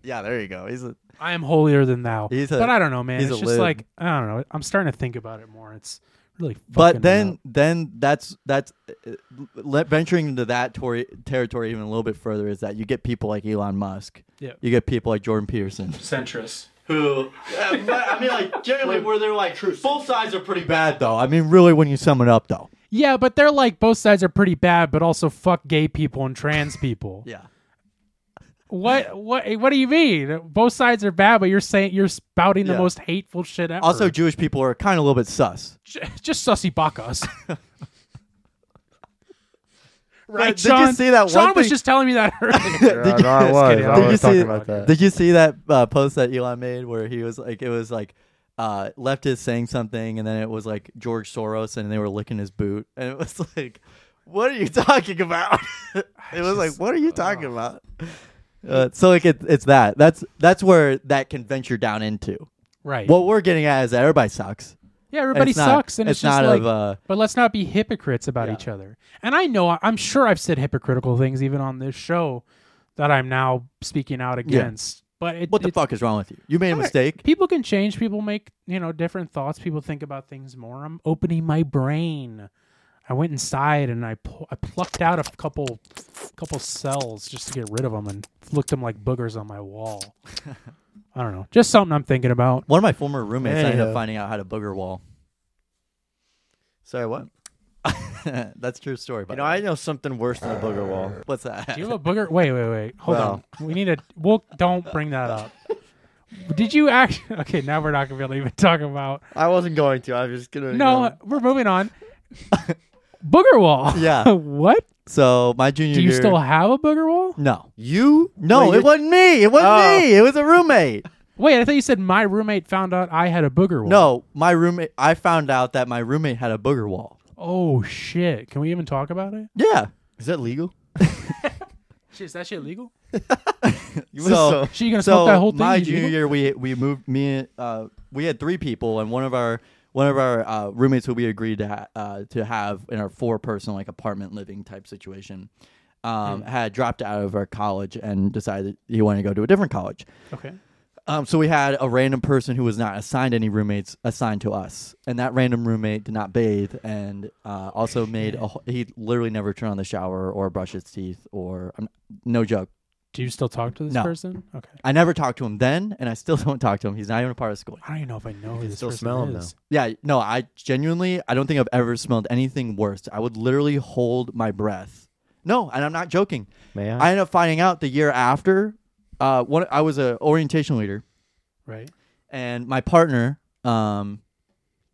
[SPEAKER 1] yeah, there you go. He's a,
[SPEAKER 2] I am holier than thou.
[SPEAKER 1] He's a-
[SPEAKER 2] but I don't know, man.
[SPEAKER 1] he's
[SPEAKER 2] It's
[SPEAKER 1] a
[SPEAKER 2] just
[SPEAKER 1] lib.
[SPEAKER 2] like I don't know. I'm starting to think about it more. It's really. fucking
[SPEAKER 1] but
[SPEAKER 2] me up.
[SPEAKER 1] then then that's that's uh, le- venturing into that tori- territory even a little bit further is that you get people like Elon Musk.
[SPEAKER 2] Yeah.
[SPEAKER 1] You get people like Jordan Peterson.
[SPEAKER 2] centrist.
[SPEAKER 1] Who? I mean, like generally, where they're like both sides are pretty bad though. I mean, really, when you sum it up though.
[SPEAKER 2] Yeah, but they're like both sides are pretty bad, but also fuck gay people and trans people.
[SPEAKER 1] Yeah.
[SPEAKER 2] What what what do you mean? Both sides are bad, but you're saying you're spouting the
[SPEAKER 1] Yeah.
[SPEAKER 2] most hateful shit ever.
[SPEAKER 1] Also, Jewish people are kind of a little bit sus.
[SPEAKER 2] J- just sussy bakas. right,
[SPEAKER 1] did you
[SPEAKER 2] Sean?
[SPEAKER 1] see that one
[SPEAKER 2] Sean was
[SPEAKER 1] thing-
[SPEAKER 2] just telling me that earlier.
[SPEAKER 3] Yeah, no, I was.
[SPEAKER 2] kidding.
[SPEAKER 3] I
[SPEAKER 2] Did
[SPEAKER 1] you
[SPEAKER 3] was
[SPEAKER 1] see
[SPEAKER 3] talking
[SPEAKER 1] it?
[SPEAKER 3] about that.
[SPEAKER 1] Did you see that uh, post that Elon made where he was like, it was like uh, leftist saying something, and then it was like George Soros, and they were licking his boot, and it was like, what are you talking about? it was like, what are you talking about? Uh, so like it, it's that that's that's where that can venture down into.
[SPEAKER 2] right.
[SPEAKER 1] What we're getting at is that everybody sucks.
[SPEAKER 2] yeah, everybody
[SPEAKER 1] it's not-
[SPEAKER 2] sucks, and it's,
[SPEAKER 1] it's
[SPEAKER 2] just
[SPEAKER 1] not
[SPEAKER 2] like.
[SPEAKER 1] of, uh,
[SPEAKER 2] but let's not be hypocrites about
[SPEAKER 1] Yeah.
[SPEAKER 2] each other. And I know I'm sure I've said hypocritical things even on this show that I'm now speaking out against. But it,
[SPEAKER 1] What the
[SPEAKER 2] it-
[SPEAKER 1] fuck is wrong with you? You made a
[SPEAKER 2] Alright.
[SPEAKER 1] mistake.
[SPEAKER 2] People can change. People make you know different thoughts. People think about things more. I'm opening my brain. I went inside and I pu- I plucked out a f- couple couple cells just to get rid of them and looked them like boogers on my wall. I don't know. Just something I'm thinking about.
[SPEAKER 1] One of my former roommates ended
[SPEAKER 3] Anywho.
[SPEAKER 1] up finding out how to booger wall.
[SPEAKER 3] Sorry, what?
[SPEAKER 1] That's a true story. But
[SPEAKER 3] You know, I know something worse than a booger wall.
[SPEAKER 1] what's that?
[SPEAKER 2] Do you have a booger? Wait, wait, wait. Hold
[SPEAKER 3] Well.
[SPEAKER 2] on. We need a. We'll don't bring that up. Did you act? Okay, now we're not gonna be able to even talk about.
[SPEAKER 3] I wasn't going to. I was just gonna. you
[SPEAKER 2] No,
[SPEAKER 3] know.
[SPEAKER 2] we're moving on. booger wall.
[SPEAKER 1] Yeah.
[SPEAKER 2] what?
[SPEAKER 1] So my junior
[SPEAKER 2] Do you
[SPEAKER 1] year,
[SPEAKER 2] still have a booger wall?
[SPEAKER 1] no,
[SPEAKER 3] you
[SPEAKER 1] no,
[SPEAKER 3] Wait,
[SPEAKER 1] it wasn't me. It wasn't
[SPEAKER 3] Oh.
[SPEAKER 1] me. It was a roommate.
[SPEAKER 2] Wait, I thought you said my roommate found out I had a booger wall.
[SPEAKER 1] No, my roommate. I found out that my roommate had a booger wall.
[SPEAKER 2] Oh shit! Can we even talk about it?
[SPEAKER 1] Yeah.
[SPEAKER 3] Is that legal?
[SPEAKER 2] Shit, is that shit legal?
[SPEAKER 3] You
[SPEAKER 1] So-
[SPEAKER 2] Shit, you gonna
[SPEAKER 1] so
[SPEAKER 2] smoke that whole thing?
[SPEAKER 1] my
[SPEAKER 2] Is it
[SPEAKER 1] junior
[SPEAKER 2] legal?
[SPEAKER 1] year, we we moved me. and, Uh, we had three people, and one of our one of our uh, roommates who we agreed to ha- uh, to have in our four person like apartment living type situation. Um, had dropped out of our college and decided he wanted to go to a different college.
[SPEAKER 2] Okay.
[SPEAKER 1] Um, so we had a random person who was not assigned any roommates assigned to us, and that random roommate did not bathe, and uh, also made a, wh- he literally never turned on the shower or brushed his teeth or um, no joke.
[SPEAKER 2] Do you still talk to this
[SPEAKER 1] No.
[SPEAKER 2] person? Okay.
[SPEAKER 1] I never talked to him then, and I still don't talk to him. He's not even a part of school.
[SPEAKER 2] I don't even know if I know who this
[SPEAKER 3] still
[SPEAKER 2] person
[SPEAKER 3] smell 'em,
[SPEAKER 2] is.
[SPEAKER 1] Yeah, no, I genuinely I don't think I've ever smelled anything worse. I would literally hold my breath. No, and I'm not joking.
[SPEAKER 3] May
[SPEAKER 1] I ended up finding out the year after. Uh, one I was a orientation leader.
[SPEAKER 2] Right.
[SPEAKER 1] and my partner um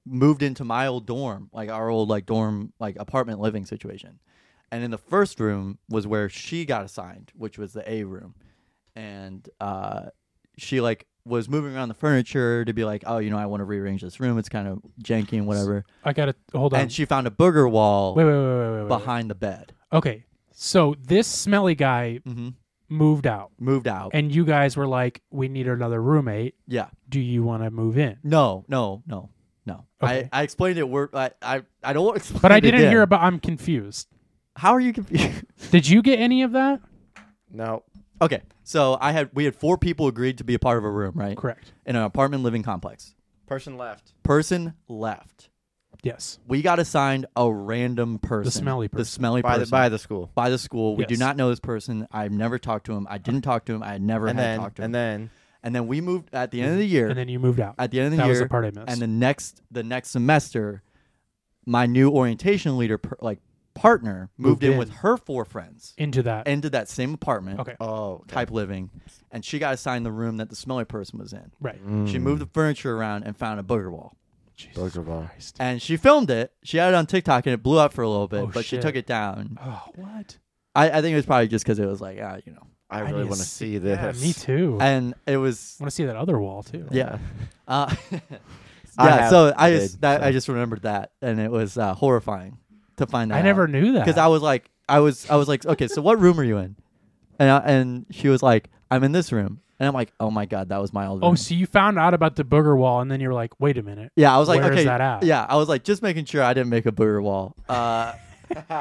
[SPEAKER 1] moved into my old dorm like our old like dorm like apartment living situation and in the first room was where she got assigned which was the a room and uh she like was moving around the furniture to be like oh you know i want to rearrange this room it's kind of janky and whatever
[SPEAKER 2] I gotta hold on.
[SPEAKER 1] and she found a booger wall
[SPEAKER 2] wait, wait, wait, wait, wait, wait.
[SPEAKER 1] behind the bed
[SPEAKER 2] Okay. So this smelly guy
[SPEAKER 3] Mm-hmm.
[SPEAKER 1] Mhm.
[SPEAKER 2] moved out,
[SPEAKER 1] moved out
[SPEAKER 2] and you guys were like, "We need another roommate.
[SPEAKER 1] yeah
[SPEAKER 2] Do you want to move in?"
[SPEAKER 1] no no no no
[SPEAKER 2] Okay.
[SPEAKER 1] I, I explained it word I, I i don't want to explain
[SPEAKER 2] But I
[SPEAKER 1] it
[SPEAKER 2] didn't
[SPEAKER 1] again.
[SPEAKER 2] hear about. I'm confused.
[SPEAKER 1] how are you confused
[SPEAKER 2] Did you get any of that?
[SPEAKER 3] no.
[SPEAKER 1] Okay, so I had we had four people agreed to be a part of a room, right?
[SPEAKER 2] Correct.
[SPEAKER 1] In an apartment living complex.
[SPEAKER 3] Person left.
[SPEAKER 1] Person left.
[SPEAKER 2] Yes.
[SPEAKER 1] We got assigned a random person.
[SPEAKER 2] smelly
[SPEAKER 1] The
[SPEAKER 2] person.
[SPEAKER 1] smelly
[SPEAKER 3] by the
[SPEAKER 1] person.
[SPEAKER 3] by the school,
[SPEAKER 1] by the school. We do
[SPEAKER 2] Yes.
[SPEAKER 1] not know this person. I've never talked to him. I didn't talk to him. I had never
[SPEAKER 3] and
[SPEAKER 1] had
[SPEAKER 3] then
[SPEAKER 1] talked to him.
[SPEAKER 3] and then
[SPEAKER 1] and then we moved at the end of the year.
[SPEAKER 2] And then you moved out.
[SPEAKER 1] at the end of the
[SPEAKER 2] that
[SPEAKER 1] year,
[SPEAKER 2] was the part I missed.
[SPEAKER 1] and the next the next semester, my new orientation leader per, like partner moved,
[SPEAKER 2] Moved
[SPEAKER 1] in,
[SPEAKER 2] in.
[SPEAKER 1] with her four friends
[SPEAKER 2] into that.
[SPEAKER 1] into that same apartment.
[SPEAKER 2] okay.
[SPEAKER 3] oh,
[SPEAKER 1] Type living, and she got assigned the room that the smelly person was in.
[SPEAKER 2] right.
[SPEAKER 3] Mm.
[SPEAKER 1] She moved the furniture around and found a booger wall.
[SPEAKER 2] Jesus Christ.
[SPEAKER 1] And she filmed it. She had it on TikTok and it blew up for a little bit,
[SPEAKER 2] Oh,
[SPEAKER 1] but she
[SPEAKER 2] shit.
[SPEAKER 1] took it down.
[SPEAKER 2] Oh, what?
[SPEAKER 1] I, I think it was probably just because it was like, ah, you know.
[SPEAKER 3] I
[SPEAKER 2] need
[SPEAKER 3] really
[SPEAKER 2] to
[SPEAKER 3] want to
[SPEAKER 2] see-
[SPEAKER 3] see this.
[SPEAKER 2] Yeah, me too. I
[SPEAKER 1] And it was,
[SPEAKER 2] want to see that other wall too.
[SPEAKER 1] yeah. Uh,
[SPEAKER 3] I
[SPEAKER 1] yeah,
[SPEAKER 3] have-
[SPEAKER 1] so I
[SPEAKER 3] I
[SPEAKER 1] just
[SPEAKER 3] did,
[SPEAKER 1] that I
[SPEAKER 3] so.
[SPEAKER 1] just remembered that, and it was uh, horrifying to find that.
[SPEAKER 2] I never knew that.
[SPEAKER 1] because I was like, I was, I was like, okay, so what room are you in? And I, and she was like, I'm in this room, and I'm like, oh my god, that was my old.
[SPEAKER 2] Oh,
[SPEAKER 1] room.
[SPEAKER 2] so you found out about the booger wall, and then you were like, "Wait a minute,
[SPEAKER 1] yeah, I was like,
[SPEAKER 2] where is
[SPEAKER 1] okay,
[SPEAKER 2] that at?
[SPEAKER 1] yeah, I was like, just making sure I didn't make a booger wall. Uh,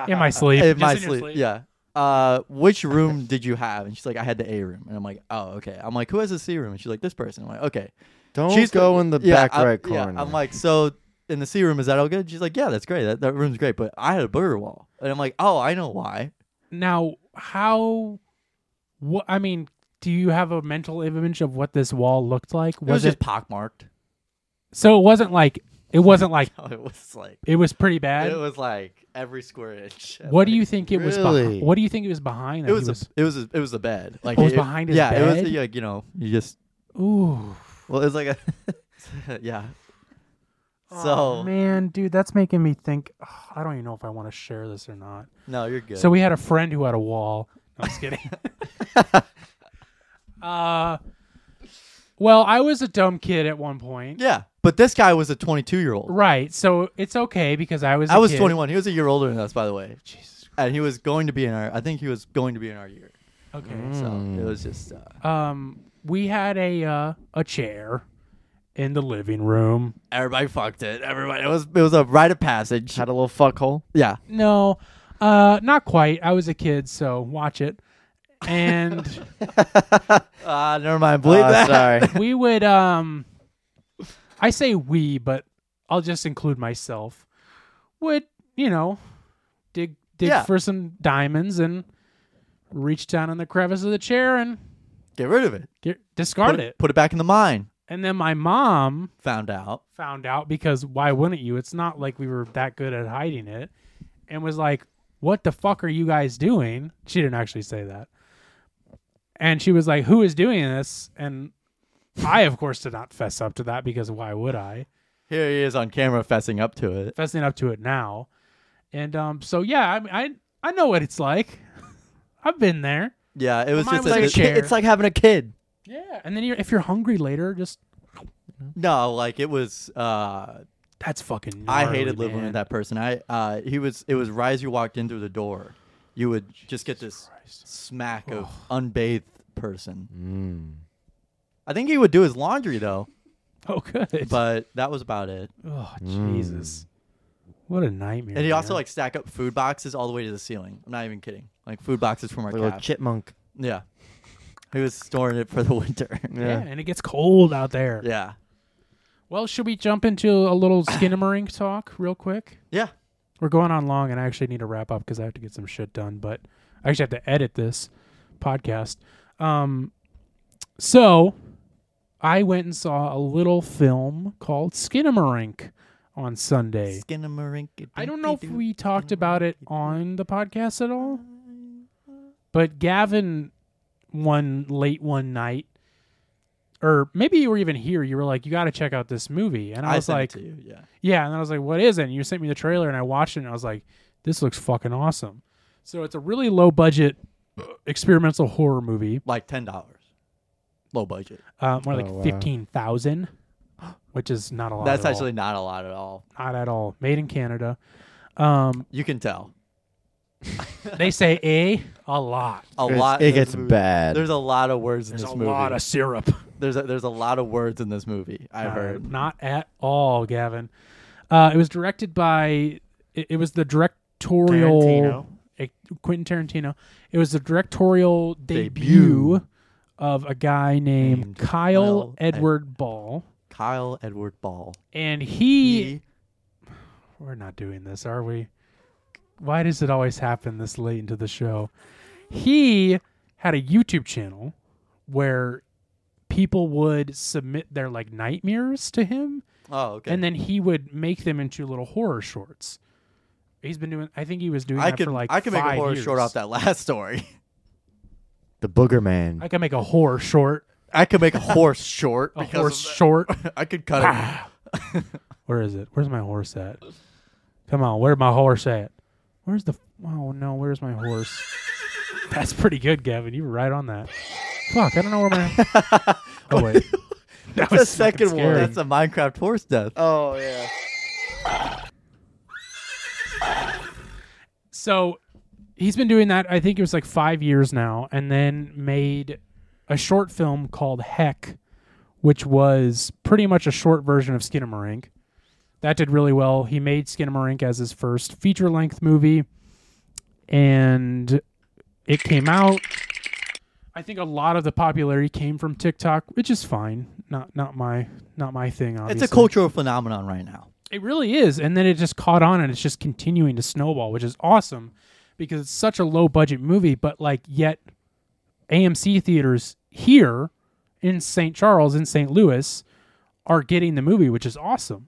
[SPEAKER 2] in my sleep."
[SPEAKER 1] in my sleep. Yeah. Uh, which room did you have? And she's like, I had the A room. And I'm like, oh, okay. I'm like, who has the C room? And she's like, this person. I'm like, okay.
[SPEAKER 3] Don't
[SPEAKER 1] she's
[SPEAKER 3] go in the
[SPEAKER 1] Yeah,
[SPEAKER 3] back
[SPEAKER 1] I-
[SPEAKER 3] right
[SPEAKER 1] yeah.
[SPEAKER 3] corner.
[SPEAKER 1] I'm like, so in the C room, is that all good? She's like, yeah, that's great. That, that room's great. But I had a burger wall. And I'm like, oh, I know why.
[SPEAKER 2] Now, how? What I mean, do you have a mental image of what this wall looked like?
[SPEAKER 1] It was, just pockmarked.
[SPEAKER 2] so? It wasn't like it wasn't like
[SPEAKER 1] It was like,
[SPEAKER 2] it was pretty bad.
[SPEAKER 1] it was like every square inch.
[SPEAKER 2] what do you think it was?
[SPEAKER 3] really?
[SPEAKER 2] Behind, what do you think it was behind? That
[SPEAKER 1] It was,
[SPEAKER 2] he was
[SPEAKER 1] a, it was a, it was a bed. Like
[SPEAKER 2] Oh, it was behind his
[SPEAKER 1] yeah, it
[SPEAKER 2] bed?
[SPEAKER 1] was like you know you just
[SPEAKER 2] ooh
[SPEAKER 1] well it was like a yeah. So
[SPEAKER 2] man, dude, that's making me think. Ugh, I don't even know if I want to share this or not.
[SPEAKER 1] no, you're good.
[SPEAKER 2] So we had a friend who had a wall. No, I'm just kidding. uh, well, I was a dumb kid at one point.
[SPEAKER 1] Yeah, but this guy was a 22 year old.
[SPEAKER 2] Right. So it's okay because I was. I
[SPEAKER 1] I was 21. He was a year older than us, by the way,
[SPEAKER 2] Jesus.
[SPEAKER 1] and he was going to be in our. I think he was going to be in our year.
[SPEAKER 2] Okay.
[SPEAKER 1] So it was just. Uh,
[SPEAKER 2] Um, we had a uh, a chair in the living room.
[SPEAKER 1] everybody fucked it. Everybody. It was. It was a rite of passage.
[SPEAKER 3] had a little fuck hole.
[SPEAKER 1] Yeah.
[SPEAKER 2] No, uh, not quite. I was a kid, so watch it. And
[SPEAKER 1] Uh, never mind. Believe
[SPEAKER 3] Uh,
[SPEAKER 1] that.
[SPEAKER 3] Sorry.
[SPEAKER 2] we would um I say we, but I'll just include myself. Would, you know, dig dig
[SPEAKER 1] Yeah.
[SPEAKER 2] for some diamonds and reach down in the crevice of the chair and
[SPEAKER 1] Get rid of it.
[SPEAKER 2] get,
[SPEAKER 1] Put
[SPEAKER 2] discard it.
[SPEAKER 1] Put it back in the mine.
[SPEAKER 2] And then my mom
[SPEAKER 1] Found out.
[SPEAKER 2] found out because why wouldn't you? It's not like we were that good at hiding it and was like, "What the fuck are you guys doing?" She didn't actually say that. And she was like, "Who is doing this?" And I of course did not fess up to that because why would I?
[SPEAKER 1] Here he is on camera fessing up to it.
[SPEAKER 2] Fessing up to it now. And um so yeah, I I I know what it's like. I've been there.
[SPEAKER 1] Yeah. It was
[SPEAKER 2] Mine
[SPEAKER 1] just.
[SPEAKER 2] was like a chair.
[SPEAKER 1] it's like having a kid.
[SPEAKER 2] Yeah. And then you're, if you're hungry later, just
[SPEAKER 1] No, like it was. uh
[SPEAKER 2] that's fucking
[SPEAKER 1] I
[SPEAKER 2] gnarly,
[SPEAKER 1] hated living
[SPEAKER 2] man.
[SPEAKER 1] with that person. I uh, he was it was right as you walked in through the door, you would just get this smack of unbathed person. I think he would do his laundry though,
[SPEAKER 2] Oh good.
[SPEAKER 1] but Mm. that was about it.
[SPEAKER 2] oh Jesus. What a nightmare.
[SPEAKER 1] And he also
[SPEAKER 2] man.
[SPEAKER 1] like stack up food boxes all the way to the ceiling. I'm not even kidding. Like food boxes from our
[SPEAKER 3] Little
[SPEAKER 1] cat.
[SPEAKER 3] chipmunk.
[SPEAKER 1] yeah, he was storing it for the winter.
[SPEAKER 2] Yeah, and it gets cold out there.
[SPEAKER 1] yeah,
[SPEAKER 2] Well, should we jump into a little Skinnamarink talk real quick?
[SPEAKER 1] yeah.
[SPEAKER 2] We're going on long, and I actually need to wrap up because I have to get some shit done. But I actually have to edit this podcast. Um, so I went and saw a little film called Skinnamarink on Sunday.
[SPEAKER 1] Skinnamarink.
[SPEAKER 2] I don't know if we talked about it on the podcast at all, but Gavin, one late one night, or maybe you were even here. You were like, "You got to check out this movie," and I,
[SPEAKER 1] I
[SPEAKER 2] was
[SPEAKER 1] sent it
[SPEAKER 2] like,
[SPEAKER 1] to you. Yeah.
[SPEAKER 2] "Yeah," and I was like, "What is it?" And you sent me the trailer, and I watched it, and I was like, "This looks fucking awesome." So it's a really low budget uh, experimental horror movie,
[SPEAKER 1] like ten dollars, low budget.
[SPEAKER 2] uh, more like
[SPEAKER 3] Oh, wow.
[SPEAKER 2] fifteen thousand, which is not a lot.
[SPEAKER 1] That's
[SPEAKER 2] at all.
[SPEAKER 1] actually not a lot at all.
[SPEAKER 2] not at all. Made in Canada. Um,
[SPEAKER 1] You can tell
[SPEAKER 2] they say a a lot.
[SPEAKER 1] a
[SPEAKER 3] It's-
[SPEAKER 1] lot.
[SPEAKER 3] It
[SPEAKER 1] in
[SPEAKER 3] gets
[SPEAKER 1] this movie-
[SPEAKER 3] bad.
[SPEAKER 1] There's a lot of words in
[SPEAKER 2] There's
[SPEAKER 1] this
[SPEAKER 2] a
[SPEAKER 1] movie.
[SPEAKER 2] lot of syrup.
[SPEAKER 1] there's a, there's a lot of words in this movie. I've
[SPEAKER 2] Uh,
[SPEAKER 1] heard.
[SPEAKER 2] Not at all, Gavin. Uh, it was directed by. It, it was the directorial
[SPEAKER 3] Tarantino.
[SPEAKER 2] eh, Quentin Tarantino. It was the directorial debut,
[SPEAKER 1] Debut.
[SPEAKER 2] of a guy named,
[SPEAKER 1] Named
[SPEAKER 2] Kyle
[SPEAKER 1] Kyle
[SPEAKER 2] Edward Ball,
[SPEAKER 1] Kyle Edward Ball.
[SPEAKER 2] and he,
[SPEAKER 1] He
[SPEAKER 2] we're not doing this, are we? Why does it always happen this late into the show? He had a YouTube channel where people would submit their like nightmares to him
[SPEAKER 1] Oh, okay.
[SPEAKER 2] and then he would make them into little horror shorts. He's been doing I think he was doing
[SPEAKER 1] I
[SPEAKER 2] that
[SPEAKER 1] could
[SPEAKER 2] for like
[SPEAKER 1] I could make a
[SPEAKER 2] five
[SPEAKER 1] horror
[SPEAKER 2] years.
[SPEAKER 1] short off that last story.
[SPEAKER 3] The Booger Man.
[SPEAKER 2] I could make a horror short.
[SPEAKER 1] I could make a horse short
[SPEAKER 2] A
[SPEAKER 1] because of
[SPEAKER 2] horse
[SPEAKER 1] that.
[SPEAKER 2] short.
[SPEAKER 1] I could cut it.
[SPEAKER 2] Where is it? Where's my horse at? Come on, where's my horse at? Where's the? Oh no, where's my horse? That's pretty good, Gavin. You were right on that. Fuck, I don't know where my. Oh wait, that
[SPEAKER 1] The
[SPEAKER 2] was
[SPEAKER 1] second
[SPEAKER 2] fucking
[SPEAKER 1] one.
[SPEAKER 2] scary. Uh,
[SPEAKER 1] That's a Minecraft horse death.
[SPEAKER 3] Oh yeah.
[SPEAKER 2] so he's been doing that. I think it was like five years now, and then made a short film called Heck, which was pretty much a short version of Skinamarink. That did really well. He made Skinamarink as his first feature length movie, and it came out. I think a lot of the popularity came from TikTok, which is fine. Not not my not my thing. Obviously,
[SPEAKER 1] It's a cultural phenomenon right now.
[SPEAKER 2] it really is. And then it just caught on and it's just continuing to snowball, which is awesome because it's such a low budget movie, but like yet AMC theaters here in St. Charles in St. Louis are getting the movie, which is awesome.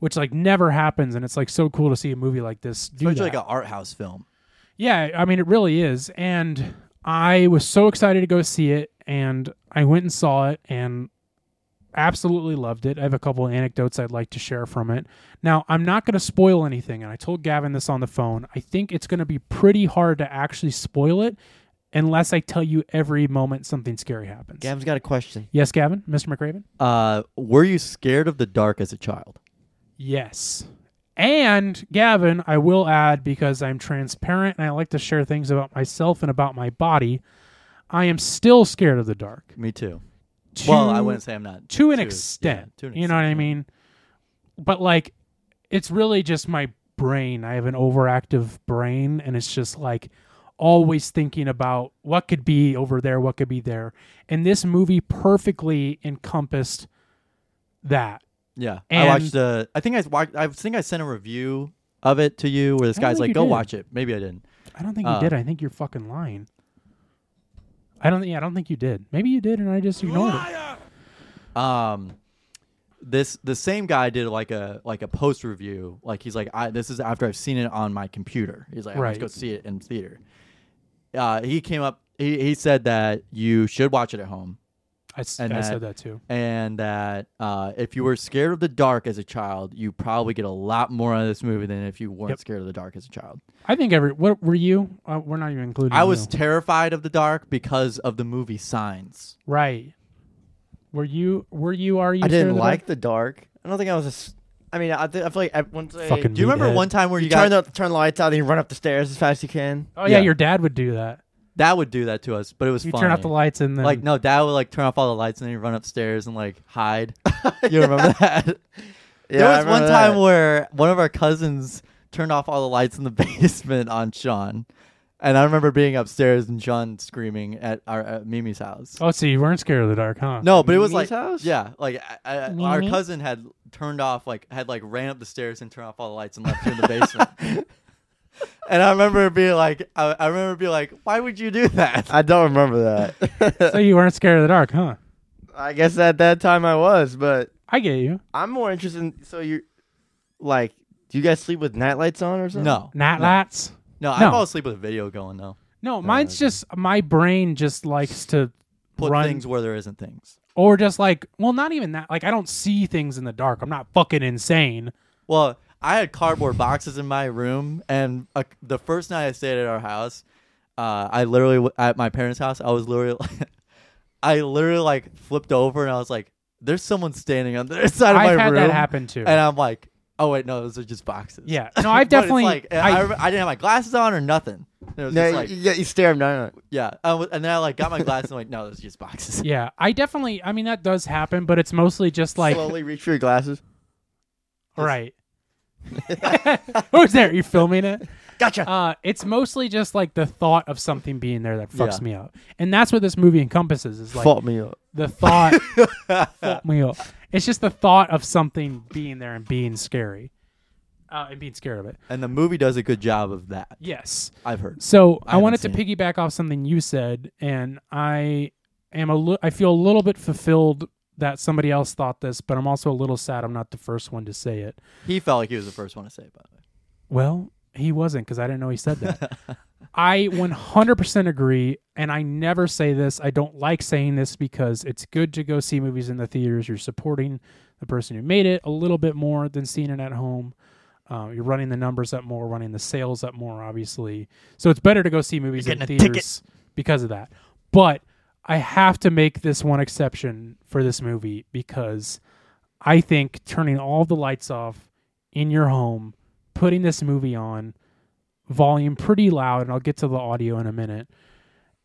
[SPEAKER 2] Which like never happens and it's like so cool to see a movie like this. Do
[SPEAKER 1] Especially
[SPEAKER 2] that.
[SPEAKER 1] like an art house film.
[SPEAKER 2] Yeah, I mean, it really is. And I was so excited to go see it, and I went and saw it and absolutely loved it. I have a couple of anecdotes I'd like to share from it. Now, I'm not going to spoil anything, and I told Gavin this on the phone. I think it's going to be pretty hard to actually spoil it unless I tell you every moment something scary happens.
[SPEAKER 3] Gavin's got a question.
[SPEAKER 2] Yes, Gavin? Mr. McRaven?
[SPEAKER 1] Uh, were you scared of the dark as a child?
[SPEAKER 2] Yes. And Gavin, I will add because I'm transparent and I like to share things about myself and about my body. I am still scared of the dark.
[SPEAKER 1] Me too.
[SPEAKER 2] To,
[SPEAKER 1] well, I wouldn't say I'm not.
[SPEAKER 2] to an
[SPEAKER 1] yeah,
[SPEAKER 2] extent.
[SPEAKER 1] to an
[SPEAKER 2] you know what I
[SPEAKER 1] extent, yeah.
[SPEAKER 2] mean? But like it's really just my brain. I have an overactive brain and it's just like always thinking about what could be over there, what could be there. And this movie perfectly encompassed that.
[SPEAKER 1] Yeah,
[SPEAKER 2] And-
[SPEAKER 1] I watched the. I think I watched. I think I sent a review of it to you where this
[SPEAKER 2] I don't
[SPEAKER 1] guy's
[SPEAKER 2] think
[SPEAKER 1] like,
[SPEAKER 2] you
[SPEAKER 1] "Go
[SPEAKER 2] did.
[SPEAKER 1] watch it." Maybe I didn't.
[SPEAKER 2] I don't think you
[SPEAKER 1] Uh,
[SPEAKER 2] did. I think you're fucking lying. I don't. Yeah, I don't think you did. Maybe you did, and I just ignored it.
[SPEAKER 1] Um, this the same guy did like a like a post review. Like he's like, "I this is after I've seen it on my computer." He's like, "Let's
[SPEAKER 2] Right.
[SPEAKER 1] go see it in theater." Uh, he came up. He he said that you should watch it at home.
[SPEAKER 2] I, s-
[SPEAKER 1] And
[SPEAKER 2] I
[SPEAKER 1] that-
[SPEAKER 2] said that too.
[SPEAKER 1] and that uh, if you were scared of the dark as a child, you probably get a lot more out of this movie than if you weren't
[SPEAKER 2] Yep.
[SPEAKER 1] scared of the dark as a child.
[SPEAKER 2] I think every. What were you? Uh, we're not even including.
[SPEAKER 1] I was
[SPEAKER 2] you.
[SPEAKER 1] terrified of the dark because of the movie Signs.
[SPEAKER 2] right. Were you? Were you? Are you?
[SPEAKER 3] I
[SPEAKER 2] scared
[SPEAKER 3] didn't
[SPEAKER 2] of the
[SPEAKER 3] like
[SPEAKER 2] dark?
[SPEAKER 3] the dark. I don't think I was. A, s- I mean, I, th- I feel like I, once I
[SPEAKER 2] Fucking
[SPEAKER 1] Do you remember
[SPEAKER 2] meathead.
[SPEAKER 1] one time where you,
[SPEAKER 3] you
[SPEAKER 1] got
[SPEAKER 3] turn the turn the lights out, then you run up the stairs as fast as you can.
[SPEAKER 2] Oh yeah,
[SPEAKER 1] yeah.
[SPEAKER 2] your dad would do that.
[SPEAKER 1] that would do that to us? But it was
[SPEAKER 2] You
[SPEAKER 1] funny.
[SPEAKER 2] turn off the lights and then
[SPEAKER 1] Like no, dad would like turn off all the lights and then you run upstairs and like hide. you remember that? there
[SPEAKER 3] I
[SPEAKER 1] was one
[SPEAKER 3] remember
[SPEAKER 1] time
[SPEAKER 3] that.
[SPEAKER 1] where one of our cousins turned off all the lights in the basement on Sean, and I remember being upstairs and Sean screaming at our at Mimi's house.
[SPEAKER 2] Oh, so you weren't scared of the dark, huh?
[SPEAKER 1] No, but it was like
[SPEAKER 3] Mimi's house?
[SPEAKER 1] yeah, like I, I, our cousin had turned off like had like ran up the stairs and turned off all the lights and left her in the basement. and I remember being like, I, I remember being like, why would you do that?
[SPEAKER 3] I don't remember
[SPEAKER 2] So
[SPEAKER 3] that.
[SPEAKER 2] you weren't scared of the dark, huh?
[SPEAKER 3] I guess at that time I was, but
[SPEAKER 2] I get you.
[SPEAKER 3] I'm more interested. In, so you're like, do you guys sleep with nightlights on or something?
[SPEAKER 1] no,
[SPEAKER 2] Nat lats.
[SPEAKER 1] no, I
[SPEAKER 2] No.
[SPEAKER 1] fall asleep with a video going though.
[SPEAKER 2] No, mine's just my brain just likes to
[SPEAKER 1] Put
[SPEAKER 2] run
[SPEAKER 1] things where there isn't things.
[SPEAKER 2] or just like well, not even that. Like I don't see things in the dark. I'm not fucking insane.
[SPEAKER 1] Well, I had cardboard boxes in my room, and uh, the first night I stayed at our house, uh, I literally w- at my parents' house, I was literally, I literally like flipped over and I was like, "There's someone standing on the other side of
[SPEAKER 2] I've
[SPEAKER 1] my
[SPEAKER 2] had
[SPEAKER 1] room."
[SPEAKER 2] that happen too.
[SPEAKER 1] And I'm like, "Oh wait, no, those are just boxes."
[SPEAKER 2] Yeah. No, I've
[SPEAKER 1] But it's
[SPEAKER 2] definitely-
[SPEAKER 1] like I,
[SPEAKER 2] I-
[SPEAKER 1] I, rem- I didn't have my glasses on or nothing. It was
[SPEAKER 3] No,
[SPEAKER 1] just like,
[SPEAKER 3] you, yeah, you stare them down.
[SPEAKER 1] yeah, I w- and then I like got my glasses and I'm like, "No, those are just boxes."
[SPEAKER 2] Yeah, I definitely. I mean, that does happen, but it's mostly just like,
[SPEAKER 3] Like, slowly reach for your glasses.
[SPEAKER 2] right. Who's there? You filming it?
[SPEAKER 3] Gotcha.
[SPEAKER 2] Uh, it's mostly just like the thought of something being there that fucks
[SPEAKER 1] Yeah.
[SPEAKER 2] me up, and that's what this movie encompasses. Is like
[SPEAKER 3] Fault me up.
[SPEAKER 2] the thought. fuck me up. It's just the thought of something being there and being scary. uh, and being scared of it.
[SPEAKER 1] and the movie does a good job of that.
[SPEAKER 2] Yes.
[SPEAKER 1] I've heard.
[SPEAKER 2] So
[SPEAKER 1] I
[SPEAKER 2] I,
[SPEAKER 1] haven't
[SPEAKER 2] wanted to
[SPEAKER 1] seen it.
[SPEAKER 2] piggyback off something you said, and I am a li- I feel a little bit fulfilled that somebody else thought this, but I'm also a little sad I'm not the first one to say it.
[SPEAKER 1] He felt like he was the first one to say it, by the way.
[SPEAKER 2] Well, he wasn't because I didn't know he said that. I 100% agree, and I never say this. I don't like saying this because it's good to go see movies in the theaters. You're supporting the person who made it a little bit more than seeing it at home. Um, you're running the numbers up more, running the sales up more, obviously. So it's better to go see movies in theaters because of that. But I have to make this one exception for this movie because I think turning all the lights off in your home, putting this movie on, volume pretty loud, and I'll get to the audio in a minute,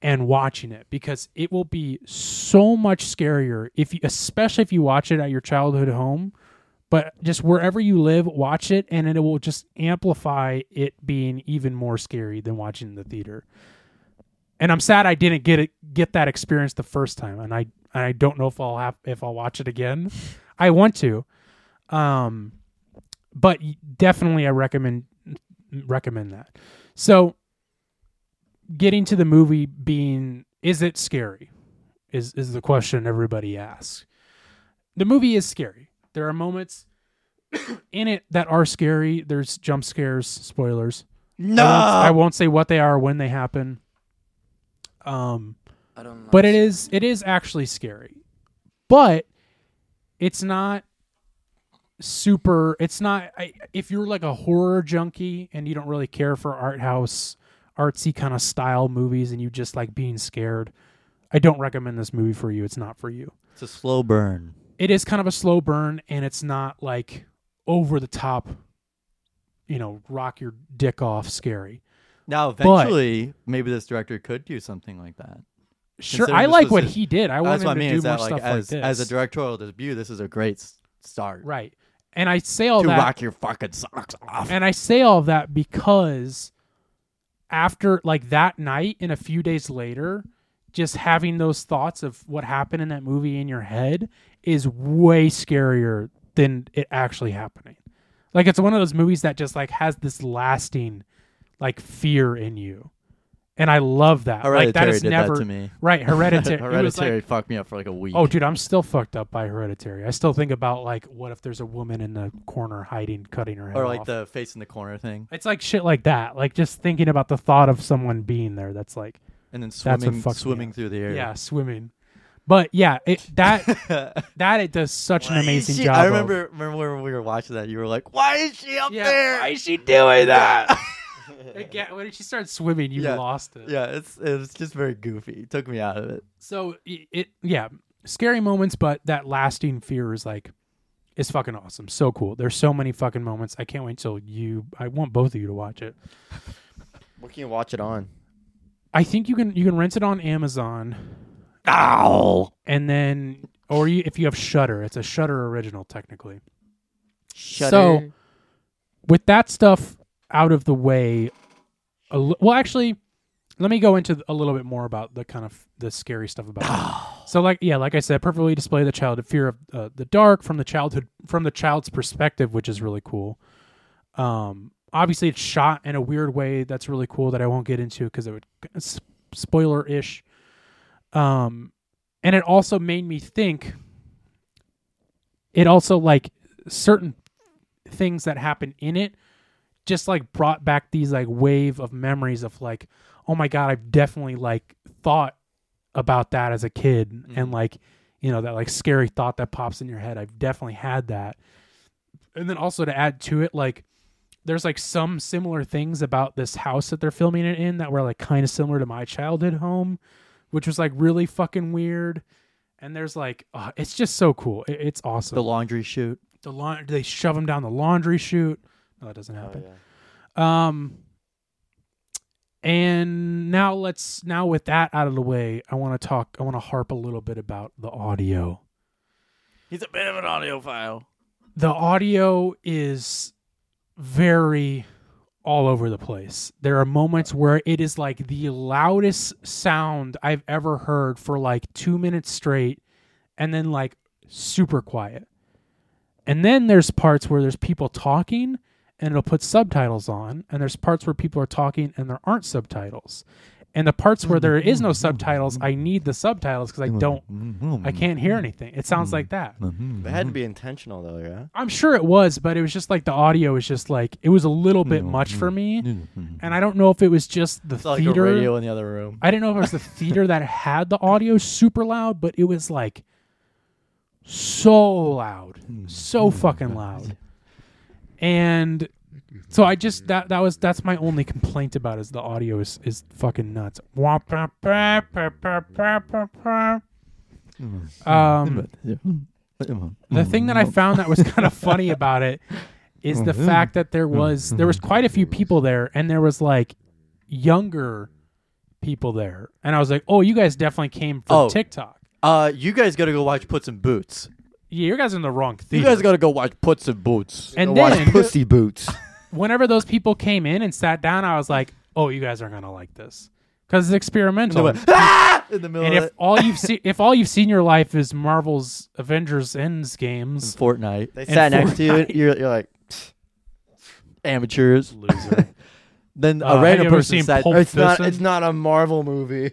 [SPEAKER 2] and watching it because it will be so much scarier if you, especially if you watch it at your childhood home, but just wherever you live, watch it, and it will just amplify it being even more scary than watching in the theater. And I'm sad I didn't get it, get that experience the first time, and I and I don't know if I'll have, if I'll watch it again. I want to. Um, but y- definitely I recommend recommend that. So getting to the movie being is it scary? Is is the question everybody asks. The movie is scary. There are moments in it that are scary. There's jump scares, spoilers.
[SPEAKER 1] No,
[SPEAKER 2] I won't, I won't say what they are or when they happen. Um
[SPEAKER 10] I don't know.
[SPEAKER 2] but it is it is actually scary but it's not super it's not I, if you're like a horror junkie and you don't really care for art house artsy kind of style movies and you just like being scared i don't recommend this movie for you it's not for you
[SPEAKER 1] it's a slow burn.
[SPEAKER 2] it is kind of a slow burn and it's not like over the top you know rock your dick off scary
[SPEAKER 1] Now,
[SPEAKER 2] But-
[SPEAKER 1] eventually, maybe this director could do something like that.
[SPEAKER 2] sure
[SPEAKER 1] Considering
[SPEAKER 2] i
[SPEAKER 1] this
[SPEAKER 2] like
[SPEAKER 1] was
[SPEAKER 2] what
[SPEAKER 1] his-
[SPEAKER 2] he did i want
[SPEAKER 1] That's
[SPEAKER 2] him
[SPEAKER 1] what I
[SPEAKER 2] to
[SPEAKER 1] mean.
[SPEAKER 2] do
[SPEAKER 1] Is
[SPEAKER 2] more
[SPEAKER 1] that
[SPEAKER 2] stuff
[SPEAKER 1] like,
[SPEAKER 2] like
[SPEAKER 1] as
[SPEAKER 2] this
[SPEAKER 1] as a directorial debut, this is a great s- start.
[SPEAKER 2] right and i say all
[SPEAKER 1] To
[SPEAKER 2] that
[SPEAKER 1] rock your fucking socks off.
[SPEAKER 2] And I say all that because after like that night and a few days later, just having those thoughts of what happened in that movie in your head is way scarier than it actually happening. Like it's one of those movies that just like has this lasting like fear in you. And I love that. like that
[SPEAKER 1] Hereditary
[SPEAKER 2] is
[SPEAKER 1] did that
[SPEAKER 2] never
[SPEAKER 1] to me.
[SPEAKER 2] right, hereditary. It was, like,
[SPEAKER 1] Hereditary fucked me up for like a week.
[SPEAKER 2] Oh, dude, I'm still fucked up by hereditary. I still think about like, what if there's a woman in the corner hiding, cutting her head
[SPEAKER 1] or like
[SPEAKER 2] off.
[SPEAKER 1] the face in the corner thing,
[SPEAKER 2] It's like shit like that. Like just thinking about the thought of someone being there. That's like
[SPEAKER 1] and then
[SPEAKER 2] what
[SPEAKER 1] swimming
[SPEAKER 2] fucked me
[SPEAKER 1] swimming
[SPEAKER 2] up.
[SPEAKER 1] through the
[SPEAKER 2] yeah,
[SPEAKER 1] air.
[SPEAKER 2] swimming. But yeah, it, that that it does such an amazing
[SPEAKER 1] She-
[SPEAKER 2] job.
[SPEAKER 1] I
[SPEAKER 2] of.
[SPEAKER 1] remember remember when we were watching that, you were like, "Why is she up
[SPEAKER 2] Yeah,
[SPEAKER 1] there?
[SPEAKER 2] why
[SPEAKER 1] is she doing that?"
[SPEAKER 2] It get- when she started swimming, you
[SPEAKER 1] Yeah.
[SPEAKER 2] lost it.
[SPEAKER 1] yeah, it's it's just very goofy. It took me out of it.
[SPEAKER 2] So i- it yeah, scary moments, but that lasting fear is like is fucking awesome. So cool. There's so many fucking moments. I can't wait till you. I want both of you to watch it.
[SPEAKER 3] What can you watch it on?
[SPEAKER 2] I think you can you can rent it on Amazon.
[SPEAKER 1] Ow!
[SPEAKER 2] and then or you if you have Shutter, it's a Shutter original technically. So
[SPEAKER 1] Shudder.
[SPEAKER 2] with that stuff out of the way, a li- well, actually, let me go into a little bit more about the kind of the scary stuff about. it. So like yeah, like I said, perfectly display the childhood fear of uh, the dark from the childhood from the child's perspective, which is really cool. Um, obviously, it's shot in a weird way that's really cool that I won't get into because it would s- spoiler ish. Um, and it also made me think. It also like certain things that happen in it just like brought back these like wave of memories of like oh my god i've definitely like thought about that as a kid and like you know that like scary thought that pops in your head i've definitely had that and then also to add to it like there's like some similar things about this house that they're filming it in that were like kind of similar to my childhood home which was like really fucking weird and there's like uh, it's just so cool It- it's awesome
[SPEAKER 1] The laundry shoot.
[SPEAKER 2] the laun- they shove him down the laundry chute. No, that doesn't happen. Um and now let's now with that out of the way, I want to talk I want to harp a little bit about the audio.
[SPEAKER 10] He's a bit of an audiophile.
[SPEAKER 2] The audio is very all over the place. There are moments where it is like the loudest sound I've ever heard for like 2 minutes straight and then like super quiet. And then there's parts where there's people talking and it'll put subtitles on, and there's parts where people are talking and there aren't subtitles. And the parts where there is no subtitles, I need the subtitles because I don't, I can't hear anything. It sounds like that.
[SPEAKER 3] That had to be intentional though, yeah.
[SPEAKER 2] I'm sure it was, but it was just like the audio was just like it was a little bit much for me, and I don't know if it was just the
[SPEAKER 1] It's like
[SPEAKER 2] theater.
[SPEAKER 1] a radio in the other room.
[SPEAKER 2] I didn't know if it was the theater that had the audio super loud, but it was like so loud, so fucking loud. And so I just that that was that's my only complaint about it, is the audio is is fucking nuts. Um, the thing that I found that was kind of funny about it is the fact that there was there was quite a few people there, and there was like younger people there, and I was like, "Oh, you guys definitely came from
[SPEAKER 1] Oh.
[SPEAKER 2] TikTok.
[SPEAKER 1] Uh, you guys gotta go watch Puts in Boots.
[SPEAKER 2] Yeah, you guys are in the wrong
[SPEAKER 1] You
[SPEAKER 2] theater."
[SPEAKER 1] guys gotta go watch Puts in Boots.
[SPEAKER 2] and
[SPEAKER 3] Watch
[SPEAKER 2] then
[SPEAKER 3] pussy boots.
[SPEAKER 2] whenever those people came in and sat down, I was like, "Oh, you guys are gonna like this because it's experimental."
[SPEAKER 1] went, "Ah!" in the middle
[SPEAKER 2] and
[SPEAKER 1] of
[SPEAKER 2] if
[SPEAKER 1] it.
[SPEAKER 2] all you've seen if all you've seen in your life is Marvel's Avengers Ends games,
[SPEAKER 1] Fortnite.
[SPEAKER 3] They
[SPEAKER 2] And
[SPEAKER 3] sat next to you.
[SPEAKER 2] Fortnite.
[SPEAKER 3] You're, you're like,
[SPEAKER 1] amateurs.
[SPEAKER 2] loser.
[SPEAKER 1] Then
[SPEAKER 2] Uh,
[SPEAKER 1] a
[SPEAKER 2] have
[SPEAKER 1] random
[SPEAKER 2] you ever
[SPEAKER 1] person
[SPEAKER 2] seen
[SPEAKER 1] sat.
[SPEAKER 2] Pulp
[SPEAKER 3] it's not.
[SPEAKER 2] Fiction?
[SPEAKER 3] It's not a Marvel movie.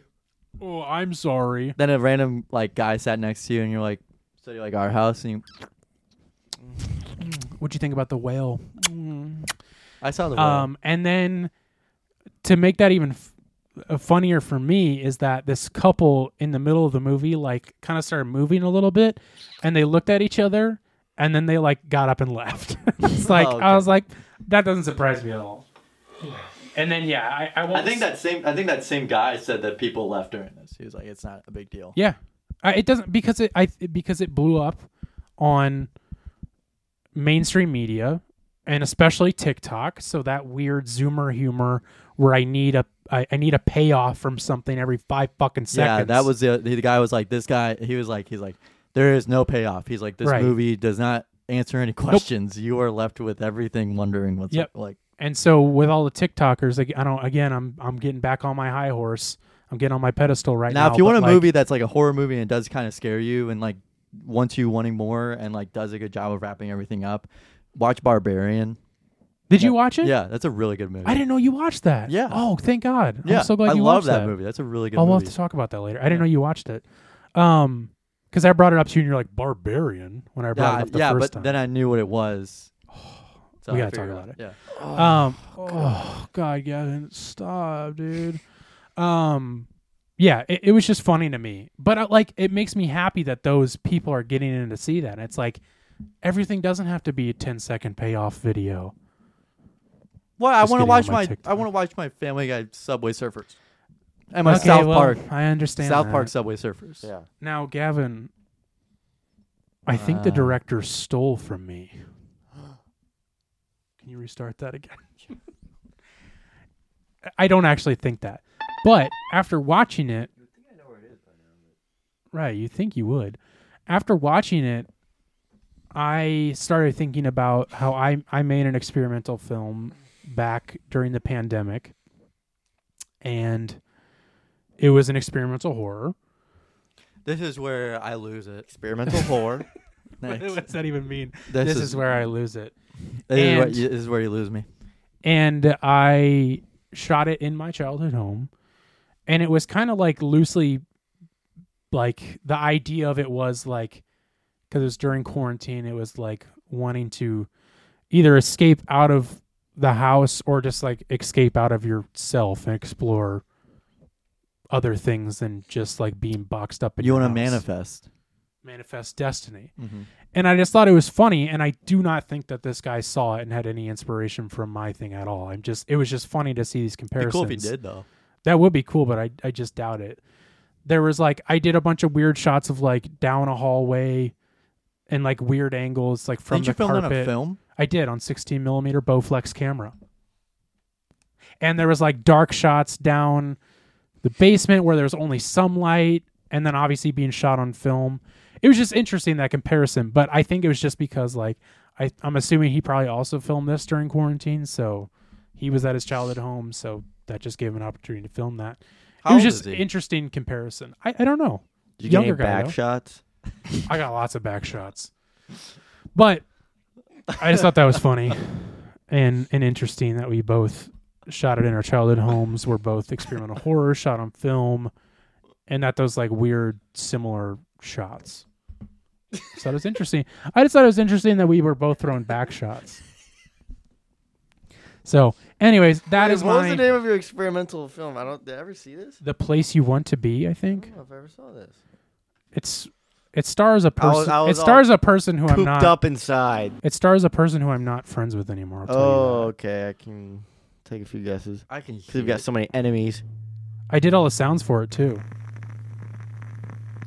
[SPEAKER 2] oh, I'm sorry.
[SPEAKER 1] Then a random like guy sat next to you, and you're like, so you're like our house, and you,
[SPEAKER 2] What'd you think about the whale?
[SPEAKER 1] I saw the. Um,
[SPEAKER 2] Um, and then to make that even f- uh, funnier for me is that this couple in the middle of the movie like kind of started moving a little bit, and they looked at each other, and then they like got up and left. it's like
[SPEAKER 1] Oh, okay.
[SPEAKER 2] I was like, that doesn't surprise me at all. And then yeah, I I, won't s-
[SPEAKER 1] same. I think that same guy said that people left during this. He was like, it's not a big deal.
[SPEAKER 2] yeah, I, it doesn't because it I because it blew up on mainstream media and especially TikTok. So that weird Zoomer humor where I need a I, I need a payoff from something every five fucking seconds.
[SPEAKER 1] Yeah, that was the, the guy was like this guy. He was like he's like there is no payoff. He's like this
[SPEAKER 2] Right.
[SPEAKER 1] movie does not answer any questions. You are left with everything wondering what's
[SPEAKER 2] Yep.
[SPEAKER 1] up. like.
[SPEAKER 2] and so with all the TikTokers, like, I don't again. I'm I'm getting back on my high horse. I'm getting on my pedestal right now.
[SPEAKER 1] Now, if you want a
[SPEAKER 2] but, like,
[SPEAKER 1] movie that's like a horror movie and does kind of scare you and like wants you wanting more and like does a good job of wrapping everything up, watch Barbarian.
[SPEAKER 2] did you watch it?
[SPEAKER 1] Yeah, that's a really good movie.
[SPEAKER 2] I didn't know you watched that.
[SPEAKER 1] Yeah.
[SPEAKER 2] Oh, thank God.
[SPEAKER 1] Yeah,
[SPEAKER 2] I'm so glad
[SPEAKER 1] I
[SPEAKER 2] you
[SPEAKER 1] love
[SPEAKER 2] watched that.
[SPEAKER 1] movie. That's a really good
[SPEAKER 2] I'll
[SPEAKER 1] movie.
[SPEAKER 2] have to talk about that later. I didn't know you watched it. Um, because I brought it up to you, and you're like barbarian when I brought
[SPEAKER 1] yeah,
[SPEAKER 2] it up the
[SPEAKER 1] yeah,
[SPEAKER 2] first
[SPEAKER 1] but
[SPEAKER 2] time.
[SPEAKER 1] then I knew what it was. So
[SPEAKER 2] We
[SPEAKER 1] I
[SPEAKER 2] gotta talk
[SPEAKER 1] figured
[SPEAKER 2] about
[SPEAKER 1] out.
[SPEAKER 2] it.
[SPEAKER 1] Yeah.
[SPEAKER 2] um, oh God, Gavin, stop, dude. Um, yeah, it, it was just funny to me, but I, like it makes me happy that those people are getting in to see that. And it's like everything doesn't have to be a 10 second payoff video.
[SPEAKER 1] Well, I
[SPEAKER 2] Just
[SPEAKER 1] want
[SPEAKER 2] getting
[SPEAKER 1] to
[SPEAKER 2] on
[SPEAKER 1] watch
[SPEAKER 2] my
[SPEAKER 1] my, I
[SPEAKER 2] TikTok.
[SPEAKER 1] want to watch my Family Guy Subway Surfers and my
[SPEAKER 2] Okay,
[SPEAKER 1] South
[SPEAKER 2] well,
[SPEAKER 1] Park
[SPEAKER 2] I understand.
[SPEAKER 1] South
[SPEAKER 2] that.
[SPEAKER 1] Park Subway Surfers.
[SPEAKER 3] Yeah.
[SPEAKER 2] Now, Gavin, I think the
[SPEAKER 1] Ah.
[SPEAKER 2] director stole from me. Can you restart that again? I don't actually think that. But after watching it, right, you think you would. After watching it, I started thinking about how I, I made an experimental film back during the pandemic. And it was an experimental horror.
[SPEAKER 1] This is where I lose it.
[SPEAKER 3] Experimental horror.
[SPEAKER 2] What
[SPEAKER 1] Thanks.
[SPEAKER 2] does that even mean?
[SPEAKER 1] This
[SPEAKER 2] This,
[SPEAKER 1] is-
[SPEAKER 2] is, where I lose it.
[SPEAKER 1] This is, where,
[SPEAKER 2] And-
[SPEAKER 1] this is where you lose me.
[SPEAKER 2] And I shot it in my childhood home. And it was kind of like loosely, like the idea of it was like, because it was during quarantine, it was like wanting to either escape out of the house or just like escape out of yourself and explore other things than just like being boxed up in
[SPEAKER 1] You
[SPEAKER 2] your
[SPEAKER 1] want to
[SPEAKER 2] house.
[SPEAKER 1] manifest. Mm-hmm.
[SPEAKER 2] manifest destiny. And I just thought it was funny, and I do not think that this guy saw it and had any inspiration from my thing at all. I'm just, it was just funny to see these
[SPEAKER 1] Be
[SPEAKER 2] comparisons.
[SPEAKER 1] cool if you did though.
[SPEAKER 2] That would be cool, but I, I just doubt it. There was like, I did a bunch of weird shots of like down a hallway and like weird angles, like from
[SPEAKER 1] Didn't
[SPEAKER 2] the
[SPEAKER 1] you film
[SPEAKER 2] carpet.
[SPEAKER 1] on a film?
[SPEAKER 2] I did on 16 millimeter Bowflex camera. And there was like dark shots down the basement where there was only some light, and then obviously being shot on film. It was just interesting that comparison, but I think it was just because like I, I'm assuming he probably also filmed this during quarantine, so he was at his childhood home, so that just gave him an opportunity to film that.
[SPEAKER 1] How
[SPEAKER 2] it was
[SPEAKER 1] old
[SPEAKER 2] just
[SPEAKER 1] is he?
[SPEAKER 2] interesting comparison. I, I don't know.
[SPEAKER 3] Did you get any
[SPEAKER 2] Younger guy,
[SPEAKER 3] back
[SPEAKER 2] though.
[SPEAKER 3] shots?
[SPEAKER 2] I got lots of back shots. But I just thought that was funny. and and interesting that we both shot it in our childhood homes. We're both experimental horror, shot on film, and that those like weird similar shots. So it was interesting. I just thought it was interesting that we were both throwing back shots. So, anyways, that
[SPEAKER 3] Wait,
[SPEAKER 2] is
[SPEAKER 3] what was
[SPEAKER 2] my
[SPEAKER 3] the name of your experimental film? I don't. Did I ever see this?
[SPEAKER 2] the place you want to be. I
[SPEAKER 3] I
[SPEAKER 2] think
[SPEAKER 3] don't know if I ever saw this.
[SPEAKER 2] it's it stars a
[SPEAKER 3] I was-
[SPEAKER 2] person.
[SPEAKER 3] I
[SPEAKER 2] It
[SPEAKER 3] was all
[SPEAKER 2] stars a person who I'm
[SPEAKER 3] Pooped
[SPEAKER 2] not.
[SPEAKER 3] up inside.
[SPEAKER 2] It stars a person who I'm not friends with anymore. I'll tell
[SPEAKER 3] Oh,
[SPEAKER 2] you that.
[SPEAKER 3] okay. I can take a few guesses.
[SPEAKER 1] I can
[SPEAKER 3] Cause we've got so many enemies.
[SPEAKER 2] I did all the sounds for it too.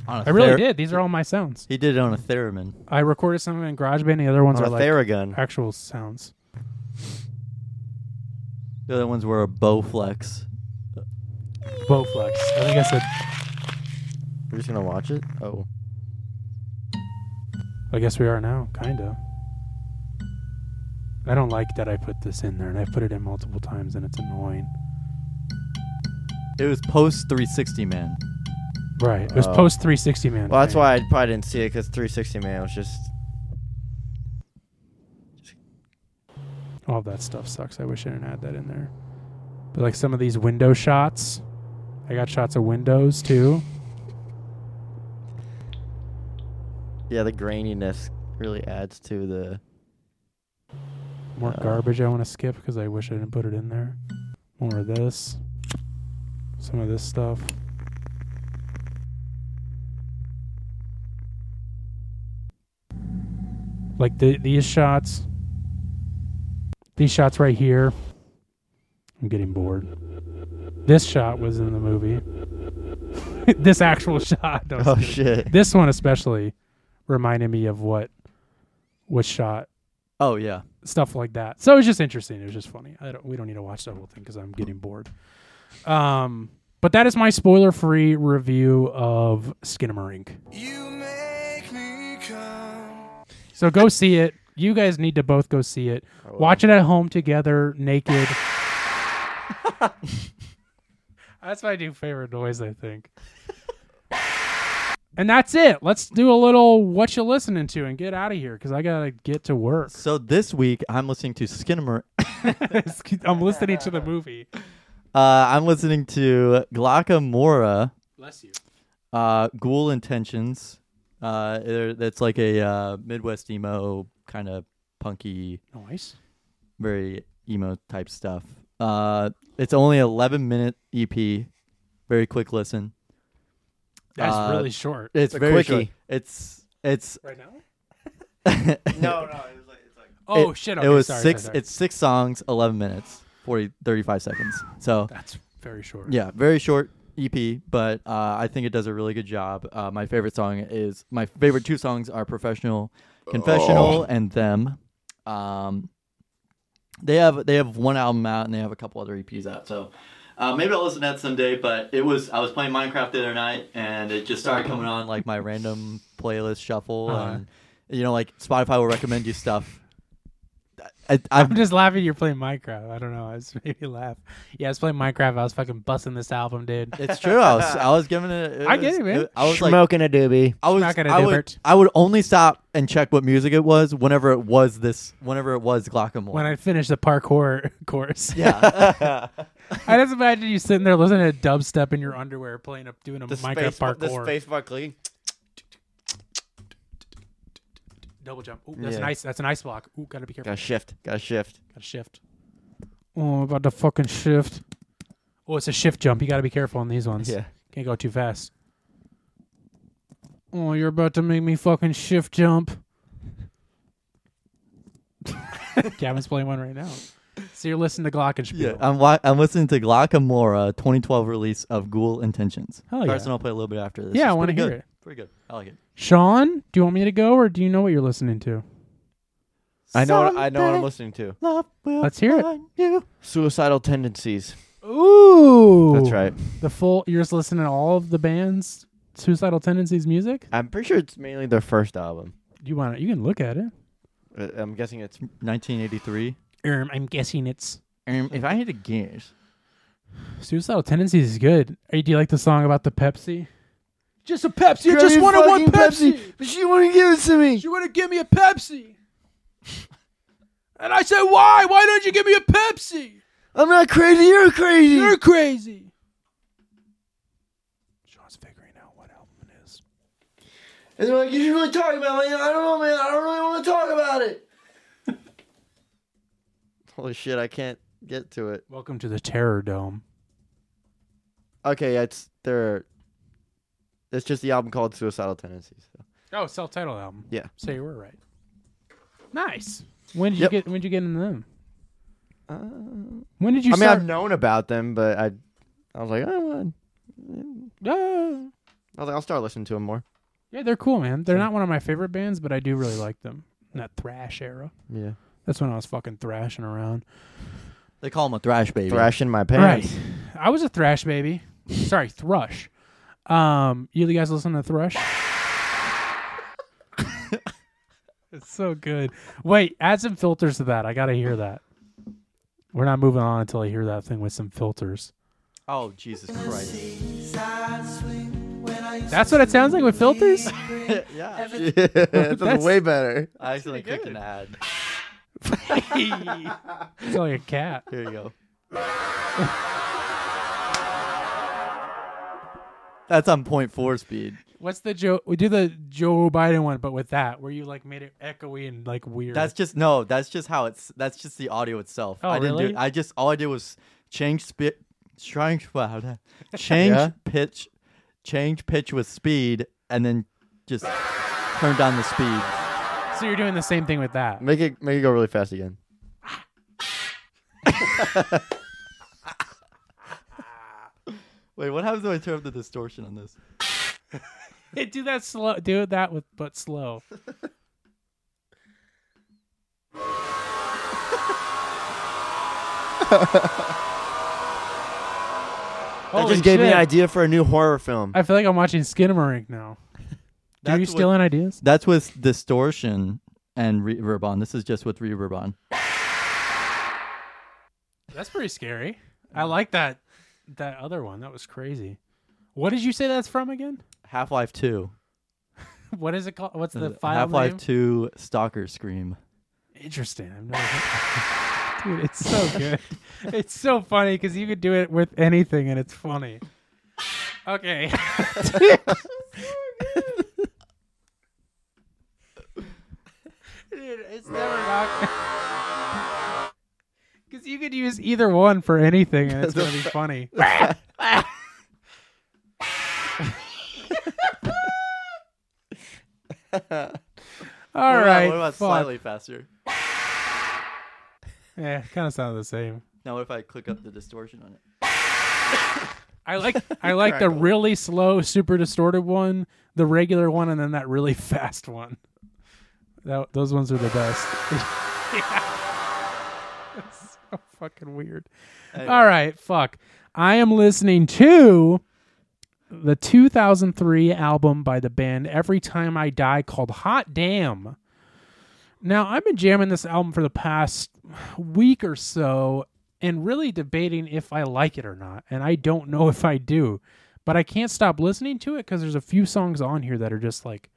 [SPEAKER 2] I really did. These are all my sounds.
[SPEAKER 1] He did it on a theremin.
[SPEAKER 2] I recorded some of them in GarageBand. The other ones
[SPEAKER 3] On
[SPEAKER 2] are
[SPEAKER 3] a
[SPEAKER 2] like
[SPEAKER 3] Theragun.
[SPEAKER 2] actual sounds.
[SPEAKER 1] The other ones were a Bowflex.
[SPEAKER 2] Bowflex. I think I said.
[SPEAKER 3] We're just gonna watch it. Oh,
[SPEAKER 2] I guess we are now, kinda. I don't like that I put this in there, and I put it in multiple times, and it's annoying.
[SPEAKER 1] It was post 360 man.
[SPEAKER 2] Right. It was
[SPEAKER 3] Oh.
[SPEAKER 2] post 360 man.
[SPEAKER 3] well, that's
[SPEAKER 2] thing.
[SPEAKER 3] why I probably didn't see it because 360 man was just.
[SPEAKER 2] all that stuff sucks. I wish I didn't add that in there. But like some of these window shots, I got shots of windows too.
[SPEAKER 3] Yeah, the graininess really adds to the.
[SPEAKER 2] More
[SPEAKER 3] Uh.
[SPEAKER 2] garbage I want to skip because I wish I didn't put it in there. More of this. Some of this stuff. Like the, these shots. These shots right here. I'm getting bored. This shot was in the movie. this actual shot. No, I'm just
[SPEAKER 3] Oh
[SPEAKER 2] kidding.
[SPEAKER 3] shit!
[SPEAKER 2] This one especially reminded me of what was shot
[SPEAKER 1] Oh yeah.
[SPEAKER 2] stuff like that. So it was just interesting. It was just funny. I don't, we don't need to watch the whole thing because I'm getting bored. Um, but that is my spoiler-free review of Skinamarink. So go see it. You guys need to both go see it. Watch it at home together, naked. that's my new favorite noise, I think. and that's it. Let's do a little what you listening to and get out of here because I gotta get to work.
[SPEAKER 1] So this week I'm listening to uh, Skinner.
[SPEAKER 2] I'm listening to the movie.
[SPEAKER 1] Uh, I'm listening to Glockamora,
[SPEAKER 2] Bless you.
[SPEAKER 1] uh, Ghoul Intentions. Uh, they're- that's like a uh, Midwest emo kind of punky,
[SPEAKER 2] Nice.
[SPEAKER 1] very emo type stuff. Uh, it's only 11 minute EP, very quick listen.
[SPEAKER 2] That's
[SPEAKER 1] Uh,
[SPEAKER 2] really short.
[SPEAKER 1] It's
[SPEAKER 3] A
[SPEAKER 1] very short.
[SPEAKER 3] quickie.
[SPEAKER 1] It's it's
[SPEAKER 2] Right now?
[SPEAKER 3] no, no, it was like it's like.
[SPEAKER 2] Oh shit! Okay,
[SPEAKER 1] it was
[SPEAKER 2] sorry,
[SPEAKER 1] six.
[SPEAKER 2] Sorry, sorry.
[SPEAKER 1] It's six songs, 11 minutes, 40, 35 seconds. So
[SPEAKER 2] that's very short.
[SPEAKER 1] Yeah, very short EP, but uh, I think it does a really good job. Uh, my favorite song is my favorite two songs are "Professional,"
[SPEAKER 2] Oh.
[SPEAKER 1] "Confessional," and "Them." Um, they have they have one album out and they have a couple other EPs out. So uh, maybe I'll listen to that someday. But it was I was playing Minecraft the other night and it just started coming on like my random playlist shuffle
[SPEAKER 2] Uh-huh.
[SPEAKER 1] and you know like Spotify will recommend you stuff. I, I've
[SPEAKER 2] I'm just laughing. You're playing Minecraft. I don't know. I just made me laugh. Yeah, I was playing Minecraft. I was fucking busting this album, dude.
[SPEAKER 1] It's true. I was I was giving it. it
[SPEAKER 2] I get
[SPEAKER 1] was-
[SPEAKER 2] it, man.
[SPEAKER 1] I was like
[SPEAKER 3] smoking a doobie.
[SPEAKER 1] I was
[SPEAKER 2] not gonna
[SPEAKER 1] I
[SPEAKER 2] do
[SPEAKER 1] would,
[SPEAKER 2] Bert.
[SPEAKER 1] I would only stop and check what music it was whenever it was this whenever it was Glockamore.
[SPEAKER 2] When I finished the parkour course,
[SPEAKER 1] yeah.
[SPEAKER 2] I just imagine you sitting there listening to dubstep in your underwear, playing a doing a
[SPEAKER 3] The
[SPEAKER 2] Minecraft
[SPEAKER 3] space, the
[SPEAKER 2] parkour
[SPEAKER 3] space bar clicking.
[SPEAKER 2] double jump. Ooh, that's
[SPEAKER 3] Yeah.
[SPEAKER 2] nice. That's an ice block. Ooh, gotta be careful.
[SPEAKER 3] Got to shift. Got to shift.
[SPEAKER 2] Gotta shift. Oh, I'm about to fucking shift. Oh, it's a shift jump. You gotta be careful on these ones.
[SPEAKER 3] Yeah.
[SPEAKER 2] Can't go too fast. Oh, you're about to make me fucking shift jump. Gavin's playing one right now. So you're listening to Glockenspiel.
[SPEAKER 1] yeah. I'm wa- I'm listening to Glockamora 2012 release of Ghoul Intentions.
[SPEAKER 2] Hell Oh, yeah.
[SPEAKER 1] Carson, I'll play a little bit after this.
[SPEAKER 2] Yeah, I
[SPEAKER 1] It's
[SPEAKER 2] wanna
[SPEAKER 1] pretty
[SPEAKER 2] hear
[SPEAKER 1] good.
[SPEAKER 2] it.
[SPEAKER 1] Pretty good. I like it.
[SPEAKER 2] Sean, do you want me to go or do you know what you're listening to?
[SPEAKER 3] I know. What, I know what I'm
[SPEAKER 1] Someday
[SPEAKER 3] listening to.
[SPEAKER 1] Love will
[SPEAKER 2] Let's hear it.
[SPEAKER 1] find You.
[SPEAKER 3] Suicidal tendencies.
[SPEAKER 2] Ooh.
[SPEAKER 3] That's right.
[SPEAKER 2] The full you're just listening to all of the band's suicidal tendencies music?
[SPEAKER 3] I'm pretty sure it's mainly their first album.
[SPEAKER 2] You want to you can look at it.
[SPEAKER 3] Uh, I'm guessing it's
[SPEAKER 1] 1983.
[SPEAKER 2] Um, I'm guessing it's
[SPEAKER 1] Um, if I had to guess,
[SPEAKER 2] Suicidal Tendencies is good. Hey, do you like the song about the Pepsi? Just a Pepsi.
[SPEAKER 3] You just wanted one Pepsi, but she wouldn't give it to me.
[SPEAKER 2] You want to give me a Pepsi? And I said, Why? Why don't you give me a Pepsi?
[SPEAKER 3] I'm not crazy. You're crazy.
[SPEAKER 2] You're crazy. Sean's figuring out what album it is.
[SPEAKER 3] and they're like, you should really talk about it. Like, I don't know, man. I don't really want to talk about it. Holy shit! I can't get to it.
[SPEAKER 2] Welcome to the Terror Dome.
[SPEAKER 3] Okay, it's there. It's just the album called Suicidal Tendencies. So.
[SPEAKER 2] Oh, self titled album.
[SPEAKER 3] Yeah.
[SPEAKER 2] So you were right. Nice. When did
[SPEAKER 3] Yep. Uh,
[SPEAKER 2] you get when did you get into them? when did you
[SPEAKER 3] I mean,
[SPEAKER 2] start?
[SPEAKER 3] I've known about them, but I, I was like, I want.
[SPEAKER 2] Ah.
[SPEAKER 3] I was like, I'll start listening to them more.
[SPEAKER 2] yeah, they're cool, man. They're not one of my favorite bands, but I do really like them. In that thrash era.
[SPEAKER 3] Yeah,
[SPEAKER 2] That's when I was fucking thrashing around.
[SPEAKER 1] They call him a thrash baby.
[SPEAKER 3] thrashing my pants.
[SPEAKER 2] Right. I was a thrash baby. Sorry, thrush. Um, you guys listen to thrush? it's so good. Wait, add some filters to that. I gotta hear that. We're not moving on until I hear that thing with some filters.
[SPEAKER 1] Oh Jesus Christ!
[SPEAKER 2] That's what it sounds like with filters.
[SPEAKER 1] yeah,
[SPEAKER 3] Yeah, that's,
[SPEAKER 2] That's-
[SPEAKER 3] way better.
[SPEAKER 1] I accidentally clicked an ad.
[SPEAKER 2] It's like a cat.
[SPEAKER 1] Here you go. That's on point four speed.
[SPEAKER 2] What's the Joe? We do the Joe Biden one, but with that, where you like made it echoey and like weird.
[SPEAKER 1] That's just no. That's just how it's. That's just the audio itself.
[SPEAKER 2] Oh,
[SPEAKER 1] I didn't
[SPEAKER 2] really?
[SPEAKER 1] do. I just all I did was change spit, change wow, change
[SPEAKER 3] Yeah?
[SPEAKER 1] pitch, change pitch with speed, and then just turn down the speed.
[SPEAKER 2] so you're doing the same thing with that.
[SPEAKER 3] Make it make it go really fast again.
[SPEAKER 1] Wait, what happens when I turn up the distortion on this?
[SPEAKER 2] do that slow. Do that with but slow.
[SPEAKER 3] That
[SPEAKER 2] Holy
[SPEAKER 3] just gave me
[SPEAKER 2] shit.
[SPEAKER 3] an idea for a new horror film.
[SPEAKER 2] I feel like I'm watching Skinamarink now. Are you
[SPEAKER 1] That's
[SPEAKER 2] stealing
[SPEAKER 1] what-
[SPEAKER 2] ideas?
[SPEAKER 1] That's with distortion and reverb on. This is just with reverb on.
[SPEAKER 2] That's pretty scary. I like that that other one. That was crazy. What did you say that's from again?
[SPEAKER 1] Half Life Two.
[SPEAKER 2] What is it called? What's the
[SPEAKER 3] Uh,
[SPEAKER 2] file
[SPEAKER 1] Half Life
[SPEAKER 2] name?
[SPEAKER 1] Two Stalker Scream.
[SPEAKER 2] Interesting. I've never heard Dude, it's so good. it's so funny because you could do it with anything and it's funny. Okay. Dude, it's never not. Because you could use either one for anything and it's going to be funny. All
[SPEAKER 1] What about-
[SPEAKER 2] right.
[SPEAKER 1] What about
[SPEAKER 2] fuck.
[SPEAKER 1] slightly faster?
[SPEAKER 2] Yeah, kind of Eh, sounded the same.
[SPEAKER 1] Now, what if I click up the distortion on it?
[SPEAKER 2] I like I like the really slow, super distorted one, the regular one, and then that really fast one. That those ones are the best. yeah. It's so fucking weird. All right, fuck. I am listening to the 2003 album by the band Every Time I Die called Hot Damn. Now, I've been jamming this album for the past week or so and really debating if I like it or not. And I don't know if I do, but I can't stop listening to it because there's a few songs on here that are just like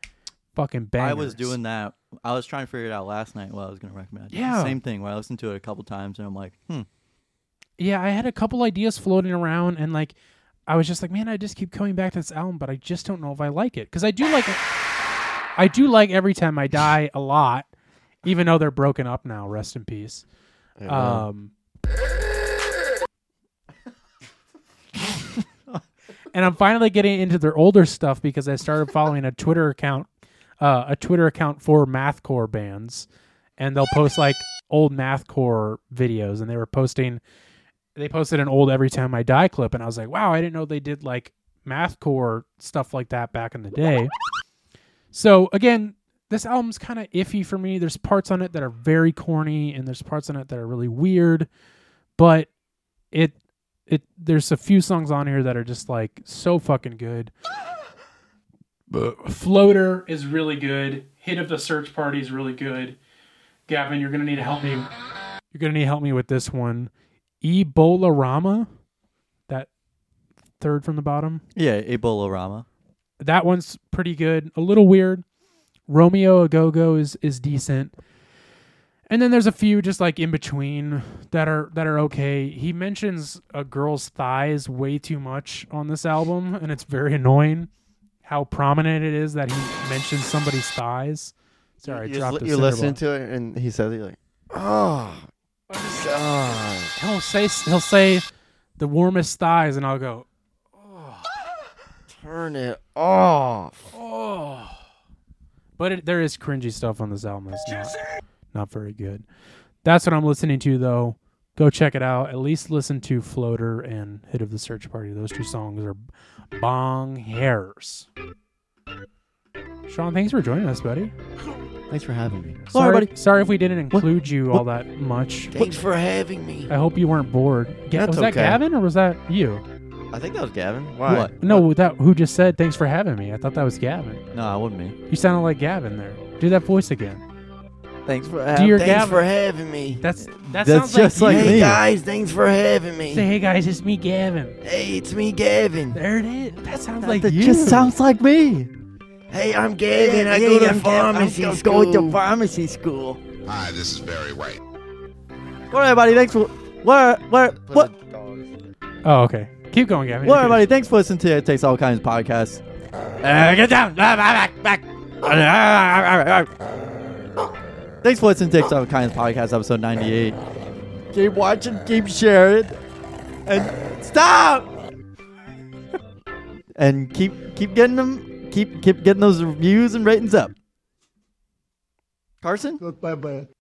[SPEAKER 2] fucking bangers.
[SPEAKER 1] I was doing that. I was trying to figure it out last night. What I was going to recommend. It's the
[SPEAKER 2] Yeah.
[SPEAKER 1] Same thing. Where I listened to it a couple times and I'm like, hmm.
[SPEAKER 2] yeah, I had a couple ideas floating around, and like, I was just like, man, I just keep coming back to this album, but I just don't know if I like it because I do like, I do like every time I die a lot, even though they're broken up now. Rest in peace. Um, and I'm finally getting into their older stuff because I started following a Twitter account, uh, a Twitter account for mathcore bands, and they'll post like old mathcore videos, and they were posting, they posted an old "Every Time I Die" clip, and I was like, wow, I didn't know they did like mathcore stuff like that back in the day. So again, this album's kind of iffy for me. There's parts on it that are very corny, and there's parts on it that are really weird, but it it there's a few songs on here that are just like so fucking good. But Floater is really good. Hit of the Search Party is really good. Gavin, you're gonna need to help me. You're gonna need to help me with this one. Ebola Rama, that third from the bottom.
[SPEAKER 1] yeah, Ebola Rama.
[SPEAKER 2] That one's pretty good. A little weird. Romeo a Go Go is is decent. And then there's a few just like in between that are that are okay. He mentions a girl's thighs way too much on this album, and it's very annoying how prominent it is that he mentions somebody's thighs. Sorry, I
[SPEAKER 3] you
[SPEAKER 2] dropped a
[SPEAKER 3] you
[SPEAKER 2] cinder
[SPEAKER 3] listen
[SPEAKER 2] block.
[SPEAKER 3] to it, and he says, it, "You're like, oh, God."
[SPEAKER 2] he'll say he'll say the warmest thighs, and I'll go,
[SPEAKER 3] turn it off."
[SPEAKER 2] oh. But it, there is cringy stuff on this album. It's not not very good. That's what I'm listening to though. Go check it out. At least listen to Floater and Hit of the Search Party. Those two songs are bong hairs. Sean, thanks for joining us, buddy.
[SPEAKER 1] Thanks for having me.
[SPEAKER 2] sorry,
[SPEAKER 3] buddy.
[SPEAKER 2] Sorry if we didn't include you all that much.
[SPEAKER 3] Thanks for having me.
[SPEAKER 2] I hope you weren't bored. Ga-
[SPEAKER 3] That's
[SPEAKER 2] was that
[SPEAKER 3] okay.
[SPEAKER 2] Gavin or was that you?
[SPEAKER 3] I think that was Gavin. Why?
[SPEAKER 1] What?
[SPEAKER 2] No, that who just said thanks for having me. I thought that was Gavin.
[SPEAKER 1] No, I wouldn't be.
[SPEAKER 2] You sounded like Gavin there. Do that voice again.
[SPEAKER 1] Thanks for
[SPEAKER 2] Dear
[SPEAKER 3] Thanks
[SPEAKER 2] Gavin.
[SPEAKER 3] for having me.
[SPEAKER 2] That's that
[SPEAKER 1] That's
[SPEAKER 2] sounds
[SPEAKER 1] just
[SPEAKER 2] like,
[SPEAKER 1] like
[SPEAKER 2] you.
[SPEAKER 3] hey
[SPEAKER 1] me.
[SPEAKER 3] guys, thanks for having me.
[SPEAKER 2] Say hey guys, it's me, Gavin.
[SPEAKER 3] Hey, it's me, Gavin.
[SPEAKER 2] There it is. That sounds like
[SPEAKER 1] That
[SPEAKER 2] you.
[SPEAKER 1] just sounds like me.
[SPEAKER 3] Hey, I'm Gavin. I go to pharmacy I'm school. Going to pharmacy school.
[SPEAKER 1] All right, buddy. Thanks for what? What? What?
[SPEAKER 2] Oh, okay. Keep going, Gavin.
[SPEAKER 1] Well, everybody, thanks for listening to It Takes All Kinds podcast. Uh, get down. Ah, back, back, back. Thanks for listening to It Takes All Kinds podcast, episode 98. Keep watching, keep sharing, and stop! and keep keep getting them, keep keep getting those reviews and ratings up. Carson?